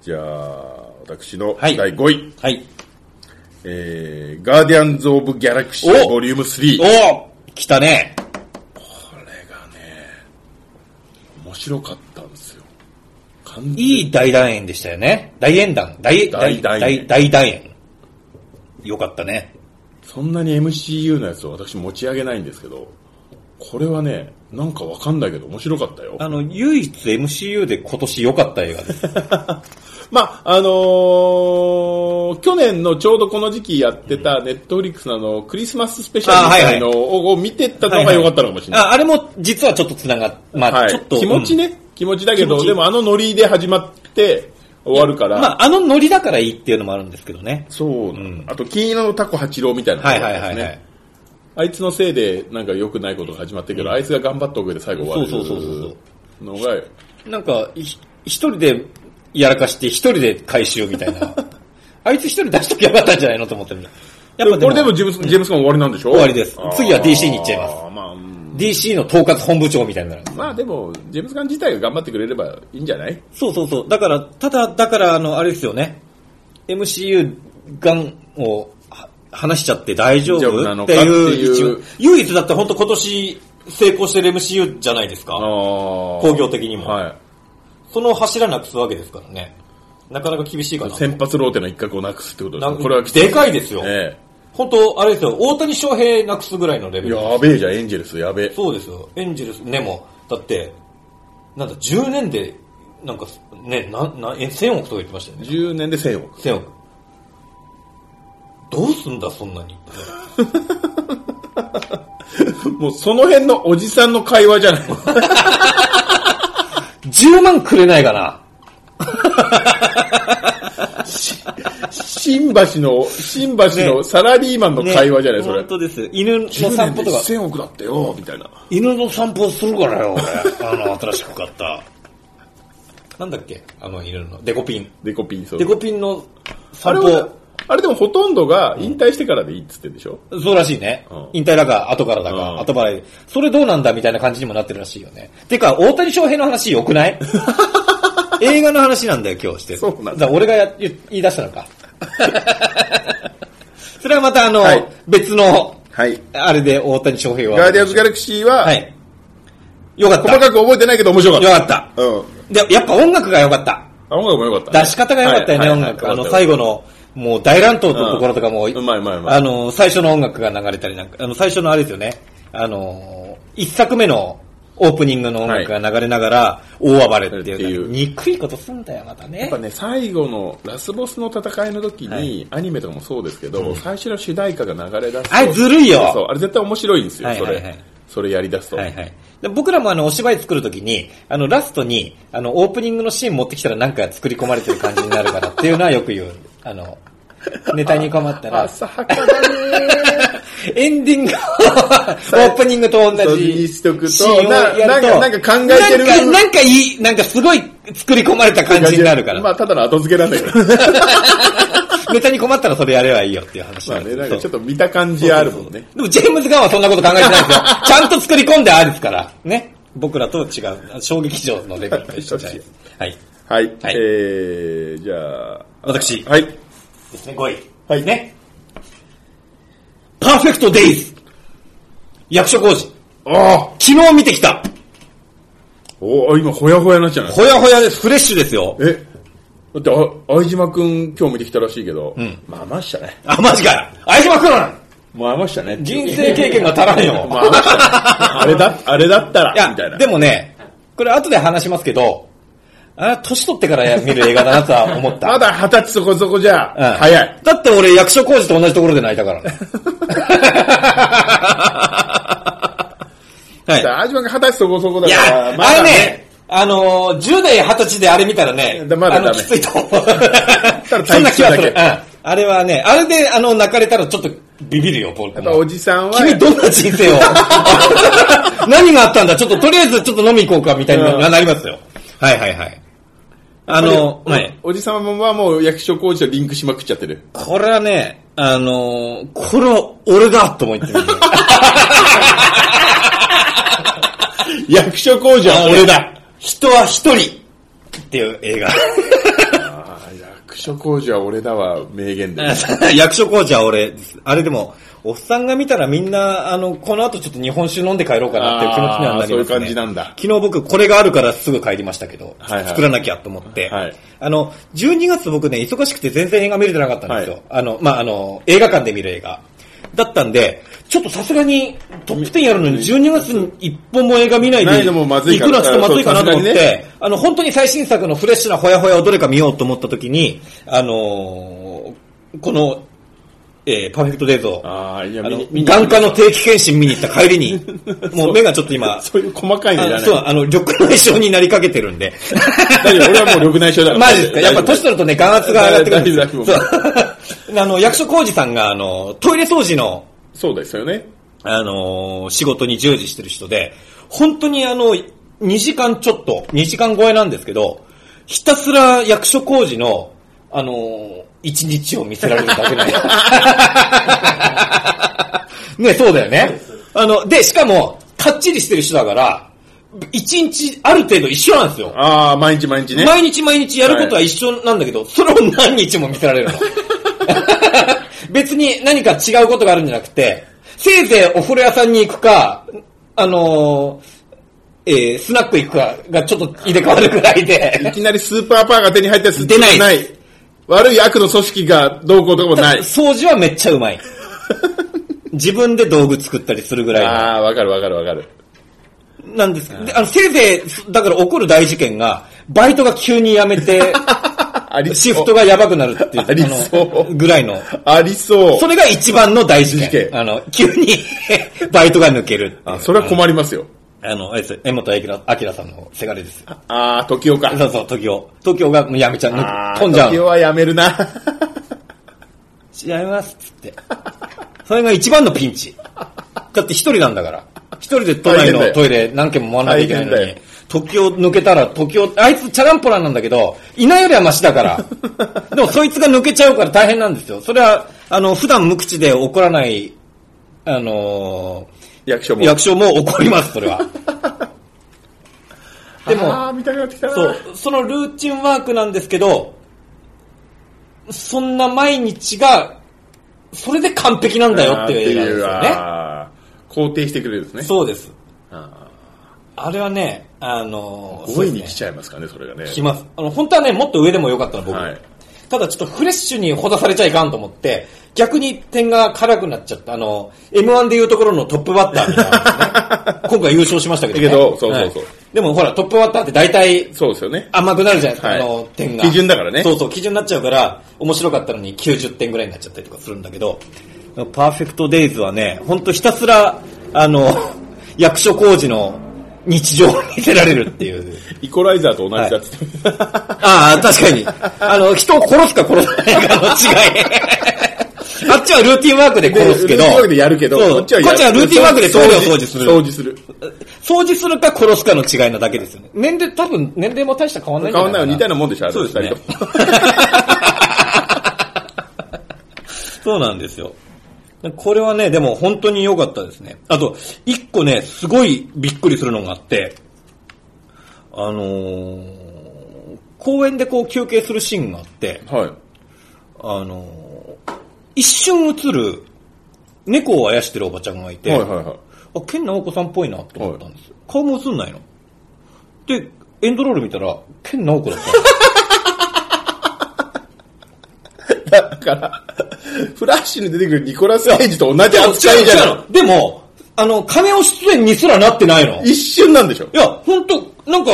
S1: じゃあ、私の
S2: は
S1: 第
S2: い
S1: 5位。
S2: はい。
S1: えー、ガーディアンズ・オブ・ギャラクシ
S2: お
S1: ー、ボリューム3。
S2: おー来たね。
S1: これがね、面白かったんですよ。完全
S2: いい大団円でしたよね。大演団。大、
S1: 大
S2: 大、大、
S1: 団
S2: 大
S1: 円
S2: 大団円。よかったね。
S1: そんなに MCU のやつを私持ち上げないんですけど、これはね、なんかわかんないけど面白かったよ。
S2: あの、唯一 MCU で今年良かった映画です。
S1: まあ、あのー去年のちょうどこの時期やってたネットフリックスのあの、クリスマススペシャルみたいのをを見てったのが良かったのかもしれない。
S2: あ、あれも実はちょっと繋がっ、まあ、
S1: はい
S2: ちょっと。
S1: 気持ちね、気持ちだけ
S2: 気持
S1: ど、
S2: ち
S1: でもあのノリで始まって終わるか
S2: う
S1: ら、
S2: ん。まあ、あのノリだからいいっていうのもあるんですけどね。
S1: そう、
S2: ん
S1: あと金色のタコ八郎みたいなのが
S2: は
S1: あ
S2: い
S1: るん
S2: は
S1: で
S2: い
S1: すね、
S2: はいはい。
S1: あいつのせいでなんか良くないことが始まってるけど、あいつが頑張ったおかげで最後終わる
S2: そうそうそうそ
S1: の
S2: う
S1: が
S2: なんか、ひ一人でやらかして、一人で回収みたい な。あいつ一人出しときゃよかったんじゃないのと思ってる。やっぱ
S1: これでもジェームスジェームスガン終わりなんでしょ
S2: 終わりです
S1: あー
S2: 次は DC に行っちゃいます
S1: まあ、うん、
S2: DC の統括本部長みたいになるんです。
S1: まあでもジェームスガン自体が頑張ってくれればいいんじゃない
S2: そうそうそう。だから、ただ、だから、あの、あれですよね。MCU ガンをは話しちゃって大丈
S1: 大丈夫
S2: 夫
S1: なの
S2: っ
S1: か
S2: て
S1: って
S2: いう
S1: いう
S2: 一応唯一だって本当今年成功してる MCU じゃないですか。工
S1: 工
S2: 業的にも
S1: は
S2: その柱なくすわけですからね。なかなか厳しいか
S1: い、
S2: な。
S1: 先発ローテの一角をなくすってことで
S2: な
S1: すねこれはきつ
S2: でかいですよ。
S1: ええ
S2: 本当あれですよ、大谷翔平なくすぐらいのレベル。
S1: やべえじゃん、エンジェルス、やべえ。
S2: そうですよ、エンジェルス、ね、もう、だって、なんだ、10年で、なんか、ね、な、な、え、1000億とか言ってましたよね。
S1: 10年で1000億。
S2: 1000億。どうすんだ、そんなに。
S1: もうその辺のおじさんの会話じゃない。
S2: 10万くれないかな。
S1: 新橋の、新橋のサラリーマンの会話じゃない、それ。
S2: 本当です。犬の
S1: 10
S2: 散
S1: 年
S2: 歩
S1: で
S2: とか、
S1: 1000億だってよ、みたいな。
S2: 犬の散歩するからよ、俺。あの、新しく買った。なんだっけあの犬の。デコピン。
S1: デコピン、そう
S2: デ。コピンの
S1: あ
S2: 散
S1: れ
S2: 歩
S1: は、あれでもほとんどが引退してからでいいっつってんでしょ
S2: そうらしいね
S1: うん。
S2: 引退だか、後からだ
S1: う
S2: か、
S1: ん
S2: 後払いで。それどうなんだみたいな感じにもなってるらしいよね。てか、大谷翔平の話良くない 映画の話なんだよ、今日してる。
S1: そうなんだ
S2: だから俺がや言言い出したのか。 それはまたあの
S1: はい、
S2: 別の、
S1: はい。
S2: あれで大谷翔平は。
S1: ガーディアンズ・ギャラクシーは、
S2: はい。よかった。
S1: 細
S2: よ
S1: かく覚えてないけど面白かった。
S2: かった。
S1: うん。
S2: で、やっぱ音楽が良かった。
S1: あ音楽も良かったね、
S2: 出し方が良かったよね、
S1: はい
S2: 音
S1: はい
S2: 楽。あの、
S1: 良かった
S2: 最
S1: よ
S2: 後の、もう大乱闘のところとかも、
S1: うんうまいうまいうまい
S2: あの、最初の音楽が流れたりなんか、あの、最初のあれですよね、あの、一作目のオープニングの音楽が流れながら、大暴れって
S1: ってい
S2: いう
S1: う
S2: か、憎いことすんだよ、また
S1: や
S2: ね
S1: っぱ。ね、最後のラスボスの戦いの時に、
S2: はい
S1: アニメとかもそうですけど、最初の主題歌が流れ出すと。
S2: あれずるいよ
S1: そう、あれ絶対面白いんですよ、
S2: はいはいはい
S1: それ。それやり出すと。
S2: はいはい。で僕らもあの、お芝居作るときに、あの、ラストに、あの、オープニングのシーン持ってきたらなんか作り込まれてる感じになるからっていうのはよく言う。あの、ネタに困 ったら、
S1: 浅はかだね
S2: エンディングをオープニングと同じ
S1: にしとくと
S2: シーンをや
S1: な
S2: る
S1: なんかなんか考えてる
S2: なんか、なんかいい、なんかすごい作り込まれた感じになるから。
S1: まあ、ただの後付けなんだ けど。
S2: ネタに困ったらそれやればいいよっていう話
S1: まあ
S2: なん
S1: ね、
S2: です
S1: なんかちょっ
S2: と。
S1: と見た感じあるもんね。
S2: でもジェームズ・ガンはそんなこと考えてな いですよ。ちゃんと作り込んであるですから。ね。僕らと違う、衝撃場のレベルと一緒じゃないです。はい。
S1: はい。
S2: はい
S1: えー、じゃあ。
S2: 私
S1: はい。
S2: ですね、5位。はい。ね。パーフェクトデイズ役所工事。
S1: ああ
S2: 昨日見てきた
S1: おー今、ほやほやになっちゃうね
S2: ほやほやです。フレッシュですよ。
S1: えだって、あ、相島くん今日見てきたらしいけど、
S2: ん
S1: まあ、ましたね。
S2: あ、マジかよ相島くん
S1: もう余したね。
S2: 人生経験が足らんよ。
S1: まあ、余したね あれだ、あれだったら、
S2: いや
S1: みたいな。、
S2: でもね、これ後で話しますけど、あ年取ってから見る映画だなとは思った。
S1: まだ二十歳そこそこじゃ、
S2: うん
S1: 早い。。
S2: だって俺役所工事と同じところで泣い たから。はい。
S1: 相島くん二十歳そこそこだ
S2: い
S1: から、
S2: や、
S1: ま
S2: あれ
S1: だ
S2: ね、あのー、10代、20歳であれ見たらね、
S1: だまだ
S2: あの
S1: ダメ
S2: きついと思う。
S1: ただ退屈
S2: そんな気はする。う
S1: だ
S2: ん
S1: け
S2: あれはね、あれで、あの、泣かれたらちょっとビビるよ、僕
S1: やっぱ
S2: も
S1: お。じさんは、
S2: 君どんな人 生を何があったんだちょっととりあえずちょっと飲み行こうかみたいな
S1: う
S2: なりますよ。はいはいはい。あの、はい。
S1: おじさんはもう役所工事とリンクしまくっちゃってる。
S2: これはね、あのーこれは俺だと思って る。
S1: 役所工事は俺だ。
S2: 人は一人っていう映画。
S1: 役所工事は俺だわ、名言で。
S2: 役所工事は俺です。あれでも、おっさんが見たらみんな、あの、この後ちょっと日本酒飲んで帰ろうかなっていう気持ちにはなりますね。
S1: あーそういう感じなんだ
S2: 昨日僕、これがあるからすぐ帰りましたけど、
S1: はいはい
S2: 作らなきゃと思って、
S1: はい
S2: あの、12月僕ね、忙しくて全然映画見れてなかったんですよ。
S1: はい
S2: あの、まあ、あの、映画館で見る映画。だったんで、ちょっとさすがにトップ10やるのに12月に一本も映画見ないで
S1: ないのもまずい
S2: 行
S1: か
S2: くの
S1: ら
S2: はちょっとまずいかなと思
S1: そ
S2: っ
S1: うさすが
S2: て、あの、本当に最新作のフレッシュなホヤホヤをどれか見ようと思った時に、あのーこの、えーパーフェクトデイズを、
S1: ああ、いや、
S2: あ
S1: 見
S2: の
S1: に、見、に
S2: 眼科の定期検診見に行った帰 りに、もう目がちょっと今、
S1: そういう細かいの
S2: あ
S1: じ
S2: の
S1: ゃ
S2: そう、
S1: ない。
S2: あの、緑内障になりかけてる んで。
S1: 大丈夫俺はもう緑内障だから。
S2: マジですかやっぱ年取るとね、眼圧が上がってくるんですよ。
S1: 大丈夫大
S2: そう。あの、役所工事さんが、あの、トイレ掃除の、
S1: そうですよね。
S2: あのー仕事に従事してる人で、本当にあの、2時間ちょっと、2時間超えなんですけど、ひたすら役所工事の、あのー、1日を見せられるだけなんよ ね、そうだよね。あの、で、しかも、かっちりしてる人だから、1日ある程度一緒なんですよ。
S1: ああ、毎日毎日ね。
S2: 毎日毎日やることは一緒なんだけど、それを何日も見せられる の。別に何か違うことがあるんじゃなくて、せいぜいお風呂屋さんに行くか、あのーえースナック行くかがちょっと入れ替わるくらい
S1: い
S2: で、
S1: きなりスーパーパーが手に入ったやつ
S2: 出ない
S1: 悪い悪の組織がどうこうとかもない。
S2: 掃除はめっちゃうまい。自分で道具作ったりするぐらい
S1: ああ、わかるわかるわかる。
S2: のなんです。であの、せいぜい、だから起こる大事件が、バイトが急に辞めて、
S1: あり
S2: シフトがやばくなるっていう、
S1: ありそう
S2: のぐらいの。
S1: ありそう。
S2: それが一番の大事件。
S1: 事件
S2: あの、急に バイトが抜ける。
S1: あ、それは困りますよ。
S2: あの、あれです、江本明明さんのせがれです。
S1: ああ、時岡。
S2: そうそう、時を。時をがもうやめちゃう
S1: あ
S2: 抜
S1: ー
S2: け。飛んじゃう
S1: 時
S2: の。
S1: 岡はやめるな。
S2: 違います、つって。それが一番のピンチ。だって一人なんだから。一人で都内
S1: 大変だ
S2: の
S1: よ
S2: トイレ何軒も回らなきゃいけないの
S1: 大
S2: に
S1: 変だよ。
S2: 時を抜けたら、時を、あいつチャランポランなんだけど、いないよりはマシだ から。でもそいつが抜けちゃうから大変なんですよ。それは、あの、普段無口で怒らない、あの
S1: 役所
S2: ー
S1: も。
S2: 役所も怒ります、それは。 でも
S1: ああ、見たくなってきたな。
S2: そう、そのルーチンワークなんですけど、そんな毎日が、それで完璧なんだよっていう映画なんですよね。
S1: あー肯定してくれるんですね。
S2: そうです。
S1: あ
S2: あれはね、あの
S1: ー
S2: ー、
S1: 5位に来
S2: そうです
S1: ちゃいますからね、それがね。
S2: ね来ます。あの、本当はね、もっと上でもよかったの、僕。
S1: はい
S2: ただちょっとフレッシュにほだされちゃいかんと思って、逆に点が辛くなっちゃった。あの、M1 でいうところのトップバッターみたいな、 ね。今回優勝しましたけど、ね。
S1: けどそうそうそう
S2: はいでもほら、トップバッターって大体、
S1: そうですよね。
S2: 甘くなるじゃないですか、
S1: はい
S2: あの点が。
S1: 基準だからね
S2: そうそう、基準になっちゃうから、面白かったのに90点ぐらいになっちゃったりとかするんだけど、パーフェクトデイズはね、ほんとひたすら、あの、役所工事の日常を見せられるっていう。
S1: イコライザーと同じだっつって。
S2: ああ、確かに。あの、人を殺すか殺さないかの違い。あっちはルーティンワークで殺すけど。
S1: ルーティンワークでやるけど、
S2: そうこ
S1: こ
S2: っ
S1: っ
S2: ち
S1: ち
S2: は
S1: はや
S2: ルーティンワークでトイレを掃除する。
S1: 掃除する。
S2: 掃除するか殺すかの違いなだけですよね。年齢、多分年齢も大した変わんない
S1: 変
S2: んじゃ
S1: わ
S2: なんい
S1: ないよ、似たよ
S2: か
S1: うなもんでしょ、あれ
S2: そうです
S1: 二
S2: ね
S1: 人とも
S2: そうなんですよ。これはね、でも本当に良かったですね。あと、一個ね、すごいびっくりするのがあって、あのー公園でこう休憩するシーンがあって、
S1: はい。
S2: あのー一瞬映る猫をあやしてるおばちゃんがいて、
S1: はいはいはい。
S2: あ、ケンナオコさんっぽいなと思ったんですよ。顔も映んないの。で、エンドロール見たら、ケンナオコだったの。
S1: だから、フラッシュに出てくるニコラ ス・ケイジと同じ扱いじゃな
S2: でも、あの、亀尾出演にすらなってないの。
S1: い。一瞬なんでしょ
S2: いや、ほんと、なんか、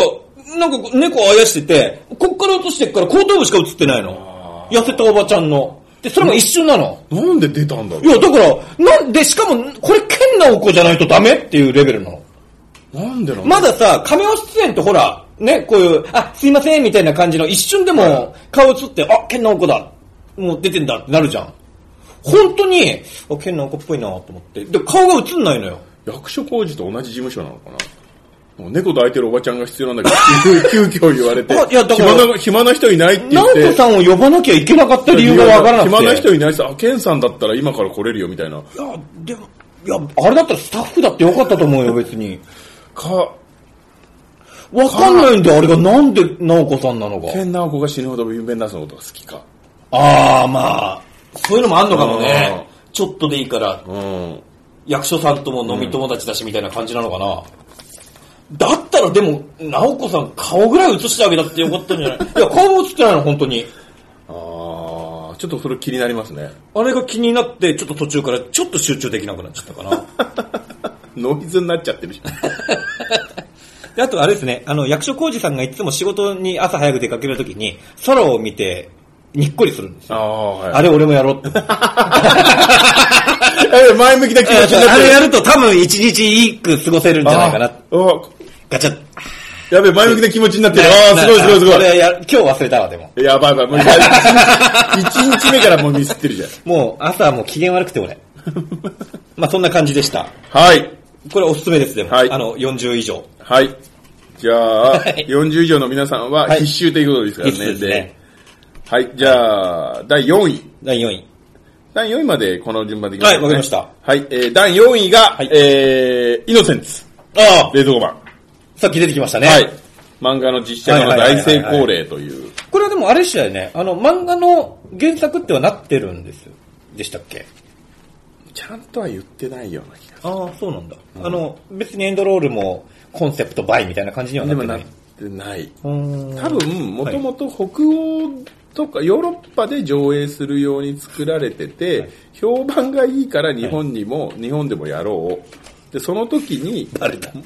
S2: なんか猫をあやしてて、こっから落としてっから後頭部しか映ってないの。痩せたおばちゃんの。で、それも一瞬なの。
S1: なんで出たんだ
S2: い
S1: ろ
S2: や、だから、なんで、しかも、これ、剣なお子じゃないとダメっていうレベルなの。
S1: うなんでなんだ
S2: まださ、亀尾出演ってほら、ね、こういう、あ、すいません、みたいな感じの、一瞬でも顔映って、あ、剣のお子だ。もう出てんだってなるじゃん。本当に、あ、剣のお子っぽいなと思って。で、顔が映んないのよ。
S1: 役所工事と同じ事務所なのかなもう猫抱いてるおばちゃんが必要なんだけど、急急遽言われて
S2: あいやだから
S1: 暇な、暇な人いないって言
S2: ナ
S1: っ
S2: オコ
S1: て、
S2: さんを呼ばなきゃいけなかった理由がわからなくて。
S1: 暇な人いないさ、あ、ケンさんだったら今から来れるよみたいな。
S2: いや、でも、いや、あれだったらスタッフだってよかったと思うよ、別に。
S1: か、
S2: わかんないんで、あれがなんで、なおこさんなのか。
S1: ケンナオコが死ぬほどビンベンダースのことが好きか。
S2: ああ、まあ、そういうのもあんのかもね。ちょっとでいいから、
S1: うん。
S2: 役所さんとも飲み友達だし、みたいな感じなのかな。だったらでも、なおこさん顔ぐらい映してあげたってよかったんじゃ ないいや、顔も映ってないの、本当に。
S1: ああ、ちょっとそれ気になりますね。
S2: あれが気になって、ちょっと途中からちょっと集中できなくなっちゃったかな。
S1: ノイズになっちゃってるし。
S2: で、あとあれですね、あの、役所広司さんがいつも仕事に朝早く出かけるときに、空を見て、にっこりするんですよ。
S1: ああ、はい。
S2: あれ俺もやろ うって。
S1: え前向きな気持ちになっ
S2: あ
S1: て
S2: れ
S1: る。
S2: やると多分一日いいく過ごせるんじゃないかな。
S1: ああ
S2: ガチャッ。
S1: やべえ、前向きな気持ちになってる。ああ、すごいすごいすご
S2: これ
S1: い。
S2: や、今日忘れたわ、でも。
S1: やばいやばい、もう一日一日目からもうミスってるじゃん。
S2: もう朝もう機嫌悪くて 俺。まあそんな感じでした。
S1: はい。
S2: これおすすめです、でも。
S1: はい
S2: あの、40以上。
S1: はい。じゃあ、
S2: はい
S1: 40以上の皆さんは
S2: はい
S1: 必修ということですからね。
S2: 必須ですね。
S1: はい。じゃあ、第4位。
S2: 第4位。
S1: 第4位までこの順番でいき
S2: はいわかりました
S1: はい。えー、第4位が、
S2: い
S1: えー、イノセンツ。
S2: ああ
S1: 冷蔵庫版。
S2: さっき出てきましたね。
S1: はい。漫画の実写化の大成功例という。
S2: これはでもあれでしたよね。あの、漫画の原作ってはなってるんですよ。でしたっけ
S1: ちゃんとは言ってないような気が
S2: ああ、そうなんだ。あの、別にエンドロールもコンセプトバイみたいな感じには
S1: で
S2: な
S1: も
S2: ってな
S1: ないっ。てない。
S2: うーん
S1: 多分、もともと北欧とかヨーロッパで上映するように作られてて、評判がいいから日本にも、日本でもやろうでその時に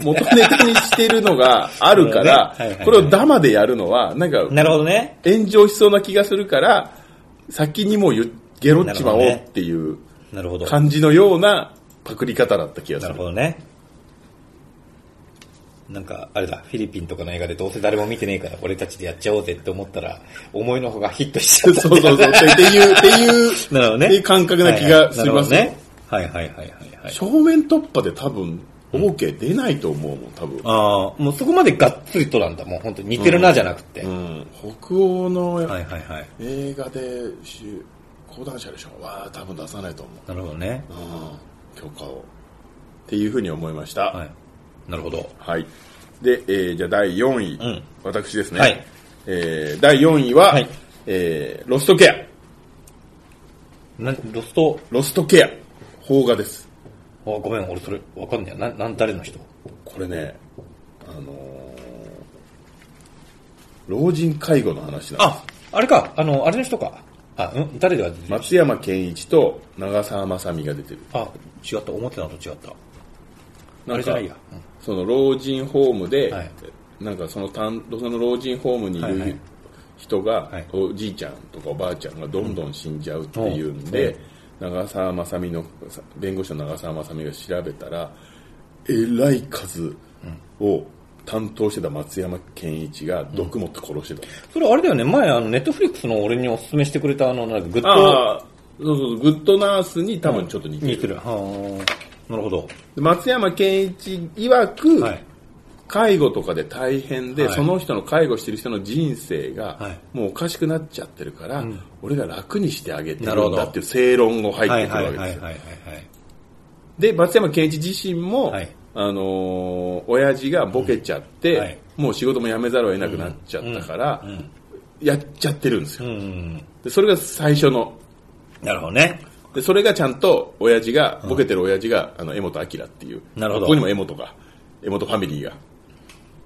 S1: 元ネタにしてるのがあるから、
S2: そうだねはいはいはい
S1: これをダマでやるのはなんか
S2: なるほどね。
S1: 炎上しそうな気がするから先にもう言ゲロっちまおうっていう
S2: なるほど。な
S1: 感じのようなパクリ方だった気がす
S2: る
S1: る
S2: ほどね。なんか、あれだ、フィリピンとかの映画でどうせ誰も見てねえから、俺たちでやっちゃおうぜって思ったら、思いのほがヒットしちゃった。
S1: そうそうそう。ってっていう、っていう、
S2: なるほどね。
S1: っていう感覚な気がす
S2: はい
S1: り
S2: はい
S1: ますね。
S2: なるほどね。はいはいはいはい、はい。
S1: 正面突破で多分、OK 出ないと思うもん、多分。
S2: ああ、もうそこまでがっつりとなんだ。もう本当に似てるなじゃなくて。
S1: うん。北欧の
S2: はいはいはい。
S1: 映画で、し講談社でしょは多分出さないと思
S2: なるほどね。
S1: う。うん。許可を。っていうふうに思いました。
S2: は
S1: はい。
S2: い。なるほど。
S1: で、えーじゃあ第4位、
S2: ん
S1: 私ですね。
S2: はい
S1: えー第4位は、
S2: はい
S1: えーロストケア。
S2: なロスト、
S1: ロストケア。邦画です。
S2: あごめん、俺それわかんねえや。な、なん、誰の人
S1: これね、あのー老人介護の話なんで
S2: あ、あれか、あの、あれの人か。あ、うん誰では出て
S1: す。
S2: る
S1: 松山ケンイチと長澤まさみが出てる。
S2: あ、違った、思ってたのと違った。
S1: なんか
S2: あれじゃないや。うん
S1: その老人ホームで、
S2: はい
S1: なんかその担その老人ホームにい
S2: はいはい
S1: る人が、
S2: はい
S1: おじいちゃんとかおばあちゃんがどんどん死んじゃうっていうん
S2: う
S1: で
S2: ん、
S1: 長澤まさみの、弁護士の長澤まさみが調べたら、えらい数を担当してた松山ケンイチが毒持って殺してた。
S2: それあれだよね、前、あの、ネットフリックスの俺におすすめしてくれた、あの、なんか、グッド
S1: ああ、そうそうそう、グッドナースに多分ちょっと似てる。
S2: に来る。はあ、なるほど。
S1: 松山ケンイチ曰く、
S2: はい。
S1: 介護とかで大変で、
S2: はい
S1: その人の介護してる人の人生が、
S2: はい
S1: もうおかしくなっちゃってるから、
S2: ん
S1: 俺が楽にしてあげて
S2: なる
S1: る
S2: ほ
S1: ん
S2: ど
S1: だっていう正論を入
S2: は
S1: っ
S2: い
S1: てく
S2: は
S1: る
S2: い
S1: わ
S2: はい
S1: け
S2: は
S1: で
S2: い
S1: すよ。
S2: はい。
S1: で、松山ケンイチ自身も、
S2: はい
S1: あのー親父がボケちゃって、
S2: うんはい
S1: もう仕事も辞めざるを得なくなっちゃったから、
S2: ん
S1: やっちゃってるんです
S2: う
S1: よ。
S2: ん。
S1: でそれが最初の
S2: なるほどね。
S1: でそれがちゃんと親父が、ボケてる親父があの江本明っていう
S2: なるほど
S1: ここにも江本が江本ファミリーが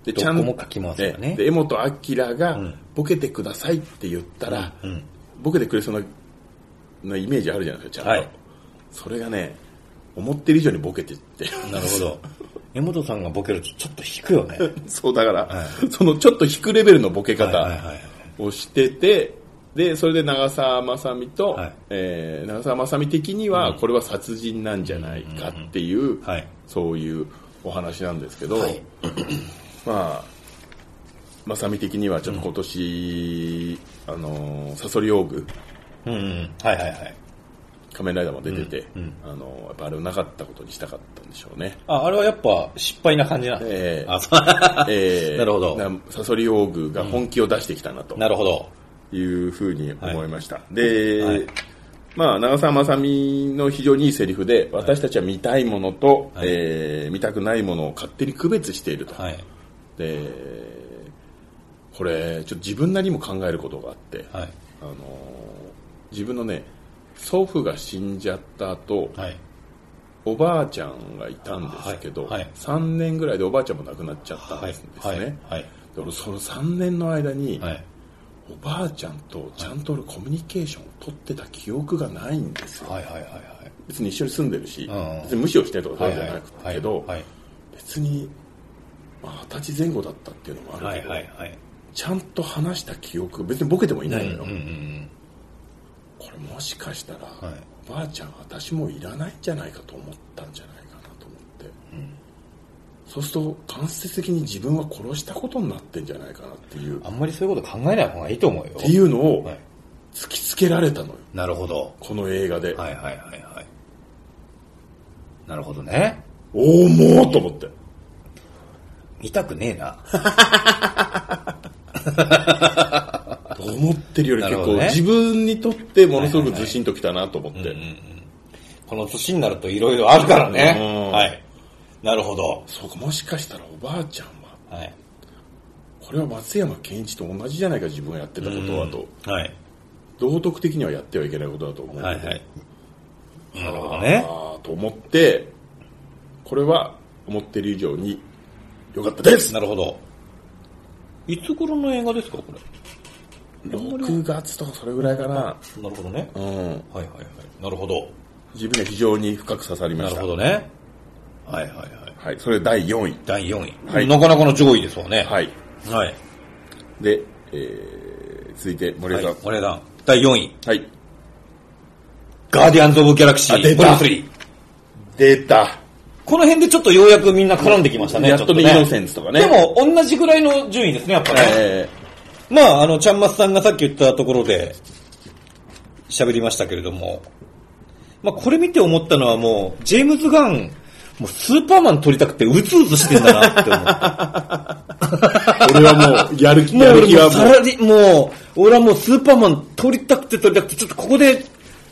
S1: で
S2: どこも書きますよね
S1: で。江本明が、
S2: ん
S1: ボケてくださいって言ったら、
S2: うん。
S1: ボケてくれそうななイメージあるじゃないですかちゃんと、
S2: はい
S1: それがね思ってる以上にボケてって
S2: なるほど。江本さんがボケるとちょっと引くよね。
S1: そうだから、
S2: は
S1: そのちょっと引くレベルのボケ
S2: はいはい
S1: 方
S2: はい。
S1: をしててでそれで長澤まさみと、
S2: はい
S1: えー長澤まさみ的にはこれは殺人なんじゃないかっていう
S2: はい。
S1: そういうお話なんですけど、
S2: はい
S1: まあ、まさみ的にはちょっと今年、あのー、サソリオーグ、
S2: うんうん。はいはいはい。
S1: 仮面ライダーも出てて、
S2: うんうん
S1: あのーやっぱあれをなかったことにしたかったんでしょうね。
S2: あ、あれはやっぱ失敗な感じなんだ
S1: えー
S2: あ、そう。
S1: えー
S2: なるほど
S1: なサソリオーグが本気を出してきたなと
S2: なるほど。
S1: いうふうに思いました。で、
S2: はい
S1: まあ、長澤まさみの非常にいいセリフで、私たちは見たいものと、
S2: はい
S1: えー見たくないものを勝手に区別していると。
S2: はい。
S1: でこれちょっと自分なりにも考えることがあって、
S2: はい。
S1: あのー自分のね祖父が死んじゃった後、
S2: はい。
S1: おばあちゃんがいたんですけど、
S2: はいはい
S1: 3年ぐらいでおばあちゃんも亡くなっちゃったん
S2: は
S1: で
S2: い
S1: すね、。
S2: はい。はい。
S1: で俺その3年の間に、
S2: はい。
S1: おばあちゃんとちゃんと俺コミュニケーションを取ってた記憶がないんですよ
S2: はいはいはいはい。
S1: 別に一緒に住んでるし、
S2: うん
S1: 別に無視をしてるとかそう
S2: はいいうは
S1: のじゃな
S2: い
S1: くてけど、
S2: はい
S1: 別に、まあ、二十歳前後だったっていうのもあるけど、
S2: はいはいはい。
S1: ちゃんと話した記憶別にボケてもいないのよ、
S2: うんうん
S1: これもしかしたら、
S2: うん。はい。
S1: おばあちゃん私もういらないんじゃないかと思ったんじゃないかなと思って、そうすると間接的に自分は殺したことになってんじゃないかなっていう
S2: あ
S1: っ
S2: んまりそういうこと考えない方がいいと思うよ。
S1: ていうのを
S2: はい。
S1: 突きつけられたのよ
S2: なるほど。
S1: この映画で、
S2: はいはいはいはい。なるほどね。
S1: おおもうと思って
S2: 見たくねえな。
S1: 思ってるより結
S2: なるほ
S1: 構、
S2: どね
S1: 自分にとってものすごくずしんときたなと思って、
S2: この年になるといろいろあるからね
S1: うん。
S2: はい。なるほど。
S1: そうかもしかしたらおばあちゃんは
S2: はい。
S1: これは松山ケンイチと同じじゃないか自分がやってたことはと、
S2: はい。
S1: 道徳的にはやってはいけないことだと思うので、
S2: はいはい。なるほどね。
S1: あーと思ってこれは思ってる以上に良かったです
S2: なるほど。いつ頃の映画ですか、これ。
S1: 6月とかそれぐらいかな、
S2: なるほどね。
S1: うん、
S2: はいはいはい。なるほど。
S1: 自分には非常に深く刺さりま
S2: な
S1: し
S2: る
S1: た
S2: ほどね。はいはいはい。
S1: はい、それ第4位
S2: 第4位。
S1: はい
S2: なかなかの上位ですわね。
S1: はい
S2: はい。
S1: で、えー、続いて森
S2: は
S1: 江
S2: い
S1: さん。
S2: お値段。第4位。
S1: はい、
S2: ガーディアンズ・オブ・ギャラクシ
S1: あ出
S2: ー
S1: た
S2: ボリューム3。
S1: 出た
S2: この辺でちょっとようやくみんな絡んできましたね。
S1: やっと
S2: ちょね
S1: 右のセンスとかね
S2: でも、同じぐらいの順位ですね、やっぱね。
S1: え
S2: まあ、あの、ちゃんまつさんがさっき言ったところで、喋りましたけれども、まあ、これ見て思ったのはもう、ジェームズ・ガン、もうスーパーマン撮りたくてうつうつしてんだなって思った。
S1: ー、俺はもうやる 気
S2: もう
S1: やる気
S2: 俺も
S1: は
S2: うさらに、もう、俺はもうスーパーマン撮りたくて撮りたくて、ちょっとここで、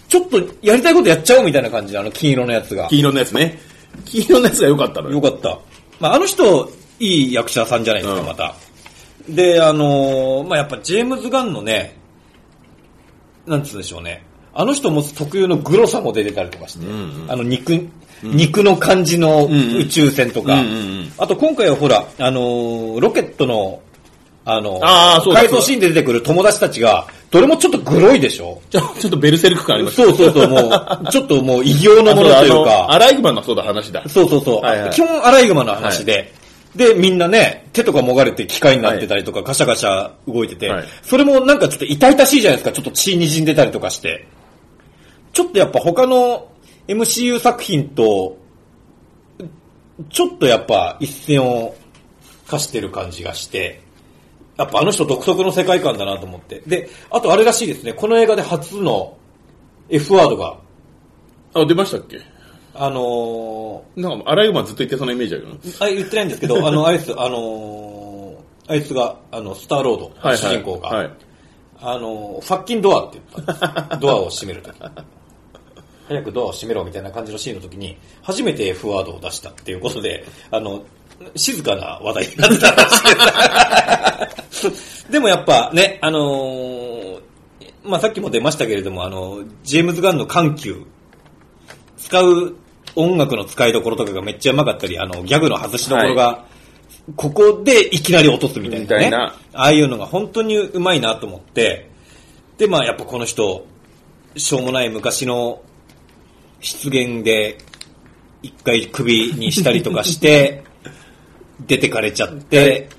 S2: ちょっとやりたいことやっちゃおうみたいな感じで、あの金色のやつが。
S1: 黄色のやつね黄色のやつが良かったの
S2: よ
S1: よ
S2: かった。まあ、あの人、いい役者さんじゃないですか、
S1: うん
S2: また。で、あのーまあ、やっぱジェームズ・ガンのね、なんつうんでしょうね。あの人持つ特有のグロさも出てたりとかして、
S1: うん
S2: あの肉、肉の感じの
S1: んうん
S2: 宇宙船とか、
S1: うんうんうん
S2: あと今回はほら、あのーロケットの、あの
S1: あーそうだ
S2: 回想シーンで出てくる友達たちが、どれもちょっとグロいでしょ
S1: ちょちょっとベルセルク感ありました
S2: そうそうそう、もう、ちょっともう異形のものというか。
S1: アライグマのそうだ話だ
S2: そうそうそう。
S1: はいはい
S2: 基本アライグマの話で、で、みんなね、手とかもがれて機械になってたりとか、カシャカシャ動いてて、
S1: はい
S2: それもなんかちょっと痛々しいじゃないですか、ちょっと血にじんでたりとかして。ちょっとやっぱ他の MCU 作品と、ちょっとやっぱ一線を化してる感じがして、やっぱあの人独特の世界観だなと思って。で、あとあれらしいですね、この映画で初の F ワードが、
S1: あ出ましたっけ
S2: あのー
S1: なんかアライグマずっと言ってそのイメージあるよ
S2: あ言ってないんですけど、あの、アイス、あのー、あいつが、あの、スターロード、
S1: はいはい
S2: 主人公が、
S1: はい
S2: あのー、ファッキンドアって言ったんです。ドアを閉めるとき。早くドアを閉めろみたいな感じのシーンのときに、初めて F ワードを出したっていうことで、あの、静かな話題になったらしい です。でもやっぱね、あのーまあ、さっきも出ましたけれども、あの、ジェームズ・ガンの緩急、使う音楽の使いどころとかがめっちゃうまかったり、あの、ギャグの外しどころが、ここでいきなり落とすみたいな、ね。
S1: みたいな
S2: ああいうのが本当にうまいなと思って、で、まあ、やっぱこの人、しょうもない昔の失言で、一回首にしたりとか して、出てかれちゃって、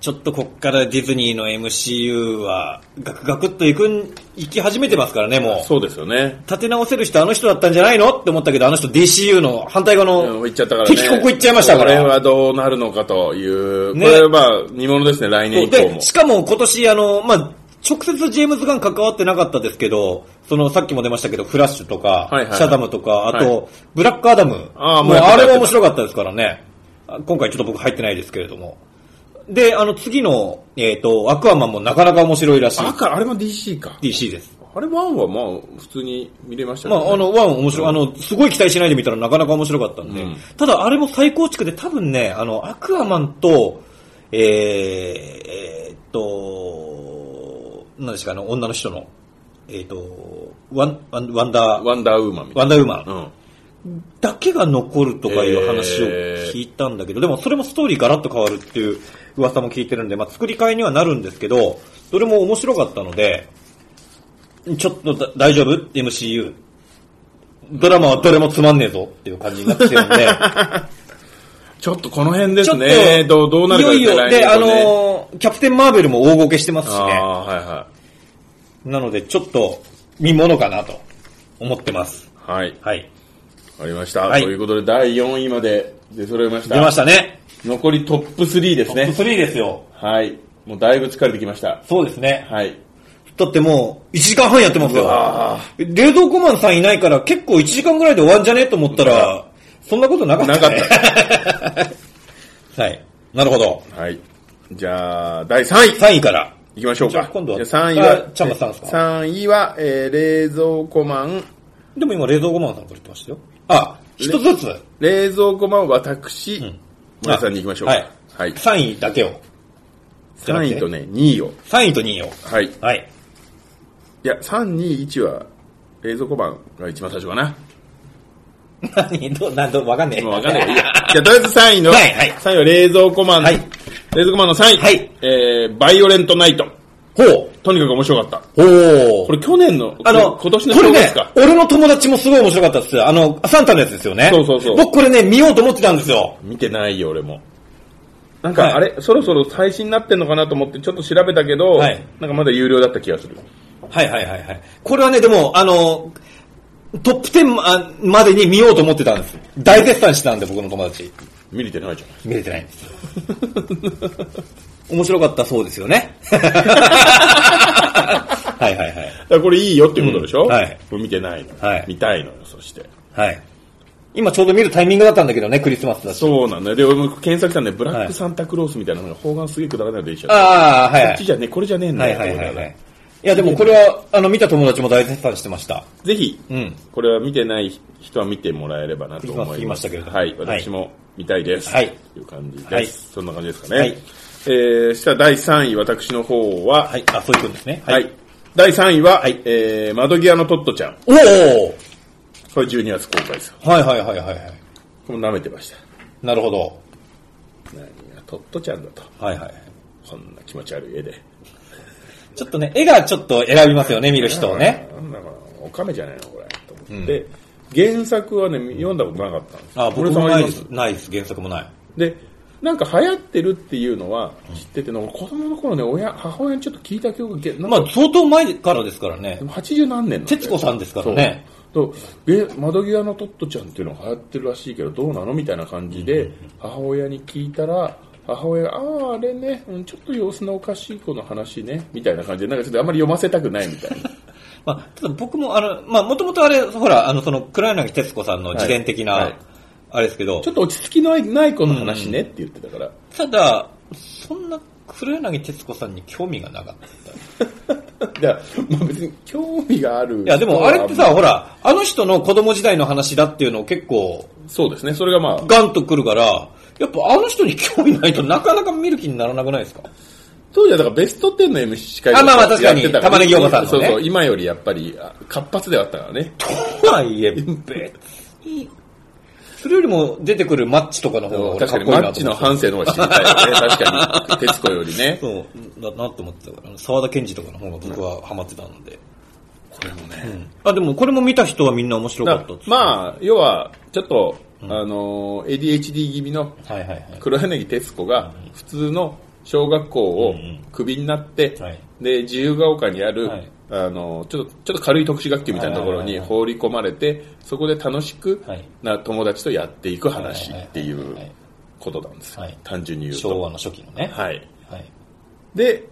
S2: ちょっとこっからディズニーの MCU は、ガクガクっと行くん、行き始めてますからね、もう。
S1: そうですよね
S2: 立て直せる人あの人だったんじゃないのって思ったけど、あの人 DCU の反対側の、
S1: 行っちゃったからね。
S2: 敵ここ行っちゃいましたか
S1: これ
S2: ら。
S1: はどうなるのかという。
S2: ね
S1: これはまあ、煮物ですね、来年
S2: そう
S1: 以降も
S2: で、。しかも今年、あの、まあ、直接ジェームズ・ガン関わってなかったですけど、そのさっきも出ましたけど、フラッシュとか、
S1: はいはいはい
S2: シャダムとか、あと、
S1: は
S2: ブラックアダム。
S1: あーも
S2: も
S1: う
S2: う
S1: やってた
S2: あれは面白かったですからね。あ今回ちょっと僕入ってないですけれども。で、あの次の、えっ、と、アクアマンもなかなか面白いらしい。
S1: あか、あれも DC か。
S2: DC です。
S1: あれ1はまあ、普通に見れましたけ
S2: ま
S1: どね
S2: あ、あの、ワン面白い、あの、すごい期待しないで見たらなかなか面白かったんで、
S1: うん
S2: ただあれも最高築で多分ね、あの、アクアマンと、えー、えーっと、何ですか、あの、女の人の、えーっと、ワン、ワンワンダー、
S1: ワンダーウーマンみたい
S2: ワンダーウーマ
S1: な。
S2: ン
S1: うん。
S2: だけが残るとかいう話を聞いたんだけど、でもそれもストーリーガラッと変わるっていう噂も聞いてるんで、まあ、作り替えにはなるんですけど、どれも面白かったので、ちょっとだ大丈夫 ?MCU。ドラマはどれもつまんねえぞっていう感じになってきてるん で、
S1: ちょっとこの辺で
S2: ちょ
S1: す
S2: っと、
S1: ね。どうどうなるか
S2: いよいよ、
S1: 来
S2: で、
S1: 年
S2: あ
S1: 以降ね
S2: のーキャプテン・マーベルも大ごけしてますし
S1: あ
S2: ね。
S1: あ、はいは
S2: なので、ちょっと見物かなと思ってます。
S1: い。はい。
S2: はい。
S1: わかりました。
S2: はい
S1: ということで、第4位まで出揃えました。
S2: 出ましたね。
S1: 残りトップ3です
S2: トッ
S1: ね。
S2: プ3ですよ。
S1: はい。もうだいぶ疲れてきました。
S2: そうですね。
S1: はい。
S2: だってもう、1時間半やってます
S1: う
S2: よ。
S1: わ
S2: 冷蔵庫マンさんいないから結構1時間ぐらいで終わんじゃねえと思ったら、そんなことなかった、ね。
S1: な
S2: た。 はい。なるほど。
S1: ーはい。じゃあ、第3位。
S2: 3位から。
S1: 行きましょう
S2: じゃ
S1: か
S2: あ。今度は
S1: じゃあ3位は
S2: あ、チャンバさんですか
S1: 3位は、えー、冷蔵庫マン、
S2: でも今冷蔵庫マンさんから言ってましたよ。あ、一つずつ。
S1: 冷蔵庫マン、私、
S2: ん
S1: 森さんに行きましょうか。
S2: はい。
S1: はい。
S2: 3位だけを。
S1: 3位とね、2位を。
S2: 3位と2位を。
S1: はい。い
S2: はい。
S1: や、3、2、1は、冷蔵庫マンが一番最初かな。
S2: 何どう、なんどう、わかんねえ。
S1: もうわかんないけど。いや、 じゃあとりあえず3位の、
S2: はいはい
S1: 3位は冷蔵庫マン、
S2: はい
S1: 冷蔵庫マンの3位、
S2: はい
S1: えー、バイオレントナイト。
S2: ほう。
S1: とにかく面白かった。
S2: ほう。
S1: これ去年の、
S2: あの、
S1: 今年の
S2: これ
S1: 正
S2: ね
S1: 月か、。
S2: 俺の友達もすごい面白かったですよ。あの、サンタのやつですよね。
S1: そうそうそう
S2: 僕これね、見ようと思ってたんですよ。
S1: 見てないよ、俺も。なん
S2: はい
S1: か、あれ、そろそろ配信になってんのかなと思って、ちょっと調べたけど、
S2: はい
S1: なんかまだ有料だった気がする。
S2: はいはいはいはい。これはね、でも、あの、トップ10ままでに見ようと思ってたんです。大絶賛してたんで、僕の友達。
S1: 見れてないじゃん。
S2: 見れてないんです よ。面白かったそうですよ ね。はいはいはい。
S1: だからこれいいよっていうことでしょ、
S2: うんはい
S1: これ見てないの。
S2: はい
S1: 見たいのよ、そして。
S2: はい。今ちょうど見るタイミングだったんだけどね、クリスマスだし。
S1: そうなんだよ。で、俺も検索したんで、ブラッ
S2: はい
S1: クサンタクロースみたいなのが、方眼すげえくだらないのでいいじゃん。こ
S2: ああ、はい、は
S1: っち
S2: い。
S1: じゃね、これじゃねえん
S2: は
S1: だ
S2: い
S1: よ。
S2: はいはいはい。いやでもこれは、あの、見た友達も大絶賛してました。
S1: ぜひ、
S2: うん
S1: これは見てない人は見てもらえればなと思います。
S2: 言いましたけれども
S1: はい、
S2: はい
S1: 私も見たいです。
S2: はい
S1: という感じです。
S2: はい
S1: そんな感じですかね。
S2: はい
S1: えー、したら第3位、私の方は、
S2: はい、あ、そういうことですね。
S1: はい。第3位は、えー、窓際のトットちゃん。
S2: おお
S1: これ12月公開ですよ。
S2: はいはいはいはいはい。
S1: これも舐めてました。
S2: なるほど。
S1: 何がトットちゃんだと。
S2: はいはい。
S1: こんな気持ち悪い絵で。
S2: ちょっとね、絵がちょっと選びますよね、見る人をね。
S1: なんだかな、おかめじゃないのこれ。と思って、原作はね、読んだことなかったんですよ
S2: あ、僕
S1: こ
S2: も
S1: れ触
S2: ない
S1: り
S2: で
S1: ます
S2: す。ないです、原作もない。
S1: で、なんか流行ってるっていうのは知ってて、なんか子供の頃ね、親、母親にちょっと聞いた記憶がげ、なん
S2: ま
S1: か、
S2: あ、相当前からですからね
S1: で。も80何年の。
S2: 徹子さんですからね
S1: そう。と、え窓際のトットちゃんっていうのが流行ってるらしいけど、どうなのみたいな感じで、母親に聞いたら、母親が、ああ、あれね、うんちょっと様子のおかしい子の話ね、みたいな感じで、なんかちょっとあんまり読ませたくないみた いな。
S2: まあ、ただ僕も、あの、まあ、もともとあれ、ほら、あの、その、黒柳徹子さんの自伝的
S1: はいは、
S2: ないあれですけど
S1: ちょ、っと落ち着きのない子の話ねって言ってたから、
S2: ただ、そんな黒柳徹子さんに興味がなかった。
S1: いや、まあ別に興味がある。
S2: いや、でもあれってさ、、ほら、あの人の子供時代の話だっていうのを結構、
S1: そうですね、それがまあ、
S2: ガンとくるから、やっぱあの人に興味ないとなかなか見る気にならなくないですか
S1: 当時はだからベスト10の MC 司会
S2: あまあまあ確かに
S1: やってたら
S2: 玉ねぎおばさんのね
S1: そうそう、今よりやっぱりあ活発ではあったからね。
S2: とはいえ、別に。それよりも出てくるマッチとかの方が俺
S1: 確
S2: か
S1: か
S2: っ
S1: に
S2: こい
S1: マ
S2: いな
S1: ッ
S2: と
S1: チ
S2: 思
S1: の
S2: って。
S1: 反省の方が知りたいよね。確かに。徹子よりね。
S2: そう、だなと思ってたから、沢田研二とかの方が僕はハマってたので。
S1: これもね。
S2: あ、でもこれも見た人はみんな面白かったっつって
S1: まあ、要は、ちょっと、あのー、ADHD 気味の
S2: はいはいはい。
S1: 黒柳徹子が普通の小学校をクビになって、
S2: はい
S1: で自由が丘にある、
S2: はい
S1: あのちょっとちょっと軽い特殊学級みたいなところ
S2: はいはい
S1: に
S2: はいはい
S1: 放り込まれてそこで楽しく
S2: はい
S1: な友達とやっていく話ってい
S2: はいうはいはい
S1: ことなんですよ、
S2: はい
S1: 単純に言う
S2: 昭
S1: と。
S2: 和の初期のね。
S1: はい、
S2: はい。
S1: で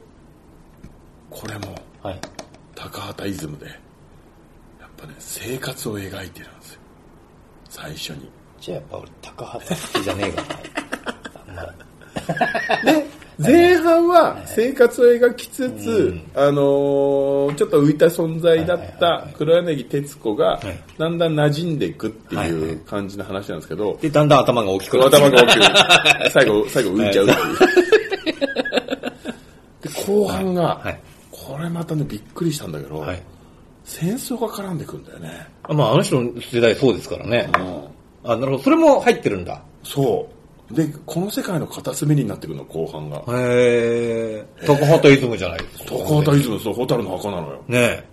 S1: これも
S2: はい。
S1: 高畑イズムでやっぱね生活を描いてるんですよ最初に。
S2: じゃあやっぱ俺、高畑好きじゃねえかな。あんま
S1: 前半は生活を描きつつ、あのーちょっと浮いた存在だっ
S2: はいはいはい
S1: た
S2: はい
S1: 黒柳徹子が
S2: い
S1: だんだん馴染んでいくって
S2: はい
S1: い
S2: はいう
S1: 感じの話なんですけど、
S2: で、だんだん頭が大きくなって。
S1: 頭が大きい。最後、最後浮いちゃうっていう。で、後半が、
S2: はい
S1: これまたね、びっくりしたんだけど、
S2: はい。
S1: 戦争が絡んでくんだよね。
S2: あまあ、あの人の世代そうですからね。あ、なるほど。それも入ってるんだ。
S1: そう。で、この世界の片隅になってくるの、後半が。
S2: へえ。高畑イズムじゃないですか。
S1: 高畑イズム、そう、蛍の墓なのよ。
S2: ね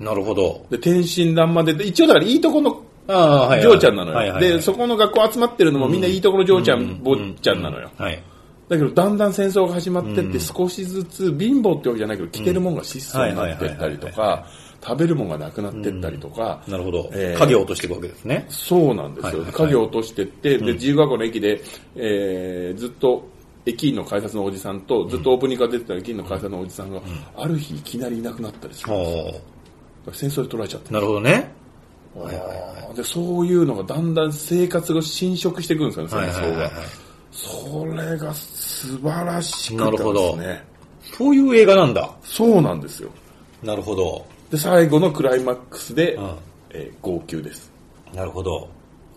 S2: え。なるほど。
S1: で、天真爛漫でで、一応だからいいとこの
S2: ああ、はい、はい。
S1: ジョーちゃんなのよ、
S2: はいはいはい、
S1: でそこの学校集まってるのもみんないいところジョーちゃん、坊ちゃんなのよ、
S2: はい。
S1: だけどだんだん戦争が始まってって少しずつ貧乏ってわけじゃないけど着てるもんが質素になってったりと
S2: はい
S1: か食べるもんがなくなってったりとか、
S2: なるほど。
S1: えー
S2: 影を落としていくわけですね。
S1: そうなんですよ、
S2: はいはいはい
S1: 影を落としてって、で自由学校の駅で、えーずっと駅員の改札のおじさんとずっとオープニングが出てた駅員の改札のおじさんが、ある日いきなりいなくなったりする、
S2: ほ
S1: 戦争で取られちゃった
S2: う。なるほどね。
S1: でそういうのがだんだん生活が侵食していくんですよね、戦
S2: はいはい
S1: 争
S2: はいはい
S1: が。それが素晴らしく
S2: な
S1: て
S2: る
S1: で
S2: ほど
S1: すね。
S2: そういう映画なんだ。
S1: そうなんですよ。
S2: なるほど。
S1: で、最後のクライマックスで、
S2: うん
S1: えー号泣です。
S2: なるほど。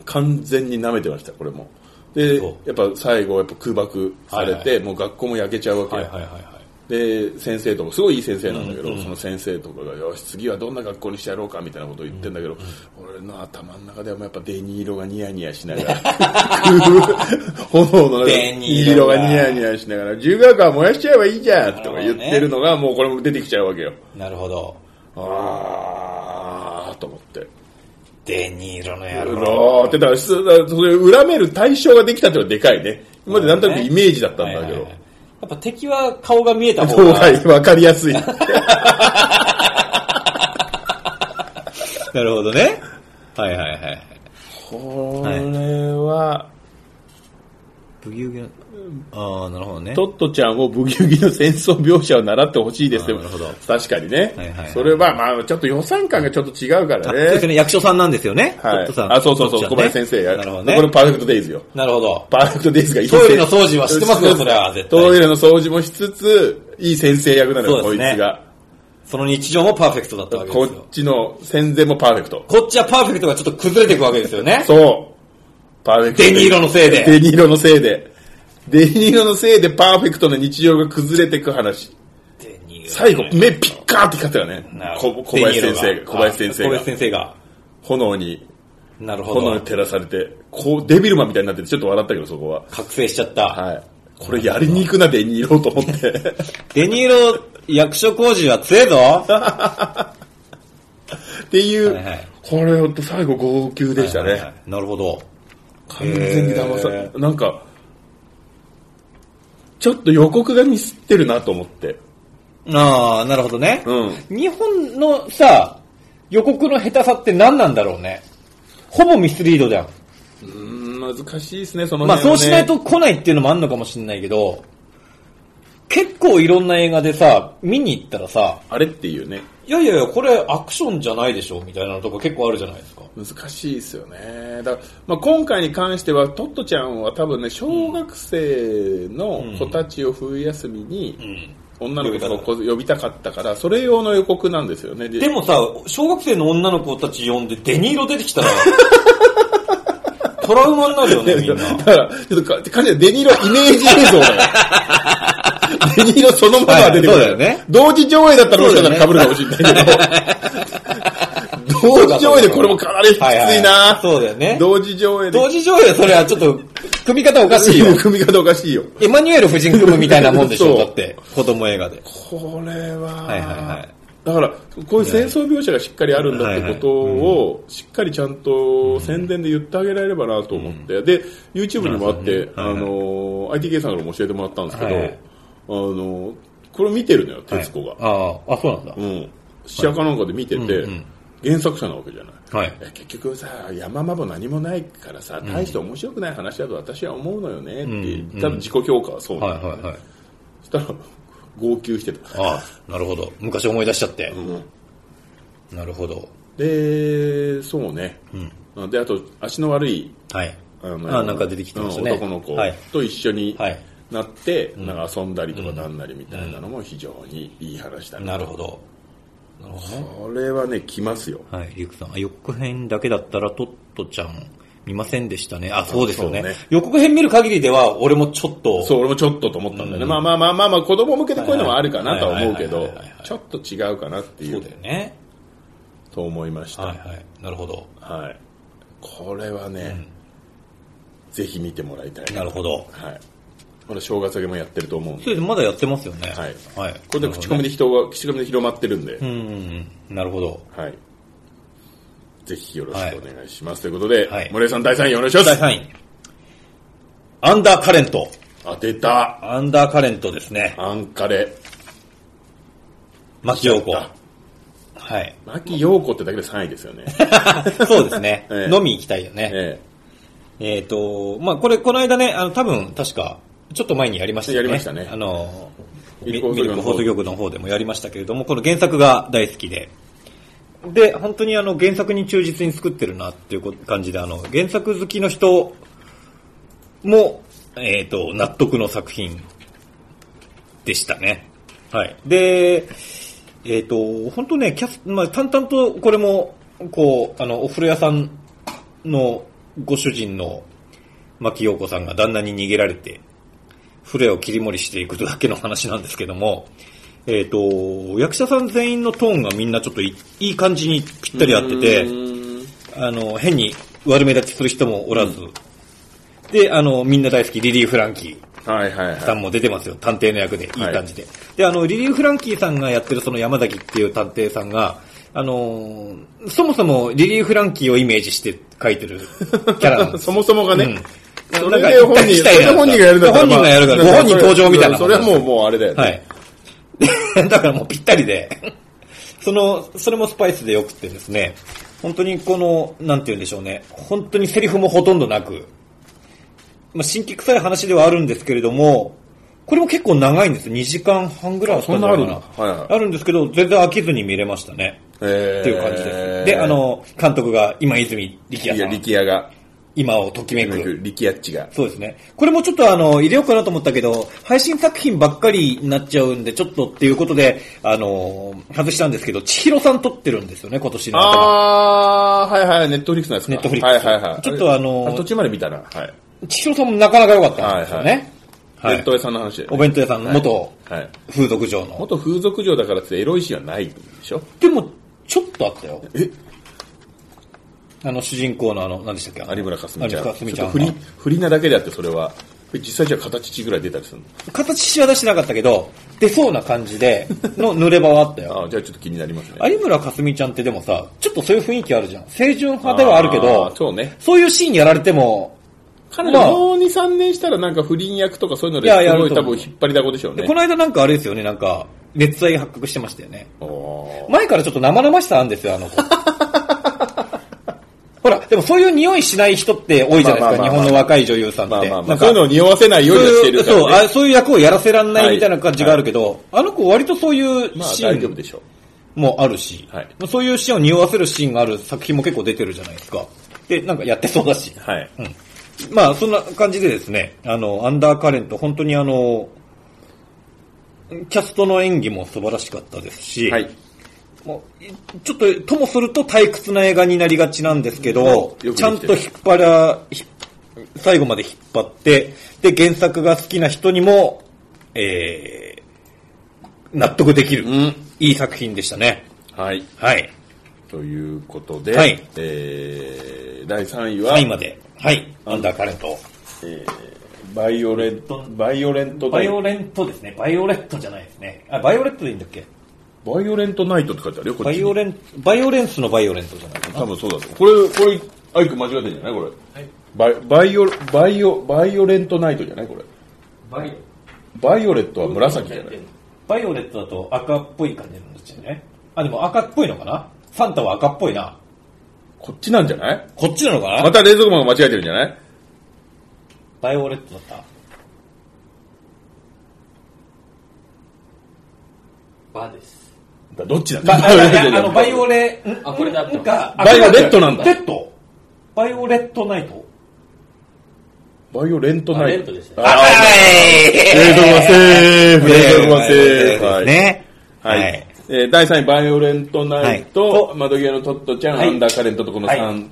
S1: 完全に舐めてました、これも。で
S2: そ、
S1: やっぱ最後、やっぱ空爆されて、
S2: はい
S1: もう学校も焼けちゃうわけよ、
S2: はいはいはいはい。
S1: で先生とかすごいいい先生なんだけど、その先生とかがよし次はどんな学校にしてやろうかみたいなことを言ってんだけど、俺の頭の中ではもうやっぱデニーロがニヤニヤしなが ら炎の中で
S2: デニ
S1: ニ
S2: ー
S1: ー
S2: ロ
S1: ロ
S2: が
S1: がニヤニヤしながら自由学は燃やしちゃえばいいじゃんとか言ってるのがもうこれも出てきちゃうわけよ
S2: なるほど。
S1: ああと思って
S2: デニーロの野
S1: う
S2: 郎。
S1: わーってだからすだからそれ恨める対象ができたってのはでかいね今までなんとなくイメージだったんだけど
S2: はいはいはい やっぱ敵は顔が見えた方
S1: そう
S2: が。
S1: はいわかりやすい
S2: なるほどね。はいはいはいはい。
S1: これは
S2: ブギウギの、ああ、なるほどね。
S1: トットちゃんをブギウギの戦争描写を習ってほしいですよ
S2: あーなるほど
S1: 確かにね、
S2: はいはいはい
S1: それはまあちょっと予算感がちょっと違うか
S2: あ
S1: ら
S2: そうです
S1: ね
S2: ね、役所さんなんですよね。
S1: はい
S2: トットさん
S1: あそうそうそう、
S2: トッ
S1: 小
S2: トちゃんね
S1: 林先生や
S2: なるほど
S1: これ
S2: ね。
S1: パーフェクトデイズよ
S2: なるほど。
S1: パーフェクトデイズがいい
S2: トイレの掃除は知ってますよそれは絶対
S1: トイレの掃除もしつついい先生役なのよ、
S2: そう
S1: こ
S2: で
S1: いつ
S2: すね
S1: が
S2: その日常もパーフェクトだったわけで
S1: こ
S2: すよ
S1: っ。ちの戦前もパーフェクト
S2: こっちはパーフェクトがちょっと崩れていくわけですよね。
S1: そう。パーフェクト。
S2: デニーロのせいで
S1: デニーロのせいで。デニーロのせいでパーフェクトな日常が崩れていく話。
S2: デニーロ
S1: 最後、目ピッカーって光ったよね
S2: なる。ほど
S1: こ小林先
S2: デ
S1: 生
S2: ニーロ
S1: が、小林先
S2: あ小
S1: 生が
S2: 林。先生が。
S1: 炎に、
S2: なるほ
S1: 炎に
S2: ど。
S1: 照らされて、こう、デビルマンみたいになっててちょっと笑ったけど、そこは。
S2: 覚醒しちゃった。
S1: はい。これやりに行くな、デニーロと思 って。
S2: デニーロ役所工事は強えぞ。
S1: っていう、
S2: はいはい
S1: これ、ほんと最後号泣でしたね。
S2: はいはいはいなるほど。
S1: 完全に騙さ
S2: へ
S1: れなんかちょっと予告がミスってるなと思って
S2: ああ、なるほどね。
S1: うん
S2: 日本のさ、予告の下手さって何なんだろうね。ほぼミスリードじゃん。
S1: 難しいですねその
S2: まあそうしないと来ないっていうのもあんのかもしんないけど、結構いろんな映画でさ、見に行ったらさ、
S1: あれっていうね
S2: いやいやいや、これアクションじゃないでしょみたいなのとか結構あるじゃないですか。
S1: 難しいですよねだ、まあ、今回に関してはトットちゃんは多分ね小学生の子たちを冬休みに
S2: ん。
S1: 女の子をこ呼びたかったからそれ用の予告なんですよねで
S2: でもさ、小学生の女の子たち呼んでデニーロ出てきたら、トラウマになるよね、みんな
S1: だ。から、ちょっとか、彼はデニーロイメージ映像だよ。 デニーロそのものは出てくる。
S2: はいそうだよね
S1: 同時上映だったらもしかしたら被るかもしれないけ ど。同時上映でこれもかなりきついな、
S2: はいはいそうだよね。
S1: 同時上映で。
S2: 同時上映それはちょっと、組み方おかしいよ。
S1: 組み方おかしいよ。
S2: エマニュエル夫人組むみたいなもんでしょ、
S1: そ
S2: だ
S1: う
S2: って。子供映画で。
S1: これは、
S2: はいはいはい
S1: だから、こういう戦争描写がしっかりあるんだってことを、しっかりちゃんと宣伝で言ってあげられればなと思って、で、YouTube にもあって、
S2: なるほ
S1: あ
S2: どね
S1: の、ITK さんからも教えてもらったんですけど、
S2: はいはい
S1: あの、これ見てるのよ、徹子が。
S2: ああ、あ、そうなんだ
S1: う。ん。試写かなんかで見てて、
S2: うんうん
S1: 原作者なわけじゃない。
S2: はい。
S1: え結局さ山間も何もないからさ大して面白くない話だと私は思うのよねっていう、
S2: うんうん
S1: 多分自己評価はそうな
S2: はい
S1: んだよね、
S2: はいはい。
S1: そしたら号泣してた
S2: ああ、なるほど。昔思い出しちゃって。なるほど。
S1: でそうね、であと足の悪い
S2: はい。
S1: あ
S2: ああなんか出てきてましたね
S1: うん男の子
S2: はい
S1: と一緒に
S2: はい
S1: なって、なんか遊んだりとかなんなりみたいなのも非常にいい話だ
S2: な
S1: ね、
S2: るほど。なるほどね。
S1: これはね来ますよ
S2: はい、リュウクさん。あ予告編だけだったら、トットちゃん見ませんでしたね。あ、そうですよね。
S1: そうね
S2: 予告編見る限りでは、俺もちょっと、
S1: そう俺もちょっとと思ったんだよね、まあまあまあまあまあ子供向けでこういうのもあるかなとは思うけ
S2: はい
S1: ど
S2: はいはいはいはいはい
S1: ちょっと違うかなってい
S2: そううだよね。
S1: と思いました
S2: はいはい。なるほど。
S1: はい、これはね、ぜひ見てもらいたい
S2: なるほど。
S1: はい、これ正月明けもやってると思うんで
S2: それでまだやってますよね。
S1: はい
S2: はい。
S1: これで口コミで人が、口コミで広まってるんで、
S2: うんうんうん。なるほど。
S1: はい。ぜひよろしくお願いします。ということで、
S2: はい
S1: 森江さん第3位お願いしま
S2: 第
S1: す。
S2: 3位。アンダーカレント。
S1: 当てた。
S2: アンダーカレントですね。
S1: アンカレ。
S2: 牧陽子。
S1: あ
S2: はい。
S1: 牧陽子ってだけで3位ですよね。
S2: そうですね。
S1: ええ
S2: 飲み行きたいよね。
S1: え
S2: えっ、と、まあこれ、この間ね、あの、多分、確か、ちょっと前にやりましたよね。
S1: やりましたね
S2: あの、
S1: ミ
S2: ミ
S1: ルク放送局の
S2: ル
S1: 方
S2: ク放送局の方でもやりましたけれども、この原作が大好きで。で、本当にあの、原作に忠実に作ってるなっていうこ感じで、あの、原作好きの人も、えっ、と、納得の作品でしたね。はい。で、えっ、と、本当ね、キャス、まあ、淡々とこれも、こう、あの、お風呂屋さんのご主人の牧陽子さんが旦那に逃げられて、船を切り盛りしていくだけの話なんですけども、えっ、と、役者さん全員のトーンがみんなちょっといいいい感じにぴったり合ってて、あの、変に悪目立ちする人もおらず、で、あの、みんな大好きリリー・フランキー。
S1: はいはい
S2: さ
S1: は
S2: んも出てますよ、探偵の役で、いい感じで。で、あの、リリー・フランキーさんがやってるその山崎っていう探偵さんが、あのーそもそもリリー・フランキーをイメージして書いてるキャラなんで
S1: い。
S2: す
S1: そもそもがね、
S2: うん
S1: それで本人、そ
S2: なんか一体
S1: れで本人がやるんだったら、
S2: 本人がやるか
S1: ま
S2: ら
S1: あ
S2: ご本人登場みたいな
S1: それはもう、もうあれだよね。
S2: はい。で だからもうぴったりで、その、それもスパイスでよくてですね、本当にこの、なんて言うんでしょうね、本当にセリフもほとんどなく、まあ、新規臭い話ではあるんですけれども、これも結構長いんです。2時間半ぐらいあったんじゃないかな。
S1: そんなあるのはいはい
S2: あるんですけど、全然飽きずに見れましたね。
S1: え
S2: っていう感じです。で、あ、の、監督が今泉力
S1: い
S2: 也さ
S1: や、
S2: ん。
S1: 力也が、
S2: 今をときめく。
S1: 力也っちが。
S2: そうですね。これもちょっとあの、入れようかなと思ったけど、配信作品ばっかりになっちゃうんで、ちょっとっていうことで、あの、外したんですけど、千尋さん撮ってるんですよね、今年の頭。
S1: あー、はいはい、ネットフリックスなんですか。
S2: Netflix
S1: はいはいはい。
S2: ちょっとあのー
S1: れ途中まで見たら、はい。
S2: 千尋さんもなかなか良かったんですよね。はい、
S1: 弁当屋さんの話で、ね。
S2: お弁当屋さんの元
S1: はい。はい
S2: 風俗嬢の。
S1: 元風俗嬢だからってエロいシーンはないでしょ
S2: でも、ちょっとあったよ。
S1: え
S2: あの、主人公のあの、何でしたっけあの
S1: 有村架純ちゃん。
S2: 有村架純ちゃん
S1: ちょっと不
S2: が
S1: 倫、不倫なだけであってそれは、実際じゃ形ちぐらい出たりする
S2: 形しは出してなかったけど、出そうな感 じで、の濡れ場はあったよ。
S1: のあーじゃあちょっと気になりますね。
S2: 有村架純ちゃんってでもさ、ちょっとそういう雰囲気あるじゃん。清純派ではあるけど
S1: ー、そうね。
S2: そういうシーンやられても、
S1: 彼
S2: ま
S1: 女
S2: あ
S1: もう2、3年したらなんか不倫役とかそういうので、
S2: いやや
S1: す
S2: る
S1: ごい
S2: と
S1: 多
S2: 思う
S1: 分引っ張りだこでしょう
S2: で
S1: ね
S2: こ。の間なんかあれですよね、なんか、熱愛発覚してましたよね。
S1: お
S2: 前からちょっと生々しさあるんですよ、あ の子。ほら、でもそういう匂いしない人って多いじゃないです
S1: ま
S2: か、
S1: あまあまあ
S2: 日本の若い女優さ
S1: ー
S2: んっ
S1: まあ
S2: て。
S1: まあま
S2: な
S1: あ、
S2: ん
S1: そういうのを匂わせないようにはしてるか
S2: そう
S1: ら、
S2: あ
S1: ね。
S2: そういう役をやらせらんないみたいな感じがあるけど、あの子割とそういう
S1: まあ
S2: シ
S1: 大丈夫
S2: ー
S1: で
S2: ン
S1: しょう。
S2: もあるし、
S1: はい
S2: そういうシーンを匂わせるシーンがある作品も結構出てるじゃないですか。で、なんかやってそうだし。
S1: はい。
S2: まあそんな感じでですね、あの、アンダーカレント、本当にあの、キャストの演技も素晴らしかったですし、
S1: はい。
S2: もうちょっと、ともすると退屈な映画になりがちなんですけ
S1: はい
S2: ど
S1: よく、できてる
S2: ちゃんと引っ張ら、ひ最後まで引っ張って、で、原作が好きな人にも、えー、納得できる、
S1: ん
S2: いい作品でしたね。
S1: はい。
S2: はい。
S1: ということで、
S2: はい
S1: えー、第3位は、
S2: 3位まで。はい。アンダーカレント。
S1: えーバイオレント、バイオレントナイト、
S2: レントですね。バイオレットじゃないですね。あ、バイオレットでいいんだっけ
S1: バイオレントナイトって書いてあるよ、こ
S2: バ
S1: っち
S2: イオ
S1: に。
S2: レン、バイオレンスのバイオレントじゃない
S1: 多分そうだと思う。これ、これ、アイク間違ってんじゃないこれ。バイバイオ、バイオ、バイオレントナイトじゃないこれ。
S3: バイ
S1: バイオレットは紫じゃない
S2: バイオレットだと赤っぽい感じになっちゃうね。あ、でも赤っぽいのかなサンタは赤っぽいな。
S1: こっちなんじゃない
S2: こっちなのかな、
S1: また冷蔵庫マンが間違えてるんじゃない
S2: バイオレットだった。
S3: バです。
S1: だどっちなん
S2: バ
S1: だ
S2: あいやあのバイオレ、ん
S3: あこれだった
S2: んか
S1: バイオレットなんだ
S2: レットバイオレットナイト
S1: バイオレントナイト。
S3: バイオレントですね
S1: あ
S2: あ
S1: ー
S2: い
S1: 冷蔵庫はセーフ冷蔵庫はセーフはい
S2: ね。
S1: はい。。えー第3位、バイオレントナイト、
S2: はい
S1: 窓際のトットちゃん、
S2: はい
S1: アンダーカレントとこの3、
S2: はい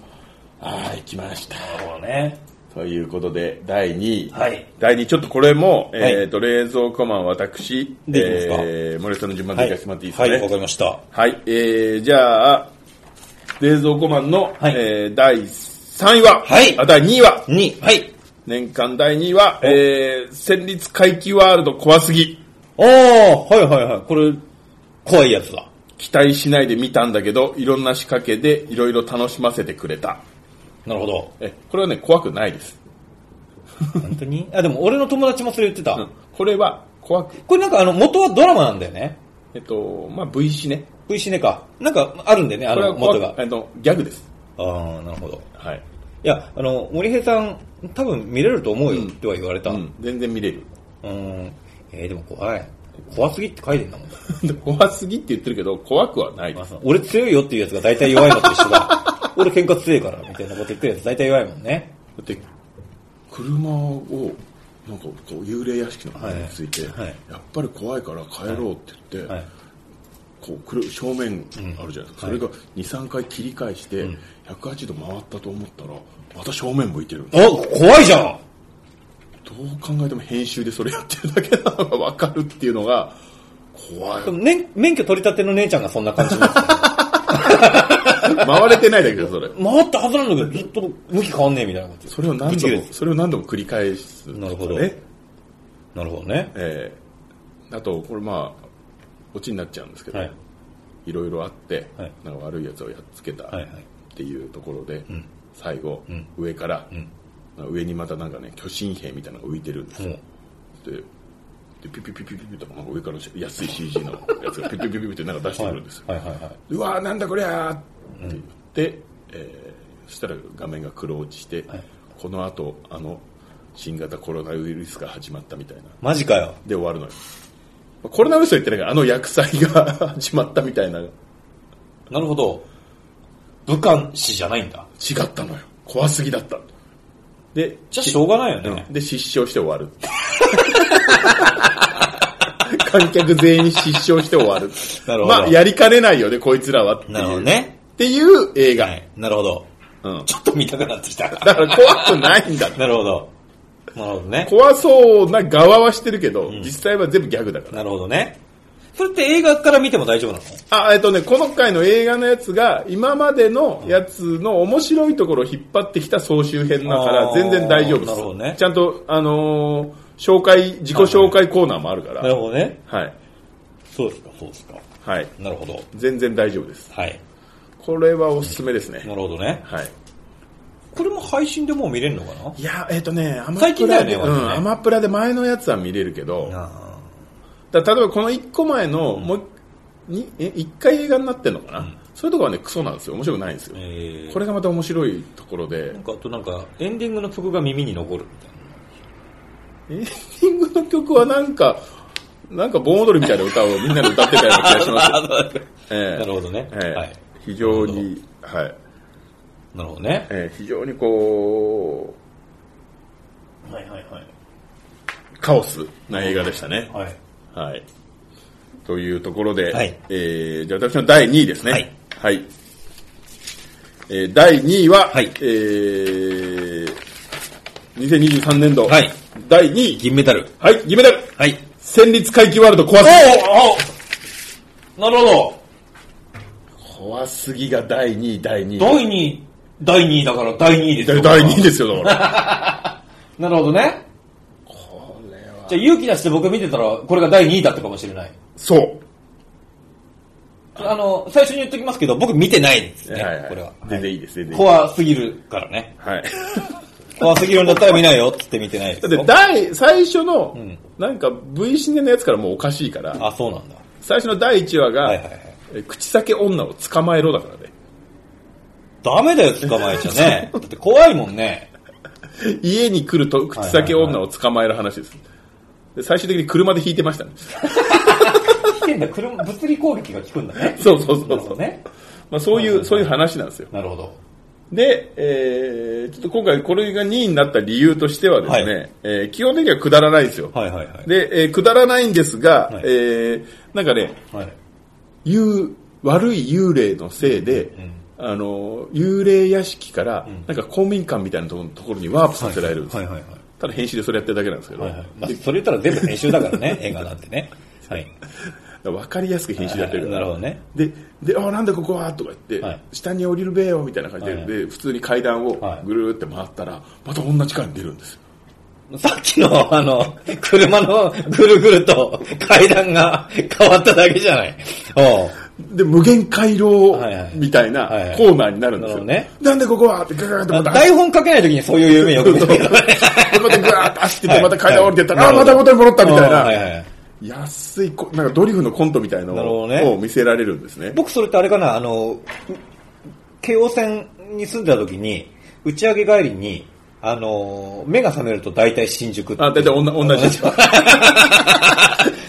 S1: ああ、行きました。
S2: そうね。
S1: ということで、第2位。
S2: はい
S1: 第2位、ちょっとこれも、
S2: い
S1: えっ、と、冷蔵庫マン、私、
S2: でいきますか
S1: えー、森さんの順番で
S2: はいい。
S1: かせてもらっていいですかね。
S2: はい、わかりました。
S1: はい、えー、じゃあ、冷蔵庫マンの、
S2: はい
S1: えー第3位は、
S2: はい
S1: あ、第2位は、
S2: に、はい。
S1: 年間第2位は、えー、戦慄回帰ワールド怖すぎ。
S2: ああ、はいはいはい。これ、怖いやつだ。
S1: 期待しないで見たんだけど、いろんな仕掛けでいろいろ楽しませてくれた。
S2: なるほど。
S1: え、これはね、怖くないです。
S2: 本当にあ、でも俺の友達もそれ言ってた。
S1: うん。これは、怖く、
S2: これなんかあの、元はドラマなんだよね。
S1: えっと、まあ、V 詞ね。
S2: V シネか。なんかあるんだよね、あ
S1: これ
S2: の、
S1: は
S2: 元
S1: 怖
S2: が
S1: く、。あの、ギャグです。
S2: ああ、なるほど。
S1: はい。
S2: いや、あの、森平さん、多分見れると思うよ
S1: うん
S2: っては言われた。
S1: う、
S2: うん
S1: 全然見れる。
S2: ーん。えー、でも怖い。怖すぎって書いてんだもん。
S1: で怖すぎって言ってるけど、怖くはないです。
S2: 俺強いよっていうやつが大体弱いのと一緒 だ。俺喧嘩強いから、みたいなこと言ってるやつ大体弱いもんね。
S1: だって車をなんかこう幽霊屋敷の方について、
S2: はいはい
S1: やっぱり怖いから帰ろうって言って、
S2: はい。
S1: こうくる正面あるじゃないですか、それが23回切り返して、180度回ったと思ったらまた正面向いてるんです
S2: あ、怖いじゃん
S1: どう考えても編集でそれやってるだけなのが分かるっていうのが怖い
S2: でも、ね、免許取り立ての姉ちゃんがそんな感じです。
S1: 回れてないだけだよそれ
S2: 回ったはずなんだけど、ずっと向き変わんねえみたいな感じ。
S1: それを何
S2: ぶち
S1: 度
S2: 切れ
S1: も
S2: て
S1: それを何度も繰り返すとかね
S2: なるほど
S1: え
S2: なるほどね。
S1: えあとこれまあオチになっちゃうんですけど、
S2: はい。
S1: いろいろあって、
S2: はい
S1: なんか悪いやつをやっつけたっ
S2: はいはい
S1: ていうところで、
S2: ん
S1: 最後、
S2: ん
S1: 上から、
S2: ん
S1: 上にまたなんかね巨神兵みたいなのが浮いてるんですよ
S2: もう、
S1: ででピュピュピュピュピュとかなんか上から安い CG のや つがピュピュピュピュってなんか出してくるんですよ、
S2: はいはいはい。
S1: うわーなんだこりゃーって言って、えーそしたら画面が黒落ちして、このあとあの新型コロナウイルスが始まったみたいな
S2: マジかよ。
S1: で終わるのよコロナウイルスは言ってないからあの薬剤が 始まったみたいな違
S2: なるほど。武漢市じゃないんだ。
S1: ったのよ怖すぎだったで
S2: じゃあしょうがないよね。
S1: で失笑して終わ る観客全員失笑して終わる
S2: なるほど
S1: まあやりかねないよねこいつらはっていう
S2: なるほどね。
S1: っていう映画、
S2: はい。なるほど。
S1: うん、
S2: ちょっと見たくなって きた。
S1: だから怖くないんだって
S2: なるほど。なるほどね。
S1: 怖そうな側はしてるけど、実際は全部ギャグだから。
S2: なるほどね。それって映画から見ても大丈夫なの
S1: あ、えっとね、この回の映画のやつが、今までのやつの面白いところを引っ張ってきた総集編だか
S2: あ
S1: ら、
S2: ー
S1: 全然大丈夫です。
S2: なるほどね
S1: ちゃんと、あのー紹介、自己紹介コーナーもあるから。
S2: なるほどね。
S1: はい。
S2: そうですか、そうですか。
S1: はい。
S2: なるほど。
S1: 全然大丈夫です。
S2: はい。
S1: これはおすすめですね。
S2: なるほどね。
S1: はい。
S2: これも配信でもう見れるのかない
S1: や、えっ、とね、アマ
S2: 最
S1: プ
S2: 近
S1: ラ
S2: だよね
S1: で、う
S2: 割と
S1: ん、
S2: ね
S1: アマプラで前のやつは見れるけど、
S2: あ
S1: だから例えばこの1個前の、もうにえ1回映画になってんのかな、そういうとこはねクソなんですよ面白くないんですよ、
S2: えー、
S1: これがまた面白いところで
S2: なんかあとなんか、エンディングの曲が耳に残るみたいな。
S1: エンディングの曲はなんかなんか盆踊りみたいな歌をみんなで歌ってたような気がし ますよええ
S2: なるほどね。
S1: ええ
S2: はい。
S1: 非常に、はい
S2: なるほどね。
S1: ええ非常にこ
S2: はいはいはい。
S1: うカオスな映画でしたね、
S2: はい。
S1: はい、というところで、
S2: はい
S1: えーじゃあ私の第2位ですね。
S2: はい。
S1: えー第2位は、
S2: はい
S1: えー、2023年度、
S2: はい
S1: 第2位、
S2: 銀メダル。
S1: はい、銀メダル、
S2: はい。
S1: 戦慄回帰ワールド怖す
S2: おなるほど。
S1: ぎ。怖すぎが第2位、第2位。
S2: 第2位、第2位だから第2位です
S1: 第
S2: よ。
S1: 2位ですよ、だ から。
S2: なるほどね。
S1: これは。
S2: じゃあ勇気出して僕見てたら、これが第2位だったかもしれない。
S1: そう。
S2: あの、最初に言っときますけど、僕見てないんですね、
S1: はいはい
S2: これは。
S1: 全然いいです、全然いい。
S2: 怖すぎるからね。
S1: はい。
S2: 怖すぎるんだったら見ないよっつって見てないです
S1: だって
S2: よ。
S1: 第、最初の、
S2: ん
S1: なんか V シネのやつからもうおかしいから、
S2: あ、そうなんだ。
S1: 最初の第1話が、
S2: はいはいはい。
S1: え口先女を捕まえろだからね。
S2: ダメだよ、捕まえちゃね。だって怖いもんね。
S1: 家に来ると口先女を捕まえる話です。で最終的に車で引いてましたね。
S2: 来てんだ、車、物理攻撃が効くんだね。
S1: そうそうそ
S2: な
S1: う
S2: るほ
S1: そ
S2: ど
S1: う、
S2: ね。
S1: まあ、そういう、そういう話なんですよ。
S2: なるほど。
S1: で、えー、ちょっと今回これが2位になった理由としてはですね、
S2: は
S1: えー基本的にはくだらないんですよ。
S2: はいはいはい。
S1: で、えーくだらないんですが、
S2: はい
S1: えー、なんかね、
S2: はい。
S1: 幽悪い幽霊のせいで、あの幽霊屋敷から、なんか公民館みたいなところところにワープさせられるんですよ、
S2: はいはいはい
S1: ただ編集でそれやってるだけなんですけど、
S2: はいはい。まあ、それ言ったら全部編集だからね、 映画なんてね。はい。
S1: 分かりやすく編集でやってるから、
S2: なるほどね。
S1: でであなんだここはとか言って、
S2: はい
S1: 下に降りるべよみたいな感じで,、
S2: はい
S1: で普通に階段を
S2: はい
S1: ぐるーって回ったら、また同じ階に出るんですよ
S2: さっきの、あの、車のぐるぐると階段が変わっただけじゃない。おう
S1: で無限回廊
S2: はいはい
S1: みたいな
S2: はいはい
S1: コーナーになるんですよ、
S2: なるほどね
S1: なんでここはってガガーンって
S2: あ
S1: また
S2: 台本書けない時にそういう夢よく見るけ
S1: で
S2: どね。
S1: またガーッと走っててまた階段降りてったら、
S2: はい
S1: あまた元に戻ったみたいな、
S2: あーはいはいはい
S1: 安いこなんかドリフのコントみたいの
S2: なるほ
S1: を,、
S2: どね
S1: 見せられるんですね
S2: 僕それってあれかな、あの、京王線に住んでた時に、打ち上げ帰りに、あの、目が覚めると大体新宿っていう
S1: あ大体おんな同じです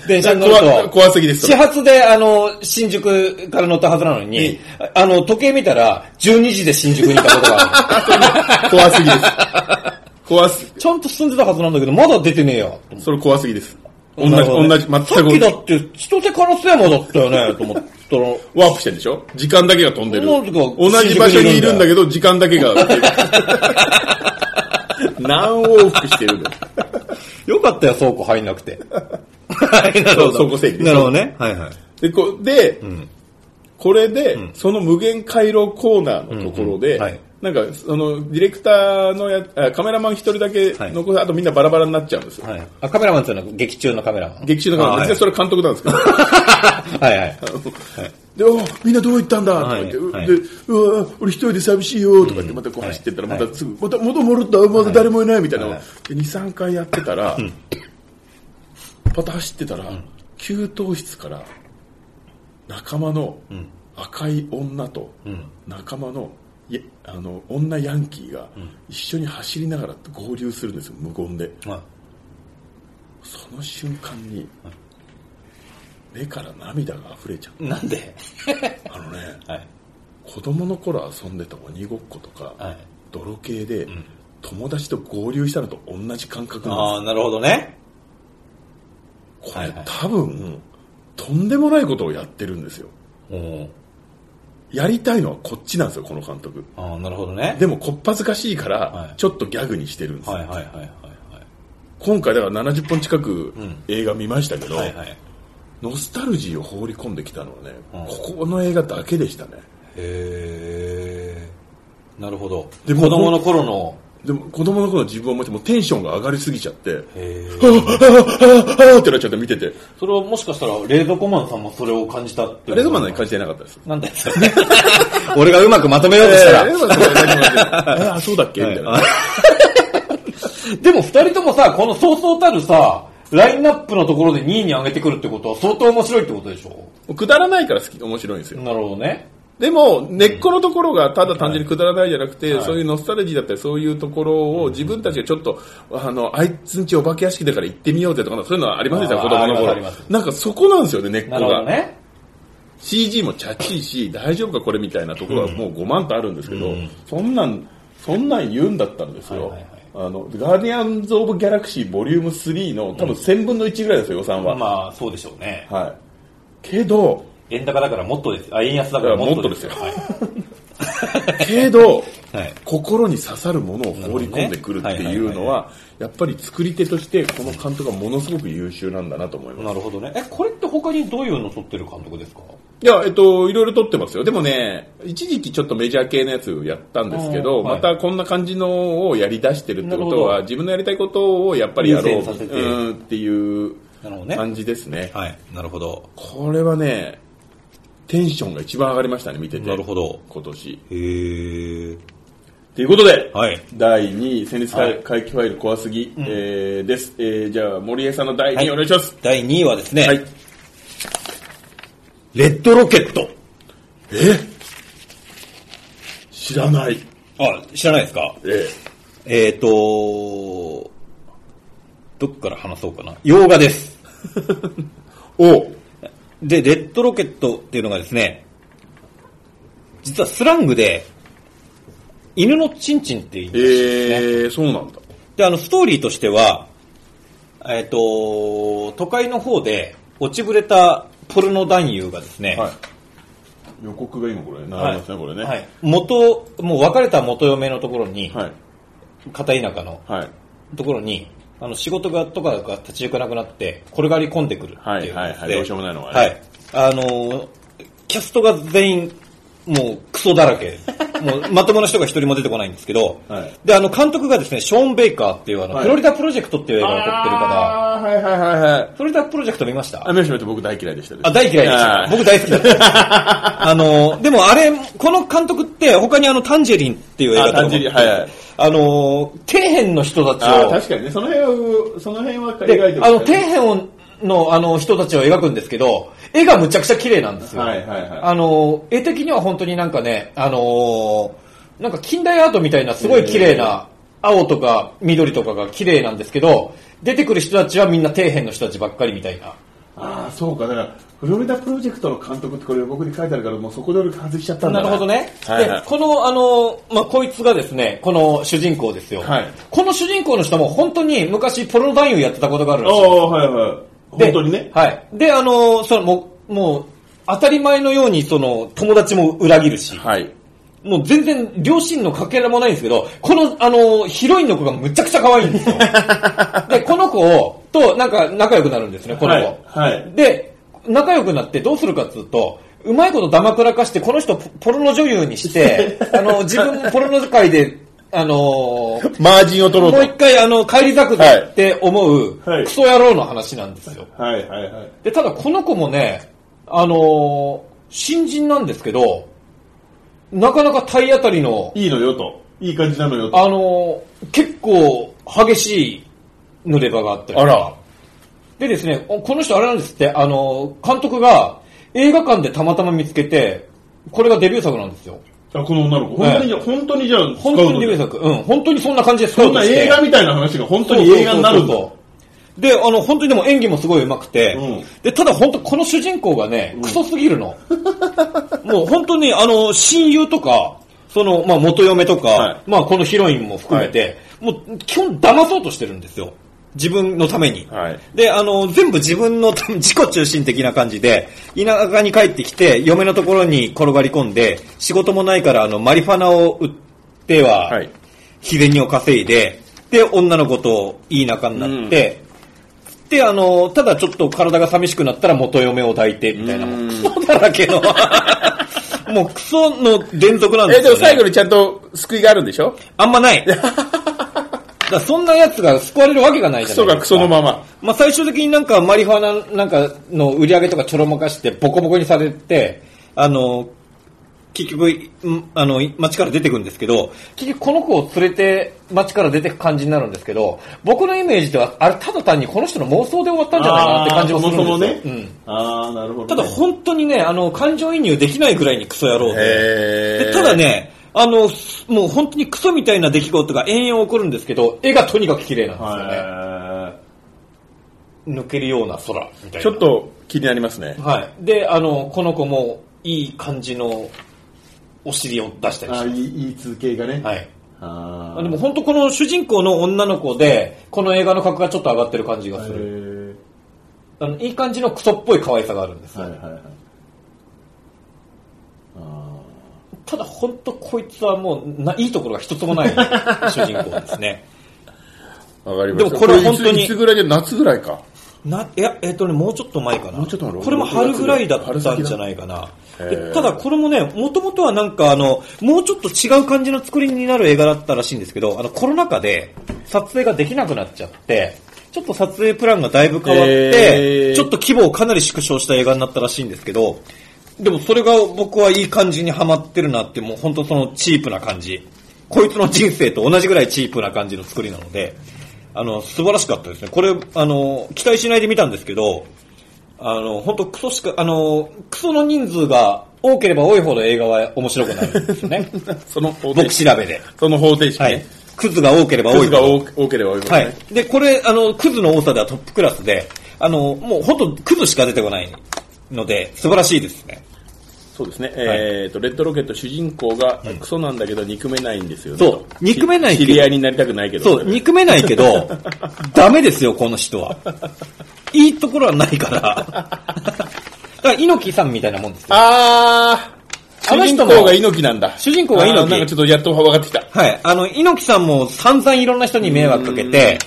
S2: 電車に乗る
S1: 怖
S2: と。
S1: 怖すぎですそ
S2: 始
S1: れ
S2: 発で、あの、新宿から乗ったはずなのに、あの、時計見たら、12時で新宿にいたことが ある。
S1: 怖すぎです怖す
S2: ちゃんと進んでたはずなんだけど、まだ出てねえよ。
S1: それ怖すぎです同じ、
S2: なるほどね
S1: 同じ全
S2: さっき
S1: く
S2: だ
S1: 同じ
S2: って、千歳烏山だったよね、と思ったら、
S1: ワープしてるでしょ時間だけが飛んでる
S2: なんとか
S1: 同じ場所にいるんだけ ど時間だけが何往復してるの
S2: よかったよ、倉庫入んなく て。はい、なるほど。
S1: そう倉庫整理
S2: なるほどね。はいはい。
S1: で、こで、
S2: ん
S1: これで、その無限回廊コーナーのところで、
S2: うんうんはい
S1: なんか、その、ディレクターのや、あカメラマン一人だけ
S2: はい
S1: 残す、あとみんなバラバラになっちゃうんですよ。
S2: はい。あ、カメラマンっていうのは劇中のカメラマン。
S1: 劇中のカメラマン、
S2: あ
S1: 実際それ監督なんですけど、
S2: はいはい。
S1: で、おみんなどこ行ったんだとか言って、う
S2: はい
S1: で、うわ俺一人で寂しいよとか言って、またこう
S2: はい
S1: 走ってったら、ま
S2: はい
S1: たすぐ、また元戻った、また誰もいないみたいなのを、
S2: はい
S1: で2、3回やってたら、パタ走ってたら、給湯室から、仲間の赤い女と、仲間の、いやあの、女ヤンキーが、一緒に走りながら合流するんですよ、無言で。
S2: ま
S1: その瞬間に、目から涙が溢れちゃう。
S2: あなんで
S1: あのね、
S2: はい。
S1: 子供の頃遊んでた鬼ごっことか、
S2: はい
S1: 泥系で、友達と合流したのと同じ感覚
S2: あ
S1: な
S2: あ、
S1: んで
S2: なるほどね。
S1: すこれ、
S2: はいはい
S1: 多分とんでもないことをやってるんですよ
S2: おー
S1: やりたいのはこっちなんですよこの監督
S2: ああ、なるほどね。
S1: でもこっぱずかしいから、
S2: はい
S1: ちょっとギャグにしてるんですよ、
S2: はいはいはいはい
S1: 今回だから70本近く
S2: ん
S1: 映画見ましたけど、
S2: はい。はいはい。へ
S1: ノスタルジーを放り込んできたのはね、
S2: うん
S1: ここの映画だけでしたね
S2: え。なるほど。
S1: でも
S2: 子供の頃の、
S1: でも子供の頃の自分を思ってもうテンションが上がりすぎちゃって、
S2: へえ。
S1: ああってなっちゃって見てて
S2: それはもしかしたら、冷蔵庫マンさんもそれを感じたって。
S1: レッドマンなんか感じてなかったです
S2: なんだよ、それ 俺がうまくまとめようとしたら。
S1: えーえ ーそうだっけみたいな。
S2: でも二人ともさ、このそうそうたるさ、ラインナップのところで2位に上げてくるってことは相当面白いってことでしょ
S1: くだらないから好き、面白いんですよ。
S2: なるほどね。
S1: でも、根っこのところがただ単純にくだらないじゃなくて、そういうノスタルジーだったり、そういうところを自分たちがちょっと、あの、あいつんちお化け屋敷だから行ってみようぜとか、そういうのはありませんでした、
S2: あー
S1: 子供の
S2: あ
S1: 頃
S2: りますありま。
S1: なんかそこなんですよね、根っこ
S2: なるほど
S1: が。
S2: ね。
S1: CG もチャチいし、大丈夫かこれみたいなところはもう5万とあるんですけど、そんなん、そんなん言うんだったんですよ
S2: はいはいはい。
S1: あの、ガーディアンズ・オブ・ギャラクシーボリューム3の多分1000分の1ぐらいですよ、予算は。
S2: まあ、そうでしょうね。
S1: はい。けど、
S2: 円高だからもっとです。あ、円安だからもっとですよ。
S1: も
S2: はい
S1: けど、
S2: はい
S1: 心に刺さるものを放り込んでくるっていうのは、やっぱり作り手として、この監督がものすごく優秀なんだなと思います。
S2: なるほどね。え、これって他にどういうの撮ってる監督ですか
S1: いや、えっと、いろいろ撮ってますよ。でもね、一時期ちょっとメジャー系のやつやったんですけど、
S2: あーは
S1: ま
S2: い
S1: たこんな感じのをやり出してるってこと
S2: なるほ
S1: は、
S2: ど
S1: 自分のやりたいことをやっぱりやろう
S2: 優先させて
S1: うんっていう
S2: なるほどね
S1: 感じですね。
S2: はい。なるほど。
S1: これはね、テンションが一番上がりましたね、見てて。
S2: なるほど
S1: 今年。
S2: へえ。
S1: ということで、
S2: はい
S1: 第2位、戦慄
S2: はい
S1: 回帰ファイル怖すぎ、えーです、えーじゃあ、森江さんの第2位お願いします。
S2: 第2位はですね、
S1: はい。
S2: レッドロケット。
S1: 知らない。
S2: あ、知らないですか
S1: えー
S2: えっ、ー、と、どっから話そうかな。洋画です。
S1: おう
S2: で、レッドロケットっていうのがですね、実はスラングで、犬のチンチンって言うん
S1: え
S2: ですね。
S1: ー、そうなんだ。
S2: で、あの、ストーリーとしては、えっ、と、都会の方で落ちぶれたポルノ男優がですね、
S1: はい。予告が今これ、流れますね、これね。
S2: はい。元、もう別れた元嫁のところに、
S1: はい。
S2: 片田舎の
S1: はい。
S2: ところに、あの仕事がとかが立ち行かなくなって、転がり込んでくるっていう
S1: はいはい
S2: やつで
S1: はいどうしようもないのがね
S2: はい。あのー、キャストが全員、もうクソだらけ。 もうまともな人が一人も出てこないんですけど、
S1: はい
S2: で、あの監督がですね、ショーン・ベイカーっていうあの、
S1: はい
S2: フロリダプロジェクトっていう映画を撮ってる方、
S1: あーはいはいはいはい。
S2: フロリダプロジェクト見ました
S1: あ、目を閉めて僕大嫌いでしたね
S2: あ、大嫌いでした。
S1: はい
S2: 僕大好きだった。 あのー、でもあれ、この監督って他にあの、タンジェリンっていう映画とか
S1: あタ
S2: も
S1: ンジェリンはいはい
S2: あのー、底辺の人たち
S1: あー、
S2: を
S1: 確かにね、その辺は、その辺は
S2: で
S1: 描いて、ま
S2: あ
S1: す
S2: の、
S1: よ
S2: 底
S1: ね
S2: 辺を、の、あの、人たちを描くんですけど、絵がむちゃくちゃ綺麗なんですよ。
S1: はいはいはい
S2: あの、絵的には本当になんかね、あのーなんか近代アートみたいなすごい綺麗な、青とか緑とかが綺麗なんですけど、出てくる人たちはみんな底辺の人たちばっかりみたいな。
S1: ああ、そうか、だから、フロリダプロジェクトの監督ってこれ予告に書いてあるから、もうそこで俺外しちゃったんだ
S2: なるほどね。
S1: はいはい
S2: で、この、あの、まあ、こいつがですね、この主人公ですよ。
S1: はい
S2: この主人公の人も本当に昔ポロ男優やってたことがあるらしいんです
S1: あ
S2: よ
S1: あ、はいはい。
S2: で
S1: 本当にね。
S2: はい。で、あのーそのもう、もう、当たり前のように、その、友達も裏切るし、
S1: はい。
S2: もう全然両親のかけらもないんですけど、この、あの、ヒロインの子がむちゃくちゃ可愛いんで すよ。で、この子を、と、なんか仲良くなるんですね、この子。
S1: はいはい
S2: で、仲良くなってどうするかっつうと、うまいことダマくらかして、この人ポポロの女優に して、あの、自分もポロの界で、あのー
S4: マージンを取ろう
S2: も
S4: と
S2: う。一回あの、帰り咲くぜって思う、
S1: はい
S2: クソ野郎の話なんですよ。
S1: はいはいはい。
S2: で、ただこの子もね、あのー新人なんですけど、なかなか体当たりの、
S1: いいのよと。いい感じなのよと。
S2: あのー結構激しい濡れ場があったり
S4: あら。
S2: でですね、おこの人あれなんですって、あのー監督が映画館でたまたま見つけて、これがデビュー作なんですよ。
S1: あこの女の子。本当に、本当にじゃあ使うの、
S2: 本当にデビュー作。うん、本当にそんな感じです。
S1: そんな映画みたいな話が本当に映画になるんだ
S2: そう。そうそうそうで、あの、本当にでも演技もすごい上手くて、
S1: うん
S2: で、ただ本当この主人公がね、クソすぎるの。もう本当に、あの、親友とか、その、まあ、元嫁とか、
S1: はい
S2: まあ、このヒロインも含めて、もう、基本騙そうとしてるんですよ。自分のために。
S1: はい。
S2: で、あの、全部自分のため、 自己中心的な感じで、田舎に帰ってきて、嫁のところに転がり込んで、仕事もないから、あの、マリファナを売っては、
S1: はい。
S2: 日銭を稼いで、で、女の子といい仲になって、で、あの、ただちょっと体が寂しくなったら元嫁を抱いて、みたいな、もうクソだらけの、 もうクソの連続なんで
S4: え、
S2: す
S4: で
S2: よ、
S4: も
S2: ね。
S4: 最後にちゃんと救いがあるんでしょ
S2: あん まない。だからそんな奴が救われるわけがないじ
S1: ク
S2: ゃないですか。
S1: ソがクソのまま。
S2: まあ、最終的になんかマリファナなんかの売り上げとかちょろまかしてボコボコにされて、あの、結局、んあの、街から出てくんですけど、結局この子を連れて街から出てく感じになるんですけど、僕のイメージでは、あれただ単にこの人の妄想で終わったんじゃないかなって感じもするんです
S1: あ
S2: よ。
S1: ーそもそも
S2: う
S1: ね
S2: ん。
S1: ああ、なるほど。
S2: ただ本当にね、あの、感情移入できないぐらいにクソ野郎で。
S4: へ
S2: でただ、ね、あの、すもう本当にクソみたいな出来事が延々起こるんですけど、絵がとにかく綺麗なんですよね。
S1: は
S2: 抜けるような空みたい
S1: い。
S2: な。
S1: ちょっと気になりますね。
S2: はい。で、あの、この子もいい感じのお尻を出したり
S1: ああ、
S2: し
S1: いい、いい通形がね。
S2: て。はい。
S1: あ
S2: あ
S1: あ。
S2: でも本当この主人公の女の子で、この映画の格がちょっと上がってる感じが
S1: へ
S2: する。
S1: ー
S2: あのいい感じのクソっぽい可愛さがあるんです。
S1: はいはいはい。あ
S2: ただ本当こいつはもうな、いいところが一つもない主人公ですね。
S1: あ。わかりました。
S2: でもこれは本当に
S1: これいついつぐらいで夏ぐらいか。
S2: な、いや、えっ、とね、もうちょっと前かな。
S1: もうちょっと前
S2: これも春ぐらいだったんじゃないかな。
S1: 春先だ
S2: で
S1: へー
S2: ただこれもね、もともとはなんかあの、もうちょっと違う感じの作りになる映画だったらしいんですけど、あの、コロナ禍で撮影ができなくなっちゃって、ちょっと撮影プランがだいぶ変わって、
S1: へー
S2: ちょっと規模をかなり縮小した映画になったらしいんですけど、でもそれが僕はいい感じにハマってるなって、もう本当そのチープな感じ。こいつの人生と同じぐらいチープな感じの作りなので、あの、素晴らしかったですね。これ、あの、期待しないで見たんですけど、あの、本当クソしか、あの、クソの人数が多ければ多いほど映画は面白くなるんですよね。
S1: その方程
S2: 僕
S1: 式。
S2: 調べで。
S1: その方程式
S2: はい
S1: ね。。
S2: クズが多ければ多い
S1: 数
S2: ほ
S1: が
S2: ど
S1: 多。く多ければ多いほど
S2: は
S1: ね
S2: い。で、これ、あの、クズの多さではトップクラスで、あの、もう本当クズしか出てこないので、素晴らしいですね。
S1: そうですね。えっと、レッドロケット主人公がクソなんだけど憎めないんですよね。
S2: そう
S1: と
S2: 憎めないけ
S1: 知
S2: ど
S1: り合いになりたくないけど。
S2: そう、憎めないけど、 ダメですよ、この人は。 いいところはない から。だから、猪木さんみたいなもんですよ。
S1: あー、
S2: あ
S1: あ
S2: の
S1: の
S2: 人
S1: 人
S2: も
S1: 公が猪木なんだ。
S2: 主人公が猪木
S1: あーなんかちょっとやっと分かってきた。
S2: はい。あの、猪木さんも散々いろんな人に迷惑かけて、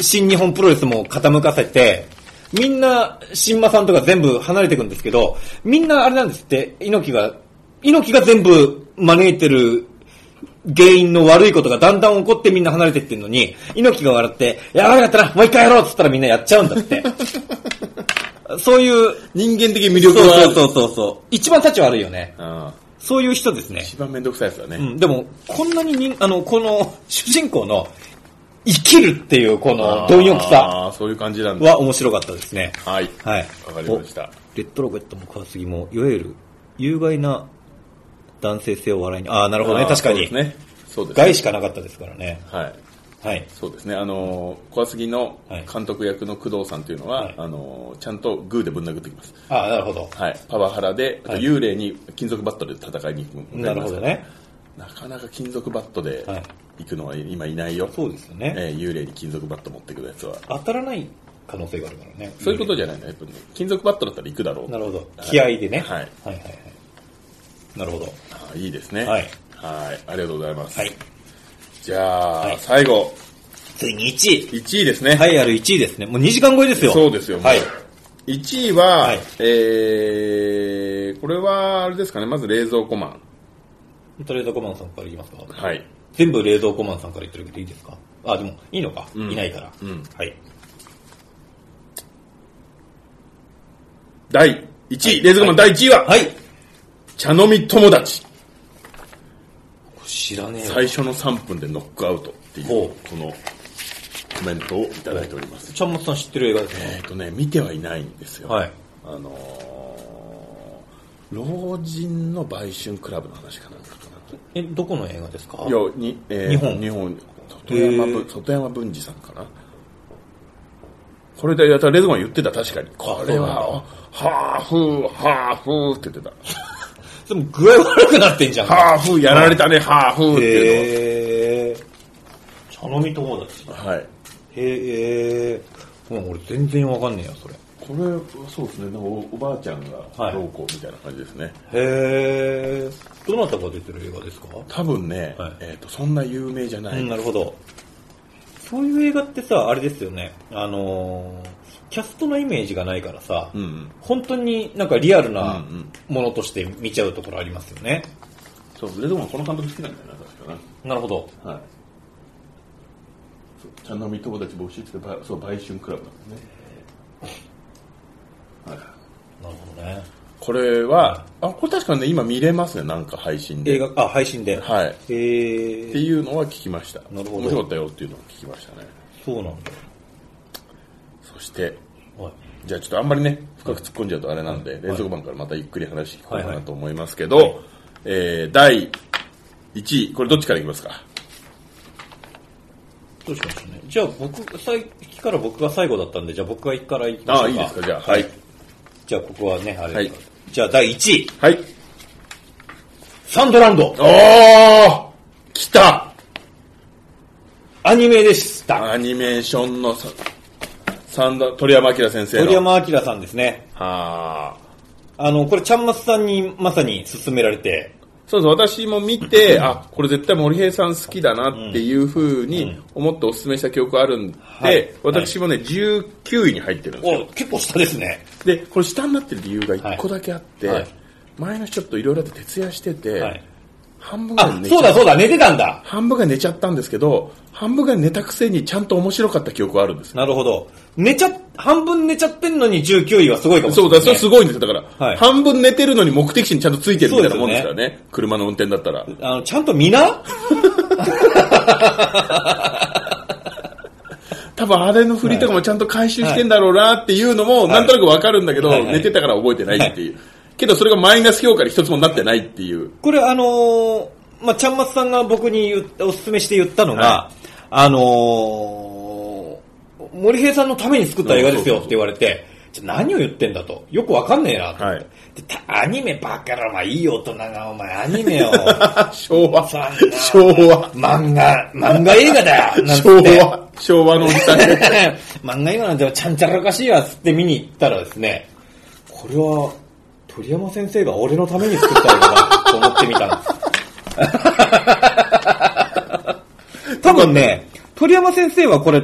S2: 新日本プロレスも傾かせて、みんな、新馬さんとか全部離れていくんですけど、みんなあれなんですって、猪木が、猪木が全部招いてる原因の悪いことがだんだん起こってみんな離れてってるのに、猪木が笑って、やばかったな、もう一回やろうっつったらみんなやっちゃうん だって。そういう、
S1: 人間的魅
S2: そう
S1: 力がある。
S2: そうそうそう。一番立ち悪いよね。
S1: あ
S2: そういう人ですね
S1: ー。一番めんどくさいやつだね。
S2: うん、でも、こんなに人あの、この主人公の生きるっていうこの貪欲さ
S1: あーそういう感じなんだ。
S2: は面白かったですね。
S1: はい。
S2: はい。
S1: わかりました。
S2: おレッドロケットも川杉も、いわゆる有害な男性性を笑いに、ああ、なるほどね、
S1: あー
S2: 確か
S1: そ
S2: に。
S1: うですね。そうですね。
S2: 害しかなかったですからね。
S1: はい。
S2: はい。
S1: そうですね。あのー、小杉の監督役の工藤さんというのは、
S2: はい
S1: あのー、ちゃんとグーでぶん殴ってきます。
S2: ああ、なるほど。
S1: はい。パワハラで、あと
S2: はい
S1: 幽霊に金属バットで戦いに行く。
S2: なるほど。ね。
S1: なかなか金属バットで
S2: はい
S1: 行くのは今いないよ。
S2: そうですよね。
S1: えー幽霊に金属バット持ってくるやつは。
S2: 当たらない可能性があるからね。
S1: そういうことじゃないんだ、やっぱりね。金属バットだったら行くだろう。
S2: なるほど。気合でね。
S1: はい
S2: はいはいはい。なるほど。
S1: あーいいですね。
S2: はい。
S1: はい、ありがとうございます。
S2: はい。
S1: じゃあ、
S2: はい
S1: 最後、
S2: ついに1位。
S1: 1位ですね。
S2: はい、ある1位ですね。もう2時間超えですよ。
S1: そうですよ。
S2: はい。
S1: 1位は、
S2: はい
S1: えー、これは、あれですかね、まず冷蔵庫マン。
S2: と冷蔵庫マンさんからいきますか。
S1: はい。
S2: 全部冷蔵庫マンさんから言ってるけどいいですかあ、でも、いいのか。
S1: うん
S2: いないから。
S1: うん
S2: はい。
S1: 第1位、冷蔵庫マン第1位は、
S2: はい。
S1: 茶飲み友達。
S2: 知らねえわ
S1: 最初の3分でノックアウトっていう、
S2: ほ
S1: このコメントをいただいております。
S2: ちゃんまつさん知ってる映画ですね。
S1: えっとね、見てはいないんですよ。
S2: はい。
S1: あのー老人の売春クラブの話かなんかかな。
S2: え、どこの映画ですか
S1: いやに、えー
S2: 日本
S1: 日本外山
S2: へ
S1: ぶ
S2: ー
S1: 外山文治さんかなこれでやったらレズゴン言ってた確かにこれはハーフハーフって言って
S2: でも具合悪くなってんじゃん。
S1: たハーフやられたねハーフっていう
S2: へー。茶飲み友達。
S1: のははい
S2: へえ。うん、俺全然わかんねえよ、それ。
S1: これはそうですねなんかおおばあちゃんが
S2: はい
S1: 老後みたいな感じですね、
S2: へえ。どなたが出てる映画ですか
S1: 多分ね、
S2: はい
S1: えー、とそんな有名じゃない、
S2: うん、なるほど。そういう映画ってさ、あれですよね。あのーキャストのイメージがないからさ、
S1: うんうん
S2: 本当になんかリアルな
S1: うん
S2: ものとして見ちゃうところありますよね。
S1: そうレズゴンこの監督好きなんだよな確か
S2: なるほど。
S1: なはいそう茶飲み友達募集ってばそう売春クラブなんですね
S2: なるほどね。
S1: これは、あ、これ確かね、今見れますね、なんか配信で。
S2: 映画、あ、配信で。
S1: はい。っ
S2: へ
S1: て
S2: ー。
S1: いうのは聞きました。
S2: なるほど
S1: 面白かったよっていうのを聞きましたね。
S2: そうなんだ。
S1: そして、
S2: はい。
S1: じゃあちょっとあんまりね、深く突っ込んじゃうとあれなんで、冷蔵庫番からまたゆっくり話聞こうか
S2: はい
S1: な
S2: はい
S1: と思いますけど、えー、第1位、これどっちからいきますか
S2: どうしましょうね。じゃあ僕、さっきから僕が最後だったんで、じゃあ僕が一からいきましょ
S1: ああ、
S2: うか。
S1: いいですか、じゃあ。はい。
S2: じゃあここはね、あれ、
S1: はい
S2: じゃあ第1位、
S1: はい。
S2: サンドランド、
S1: おー来た
S2: アニメでした。
S1: アニメーションのさ、サンダ、鳥山明先生の。
S2: 鳥。山明さんですね。
S1: はー。
S2: あの、これ、ちゃんまつさんにまさに勧められて、
S1: そうそう、私も見 て、あ、これ絶対森平さん好きだなっていうふうに思ってお勧めした記憶あるんで、
S2: はい
S1: 私もね、19位に入ってるんです
S2: お
S1: よ。
S2: 結構下ですね。
S1: で、これ下になってる理由が1個だけあって、
S2: はいはい
S1: 前の日ちょっといろいろと徹夜してて、
S2: はい。
S1: 半分ぐらい
S2: あ、
S1: 寝ち
S2: そう
S1: ゃ
S2: だそうだ、寝てたんだ。
S1: 半分が寝ちゃったんですけど、半分が寝たくせにちゃんと面白かった記憶があるんです。
S2: なるほど。寝ちゃ、半分寝ちゃってんのに19位はすごいかもしれ
S1: そう
S2: ない、
S1: だ、
S2: ね。
S1: それすごいんですよ。だから、
S2: はい
S1: 半分寝てるのに目的地にちゃんとついてるみたいなもんですからね。車の運転だったら。
S2: あの、ちゃんと見な
S1: 多分あれの振りとかもちゃんと回収してんだろうなっていうのも、なんとなくわかるんだけど、
S2: はいはい
S1: 寝てたから覚えてないっていう。けどそれがマイナス評価に一つもなってないっていう。
S2: これ、あのーまあ、ちゃんまつさんが僕に言うお勧めして言ったのが、
S1: は
S2: あのー森平さんのために作った映画ですよって言われて、ちょ何を言ってんだと。よくわかんねえなと思って、
S1: は
S2: でたアニメばっから、お前いい大人が、お前アニメ を。
S1: 昭和
S2: そんな。
S1: 昭和。
S2: 漫画、漫画映画だ よなんつ
S1: 昭
S2: って
S1: 和。昭和のおじさんね
S2: 漫画映画なんてちゃんちゃらおかしいわっつって見に行ったらですね、これは鳥山先生が俺のために作った映画だと思ってみたん です。多分ね、鳥山先生はこれ、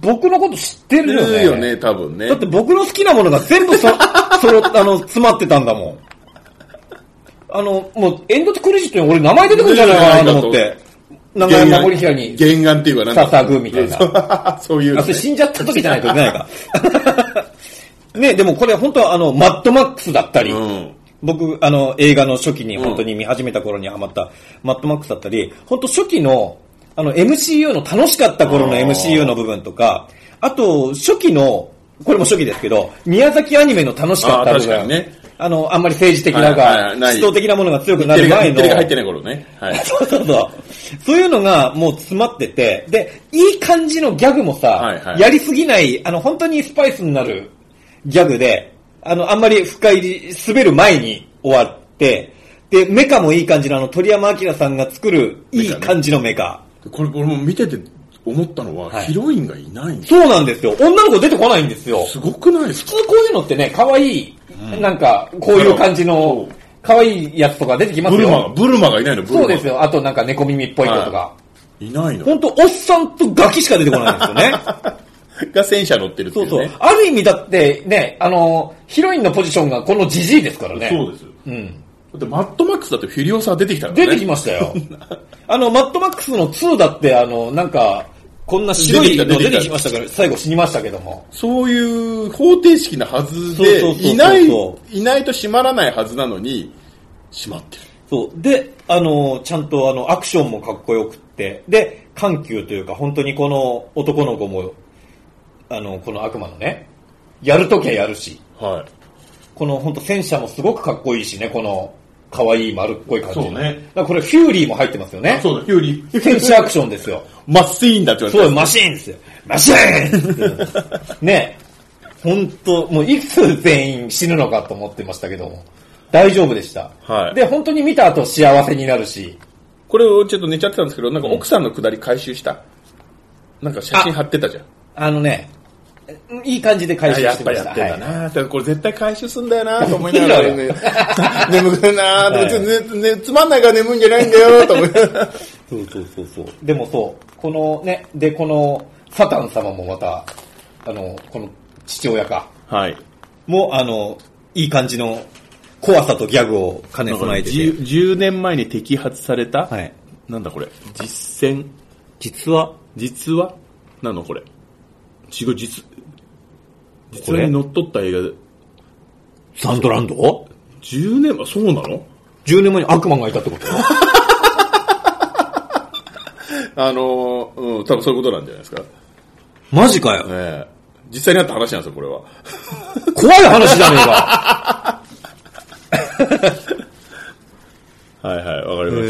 S2: 僕のこと知って
S1: い
S2: るよね。
S1: るよね、多分ね
S2: だっ。て僕の好きなものが全部そ、そろ、あの、詰まってたんだもん。あの、もう、エンドとクレジットに俺名前出てくるんじゃないかなと思って。名前
S1: 原案
S2: 守平に
S1: 原案っていうかなんだ
S2: 捧ぐみたいな。
S1: な。 そういう
S2: あ、
S1: の
S2: それ
S1: ね。
S2: 死んじゃった時じゃないといけないか。 ね、でもこれ本当はあの、マッドマックスだったり、
S1: うん。
S2: 僕、あの、映画の初期に本当に見始めた頃にハマった、マッドマックスだったり、本当初期の、あの、MCU の楽しかった頃の
S1: あー
S2: MCU の部分とか、あと、初期の、これも初期ですけど、宮崎アニメの楽しかった
S1: あー
S2: 部
S1: 確かに
S2: 分
S1: ね、
S2: あの、あんまり政治的なの
S1: はいはいは
S2: が、
S1: いない
S2: 思想的なものが強くな
S1: テレ
S2: る
S1: ビが
S2: 前
S1: テ
S2: の、
S1: レビが入ってない頃ね。はい。
S2: そうそうそう。そういうのがもう詰まってて、で、いい感じのギャグもさ、
S1: はいはい
S2: やりすぎない、あの、本当にスパイスになるギャグで、あの、あんまり深入り、滑る前に終わって、で、メカもいい感じの、あの、鳥山明さんが作る、いい感じのメカ。
S1: これ、俺も見てて思ったのは、
S2: はい
S1: ヒロインがいないんです
S2: そうなんですよ。女の子出てこないんですよ。
S1: すごくないですか
S2: 普通こういうのってね、可愛い、なんか、こういう感じの、可愛いやつとか出てきます
S1: ブルマが、
S2: よ。
S1: ブルマがいないの、ブルマ。
S2: そうです。よ。あとなんか猫耳っぽい子とか
S1: は。いないの。
S2: 本当おっさんとガキしか出てこないんですよね。
S1: が戦車乗ってるって
S2: そ
S1: いうう
S2: そう
S1: ね。。
S2: ある意味だってね、あの、ヒロインのポジションがこのジジイですからね。
S1: そうですよ。
S2: うん。
S1: だってマッドマックスだってフィリオサ出てきたからね。
S2: 出てきましたよ。あの、マッドマックスの2だって、あの、なんか、こんな白い
S1: 出てきた
S2: の出
S1: 出て
S2: て
S1: きた
S2: きましたから、最後死にましたけども。
S1: そういう方程式なはず
S2: そう
S1: で
S2: そうそう、そう
S1: いない、いないと閉まらないはずなのに、閉まってる。
S2: そう。で、あの、ちゃんとあの、アクションもかっこよくって、で、緩急というか、本当にこの男の子も、あの、この悪魔のね、やるときはやるし、
S1: は
S2: この本当戦車もすごくかっこいいしね、この、可愛い丸っこい感じ。
S1: そうね。
S2: だからこれ、フューリーも入ってますよね。
S1: そうだ、ヒューリー。
S2: 戦車アクションですよ。
S1: マッシーンだって言
S2: そ
S1: わ
S2: う、
S1: れ
S2: マシーンですよ。マシーンってね本当もういつ全員死ぬのかと思ってましたけども、大丈夫でした。
S1: はい
S2: で、本当に見た後幸せになるし、
S1: これをちょっと寝ちゃってたんですけど、なんか奥さんのくだり回収した。なんか写真貼ってたじゃん。
S2: あのね、いい感じで回収
S1: やっ
S2: して
S1: ぱ
S2: まし
S1: や
S2: た。
S1: ってんだ
S2: はい
S1: な、だからこれ絶対回収すんだよなと思いながら、ね、眠くなーって、
S2: は
S1: ねねつまんないから眠いんじゃないんだよと思いながら
S2: そうそうそうそう。でもそう、このね、で、このサタン様もまた、あの、この父親か、
S1: はい
S2: もうあの、いい感じの怖さとギャグを兼ね備えてて、
S1: 10年前に摘発された、
S2: はい。
S1: なんだこれ実践
S2: 実は、
S1: 実話なのこれ違う実実
S2: こ
S1: 話
S2: れ
S1: にのっとった映画で
S2: サンドランド
S1: 10年前そうなの
S2: ?10 年前に悪魔がいたってこと
S1: あのーうん多分そういうことなんじゃないですか、ね
S2: マジかよ。
S1: え、実際にあった話なんですよこれは
S2: 怖い話じゃねえ か。
S1: はいはいわかりまし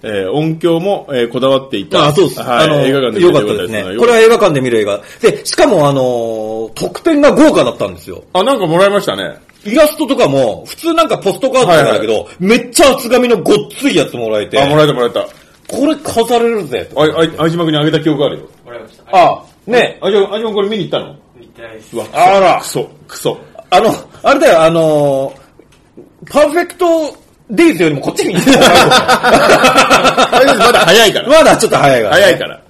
S1: た、
S2: え
S1: えー音響も、えーこだわっていた
S2: あそうです。
S1: はい、
S2: あの、
S1: 映画館で
S2: よ
S1: 見
S2: か
S1: て
S2: ったですね。
S1: よか
S2: これは映画館で見る映画。で、しかもあのー特典が豪華だったんですよ。
S1: あ、なんかもらいましたね。
S2: イラストとかも、普通なんかポストカードとかだけど、めっちゃ厚紙のごっついやつもらえて、
S1: あ、もらえたもらえた。
S2: これ飾れるぜ、と
S1: あい、あい、相島君にあげた記憶あるよ。
S3: もらいました。
S2: あ、ね、
S1: 相島君、相島君これ見に行ったの
S3: 見たいです。
S1: うわ、
S2: あら
S1: クソ、クソ。
S2: あの、あれだよ、あのーパーフェクトデイズよりもこっちに行った 方がいい
S1: あいつまだ早いから。
S2: まだちょっと 早いから、ね。
S1: 早いから。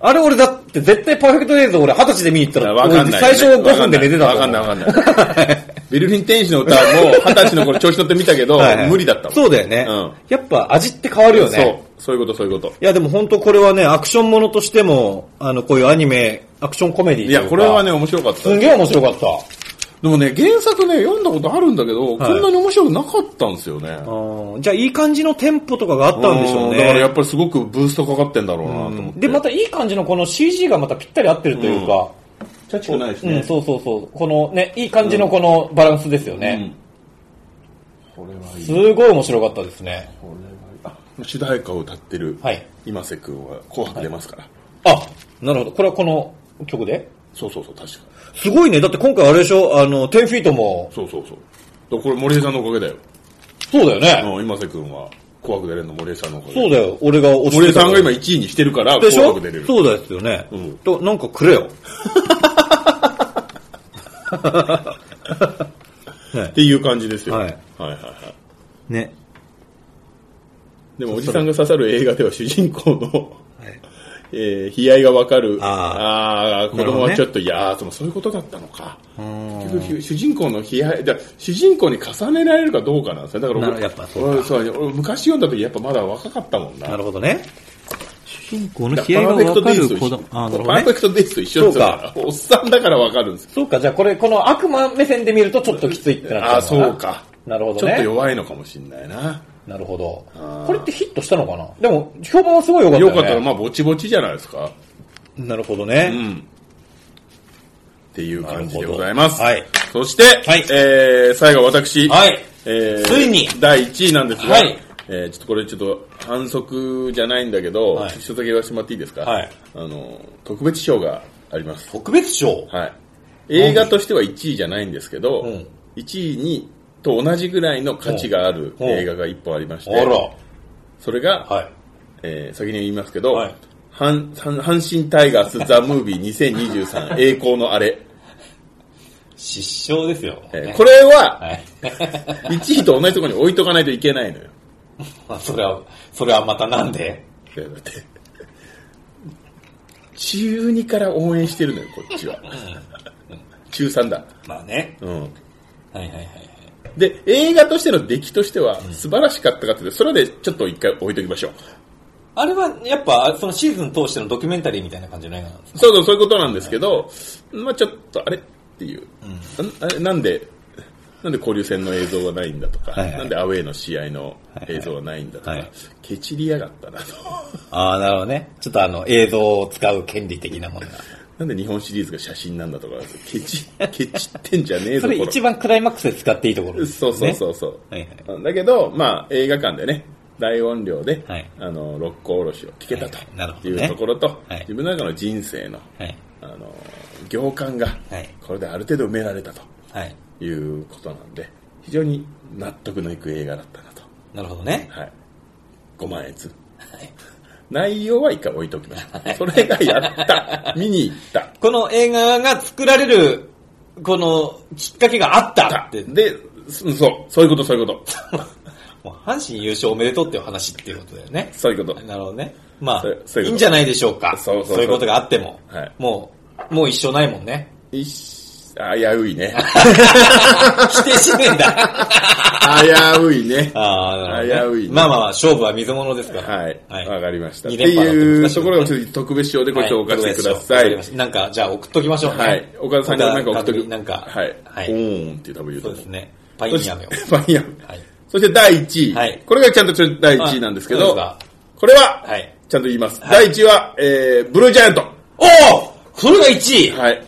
S2: あれ俺だって絶対パーフェクトデイズ俺二十歳で見に行ったら、
S1: わかんないよね、
S2: 俺最初5分で寝てた
S1: わかんないわかんない。わかんない ベルリン天使の歌も二十歳の頃調子乗ってみたけど、無理だったもん。
S2: そうだよね。
S1: うん
S2: やっぱ味って変わるよね。
S1: そう、そういうこと、そういうこと。
S2: いやでも本当これはね、アクションものとしても、あの、こういうアニメ、アクションコメディ
S1: いや、これは
S2: ね、
S1: ね、面白かった。
S2: すんげえ面白かった。
S1: でもね、原作ね、読んだことあるんだけど、こ
S2: はい
S1: んなに面白くなかったんですよね。
S2: うんじゃあいい感じのテンポとかがあったんでしょうね。
S1: だからやっぱりすごくブーストかかってんだろうなと思って。
S2: で、またいい感じのこの CG がまたぴったり合ってるというか、
S1: チャチくないし
S2: うん、そうそうそう。このね、いい感じのこのバランスですよね。
S1: これはいい。
S2: すごい面白かったですね。
S1: これはいいあ主題歌を歌ってる、
S2: はい
S1: 今瀬君は紅白出ますから、
S2: あ、なるほど。これはこの曲で
S1: そうそうそう確か
S2: すごいね。だって今回あれでしょあの、10フィートも、
S1: そうそうそうだからこれ森江さんのおかげだよ、
S2: そうだよね。
S1: うん今瀬君は紅白出れるの森江さんのおかげ
S2: そうだよ。俺が押し
S1: 森江
S2: てた
S1: さん
S2: の
S1: が今1位にしてるから
S2: で
S1: 紅
S2: しょ
S1: 白出れる
S2: そうだですよね。
S1: うん
S2: と、なんかくれよ。
S1: っていう感じですよ、
S2: はい
S1: はいはいはい
S2: ね。
S1: でもおじさんが刺さる映画では主人公の、 えー悲哀がわかるあ
S2: あ
S1: あー子供は
S2: なるほどね
S1: ちょっと、いやーでもそういうことだったのか結局ひ主人公の悲哀だから主人公に重ねられるかどうかなんですねだから
S2: な
S1: 俺
S2: やっぱそうか
S1: 俺そう俺昔読んだ時やっぱまだ若かったもんな
S2: なるほどね。主人公の
S1: だからパーフェクトデイズと一緒
S2: あ、なる
S1: パー
S2: ほ
S1: フ
S2: ど
S1: ェ
S2: ね。
S1: クトデイズと一緒ですよ
S2: そうか
S1: おっさんだからわかるんですよ
S2: そうか、じゃあこれ、この悪魔目線で見るとちょっときついってなっちゃう
S1: ああ
S2: の
S1: そう
S2: か
S1: か
S2: な。なるほ
S1: ち
S2: ど
S1: ょっと
S2: ね。
S1: 弱いのかもしれないな
S2: なるほ
S1: あ
S2: ど
S1: ー。
S2: これってヒットしたのかなでも、評判はすごい良かった
S1: よ
S2: よね。
S1: かったらまあぼちぼちじゃないですか
S2: なるほど
S1: う
S2: ね。
S1: んっていう感じ
S2: な
S1: で
S2: るほど
S1: ございます。
S2: はい
S1: そして、
S2: はい
S1: えー、最後私、
S2: はい。
S1: えー
S2: ついに
S1: 第1位なんですが、
S2: はい
S1: えーちょっとこれちょっと反則じゃないんだけど、
S2: はい
S1: 一つだけ言わせてもらっていいですか、
S2: はい
S1: あの特別賞があります、
S2: 特別賞
S1: はい、映画としては1位じゃないんですけど、
S2: うん
S1: 1位にと同じぐらいの価値がある
S2: うん
S1: 映画が1本ありまし
S2: あ
S1: て、
S2: ら。
S1: それが、
S2: はい。
S1: えー先に言いますけど、
S2: はい
S1: 阪阪阪神タイガース・ザ・ムービー2023栄光のあれ
S2: 失笑ですよ。
S1: えー
S2: ね
S1: これは
S2: はい。
S1: 1位と同じところに置いとかないといけないのよ。
S2: まあ、それは、それはまたなんで
S1: だって 中2から応援してるのよ、こっちは。中3だ。
S2: まあね。
S1: うん。
S2: はいはいはいはい。
S1: で、映画としての出来としては素晴らしかったかっていうと、それでちょっと一回置いときましょう。
S2: あれは、やっぱ、そのシーズン通してのドキュメンタリーみたいな感じの映画なんです
S1: そうそう、そういうことなんですけど、まあちょっと、あれっていう、なあれなんで、なんで交流戦の映像はないんだとか、
S2: はいはい
S1: なんでアウェーの試合の映像はないんだとか、
S2: はい
S1: ケチりやがったなと。
S2: ああ、なるほどね。ちょっとあの、映像を使う権利的なものが。
S1: なんで日本シリーズが写真なんだとか、ケチ、ケチってんじゃねえぞ、
S2: それ
S1: この
S2: 一番クライマックスで使っていいところです
S1: そう
S2: ね。。
S1: そうそううそう、
S2: はい
S1: だけど、まあ、映画館でね大音量で、
S2: はい
S1: あの六甲おろしを聞けたと、
S2: はいはいなるほど
S1: い
S2: ね
S1: うところと、
S2: はい
S1: 自分の中の人生の
S2: はい。
S1: あの行間が、
S2: はい
S1: これである程度埋められたと
S2: はい。
S1: いうことなんで非常に納得のいく映画だったなと、
S2: なるほどね。
S1: はい、5万円つ内容は一回置いときましたそれがや った見に行った
S2: この映画が作られる、この、きっかけがあったって。
S1: でそそうそういうことそういうこと
S2: もう阪神優勝おめでとうっていう話っていうことだよね。
S1: そういうこと
S2: なるほどね。ま
S1: そう
S2: あ、
S1: そういうこと
S2: いいんじゃないでしょうか。
S1: そうそうそう
S2: いうことがあっても。
S1: はい
S2: もう、もう一生ないもんね。
S1: いっし危うい ね
S2: 否定しねえん だ。
S1: 危ういね。
S2: ああ、なるほど、ね。
S1: 危ういね
S2: まあまあまあ、勝負は水物ですから。
S1: はい。わ、かりました。っ
S2: 二
S1: て
S2: 連覇
S1: いう
S2: だと
S1: とこ
S2: 難
S1: ろ
S2: しい
S1: をちょっと特別賞でご紹介してくだ
S2: は
S1: さ
S2: いわかり
S1: い
S2: ま。したなんか、じゃあ送っときましょうね。
S1: はい。岡田さんがなんか送っとく。
S2: なんか、
S1: はい。お
S2: はい。
S1: ーんって多分言うと
S2: そう
S1: 思
S2: ですね。パインアメを。
S1: そして パインアメ
S2: はい。
S1: そして第1位。
S2: はい
S1: これがちゃんとちょ第1位なんですけど、
S2: あ
S1: これは、
S2: はい
S1: ちゃんと言います。第1位は、えー、ブルージャイアント。
S2: おおそれが1位
S1: はい。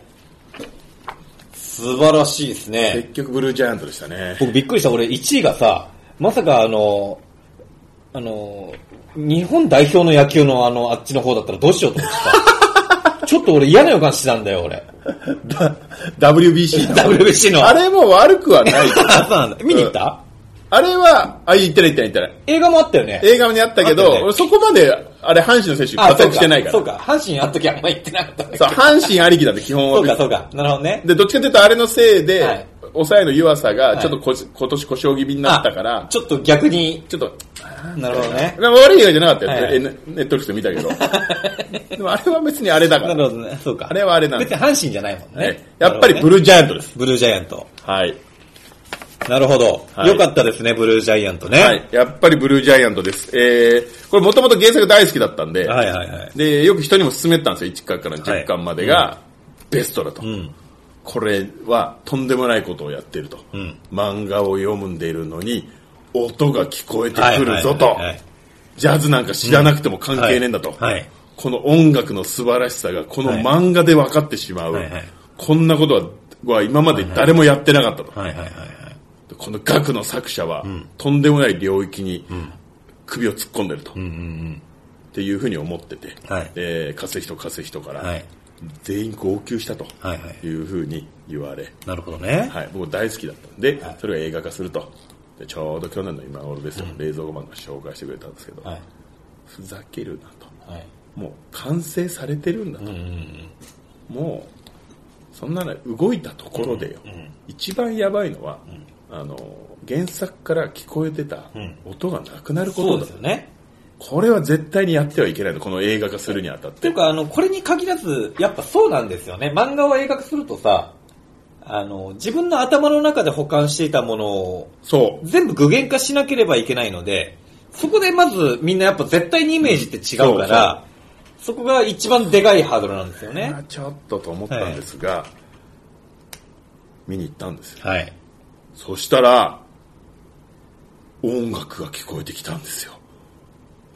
S2: 素晴らしいで
S1: 結
S2: すね。
S1: 局ブルージャイアントでした ね。
S2: 僕びっくりした。俺1位がさ、まさかあの、あの、日本代表の野球のあの、あっちの方だったらどうしようと思って た。ちょっと俺嫌な予感してたんだよ、俺。
S1: だ WBC の。
S2: WBC の。
S1: あれも悪くはない。
S2: あ そうなんだ。見に行った、
S1: あれは、あ、言ってない言ってない言ってない。
S2: 映画もあったよね。
S1: 映画にあったけ
S2: あっ
S1: ど、
S2: たよね
S1: 俺そこまで、あれ、阪神の選手
S2: あ、
S1: 活躍してないから。
S2: そうか。そうか阪神あの時あんま行ってなかったね
S1: そう、阪神ありきなんで、基本は。
S2: そうか、そうか。なるほどね。
S1: で、どっちかというと、あれのせいで、
S2: はい
S1: 抑えの湯浅
S2: い
S1: が、ちょっとこ、今年故障気味になったから、
S2: ちょっと逆に、
S1: ちょっと、
S2: なるほどね。
S1: まあ悪い映画じゃなかったよ、
S2: はいはい
S1: えネネットフリックスで見たけ ど。でも、あれは別にあれだから。
S2: なるほどね。そうか。
S1: あれはあれなんだ
S2: 別に阪神じゃないもん
S1: は
S2: ね
S1: い。やっぱりブ
S2: ル
S1: ルージャイアントです。
S2: ブルージャイアント。
S1: はい。
S2: なるほど。
S1: はい
S2: よかったですね、ブルージャイアントね。
S1: はい。やっぱりブルージャイアントです。えー、これもともと原作大好きだったんで、
S2: はいはいはい。
S1: で、よく人にも勧めてたんですよ、1巻から10巻までが、ベストだと。
S2: うん。
S1: これはとんでもないことをやってると、
S2: うん
S1: 漫画を読んでいるのに音が聞こえてくるぞ
S2: は
S1: と
S2: いはいはいはい
S1: ジャズなんか知らなくても関係ねえんだと、
S2: はいはい
S1: この音楽の素晴らしさがこの
S2: はい
S1: 漫画で分かってしまう、
S2: はいはい
S1: こんなことはは今まで誰もやってなかったと、
S2: はいはいはい
S1: この楽の作者は、とんでもない領域に首を突っ込んでると、っていうふうに思ってて、
S2: はい
S1: えー、勝つ人勝つ人から、
S2: はい。はい。
S1: 全員号泣したと
S2: はいはい
S1: いうふうに言われ、
S2: なるほどね。
S1: はい、僕大好きだったんで、それが映画化するとでちょうど去年の今頃ですよ、冷蔵庫マンが紹介してくれたんですけど、
S2: はい。
S1: ふざけるなと
S2: はい。
S1: もう完成されてるんだと、もうそんなの動いたところでよ、一番やばいのは、あの原作から聞こえてた音がなくなるこ
S2: そ
S1: と
S2: う
S1: だ
S2: ですよね。
S1: これは絶対にやってはいけないのこの映画化するにあたっ
S2: ってい
S1: て
S2: うか、あの、これに限らず、やっぱそうなんですよね。漫画を映画化するとさ、あの、自分の頭の中で保管していたものを
S1: そう
S2: 全部具現化しなければいけないので、そこでまずみんなやっぱ絶対にイメージって違うから、そこが一番でかいハードルなんですよね
S1: まあ。ちょっとと思ったんですが、見に行ったんですよ
S2: はい。
S1: そしたら、音楽が聞こえてきたんですよ。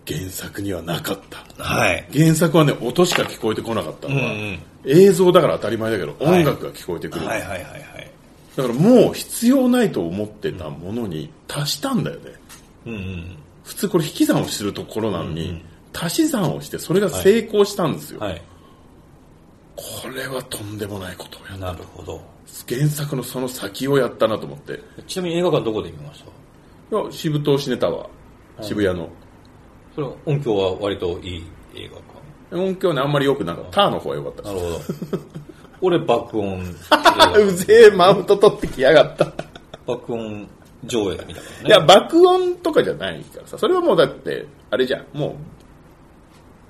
S1: 原作にはなかった。
S2: はい。
S1: 原作はね、音しか聞こえてこなかったのは、
S2: うんうん
S1: 映像だから当たり前だけど、
S2: はい
S1: 音楽が聞こえてくる。
S2: はいはいはいはい。
S1: だからもう必要ないと思ってたものに足したんだよね。
S2: うんうん。
S1: 普通これ引き算をするところなのに、足し算をしてそれが成功したんですよ、
S2: はい。
S1: これはとんでもないことをやった
S2: なるほど。
S1: 原作のその先をやったなと思ってい
S2: ちなみに映画館どこで見ました
S1: や渋東シネタワー渋谷の、
S2: それは音響は割といい映画
S1: 音響ね、あんまり良くなかった。ターの方が良かった
S2: か。な
S1: で
S2: るほど。 俺爆音、
S1: うぜえマウント取ってきやがった。
S2: 爆音上映みたい
S1: いや、爆音とかじゃないからさ。それはもうだって、あれじゃん。も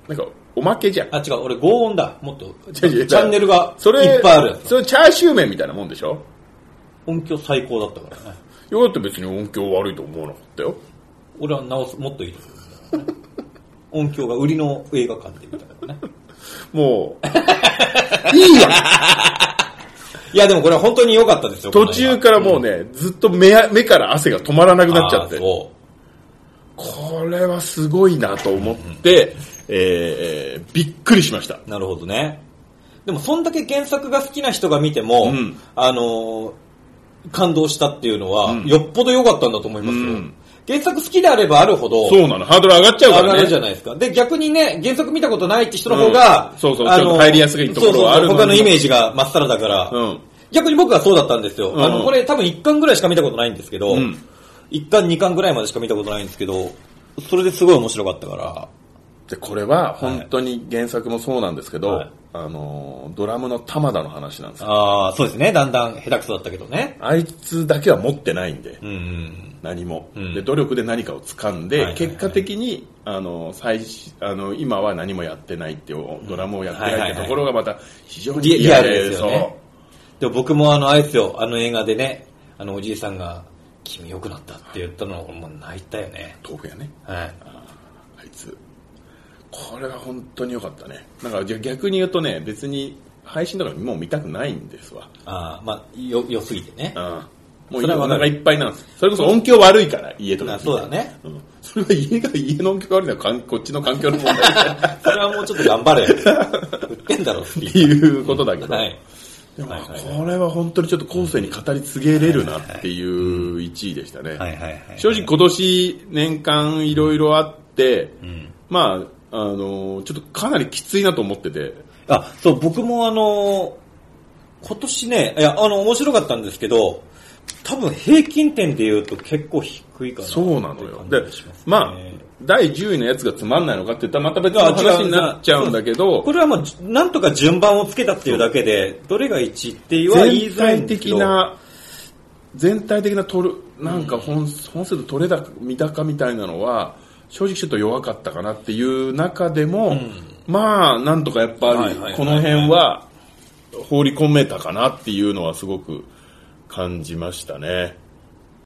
S1: う、なんか、おまけじゃん。
S2: な。あ、違う、俺合音だ。もっと、チ
S1: 違う違う
S2: ャンネルが
S1: それ、
S2: いっぱいあるやつ。
S1: それチャーシュー麺みたいなもんでしょ
S2: 音響最高だったからね。
S1: よかった別に音響悪いと思わなかったよ。
S2: 俺は直す、もっといいと思うんだよね音響が売りの映画館でみたいなね。
S1: もう、
S2: いや、でもこれは本当に良かったですよ。
S1: 途中からもうね、ずっと目や目から汗が止まらなく
S2: この映画
S1: なっちゃって
S2: あー。そ
S1: これはすごいなと思って、えー、びっくりしました。
S2: う。なるほどね。でも、そんだけ原作が好きな人が見ても、
S1: うん
S2: あのー感動したっていうのは、よっぽど良かったんだと思いますよ。
S1: うん
S2: 原作好きであればあるほど、
S1: そうなの、ハードル上がっちゃうか
S2: ある
S1: ら
S2: あ
S1: ね。
S2: るじゃないですか。で、逆にね、原作見たことないって人の方が、
S1: うんそうそう
S2: あ
S1: ちょっと入りやすいところはある
S2: そ
S1: のに
S2: うそうそう他のイメージがまっさらだから、
S1: うん
S2: 逆に僕はそうだったんですよ。
S1: うん
S2: あの、これ多分1巻ぐらいしか見たことないんですけど、
S1: うん
S2: 1巻2巻ぐらいまでしか見たことないんですけど、それですごい面白かったから、
S1: でこれは本当に原作もそうなんですけど、
S2: はい
S1: あのードラムの玉田の話なんですよ
S2: ああそうですね、だんだん下手くそだったけどね。
S1: あいつだけは持ってないんで、
S2: うんうん。
S1: 何も、
S2: うん
S1: で努力で何かを掴ん
S2: はい
S1: で、
S2: はいはい
S1: 結果的にあの最しあの今は何もやってないっていうドラムをやってないってところがまた非常に
S2: リ
S1: リ
S2: リ
S1: ア
S2: ア
S1: ル
S2: ル
S1: で
S2: ですよね。でも僕もあの、あれですよ、あの映画でね、あのおじいさんが、君良くなったって言ったのを、もう泣いたよね。
S1: そう豆腐屋ね
S2: はい。
S1: あいつこれは本当に良かったねなんかじゃあ逆に言うとね別に配信とかもう見たくないんですわ、
S2: ああまあ、よ、良すぎてね
S1: う。ん、もう
S2: それ
S1: 今
S2: は
S1: お
S2: わかる
S1: 腹いっぱいなんですそれこそ音響悪いから家と
S2: あ
S1: か
S2: そうだね。
S1: うんそれは家が家の音響が悪いのはかんこっちの環境の問題
S2: それはもうちょっと頑張れ。売ってんだろ、スピ
S1: っていうことだけど、
S2: はい。
S1: でも
S2: はいはいはい
S1: これは本当にちょっと後世に語り継げれるなっていう1位でしたね。
S2: いはいは
S1: 正直今年年間いろいろあって、まあ、あのーちょっとかなりきついなと思ってて、
S2: あ、そう、僕もあのー今年ね、いや、あの、面白かったんですけど、多分平均点で言うと結構低いかな。
S1: そうなのよ。
S2: って
S1: で
S2: 感じがしすね、
S1: まあ、第10位のやつがつまんないのかって言ったらまた別の話になっちゃうんだけど
S2: こ、れはもう、なんとか順番をつけたっていうだけで、どれが1位って言わ言
S1: 全
S2: いづらいん
S1: 体
S2: ですけ
S1: 的
S2: ど。
S1: な、全体的な取る、なんか本,、本数の取れ高、見高みたいなのは、正直ちょっと弱かったかなっていう中でも、まあ、なんとかやっぱ
S2: はい
S1: り
S2: はいはいはい、
S1: この辺は放り込めたかなっていうのはすごく感じましたね。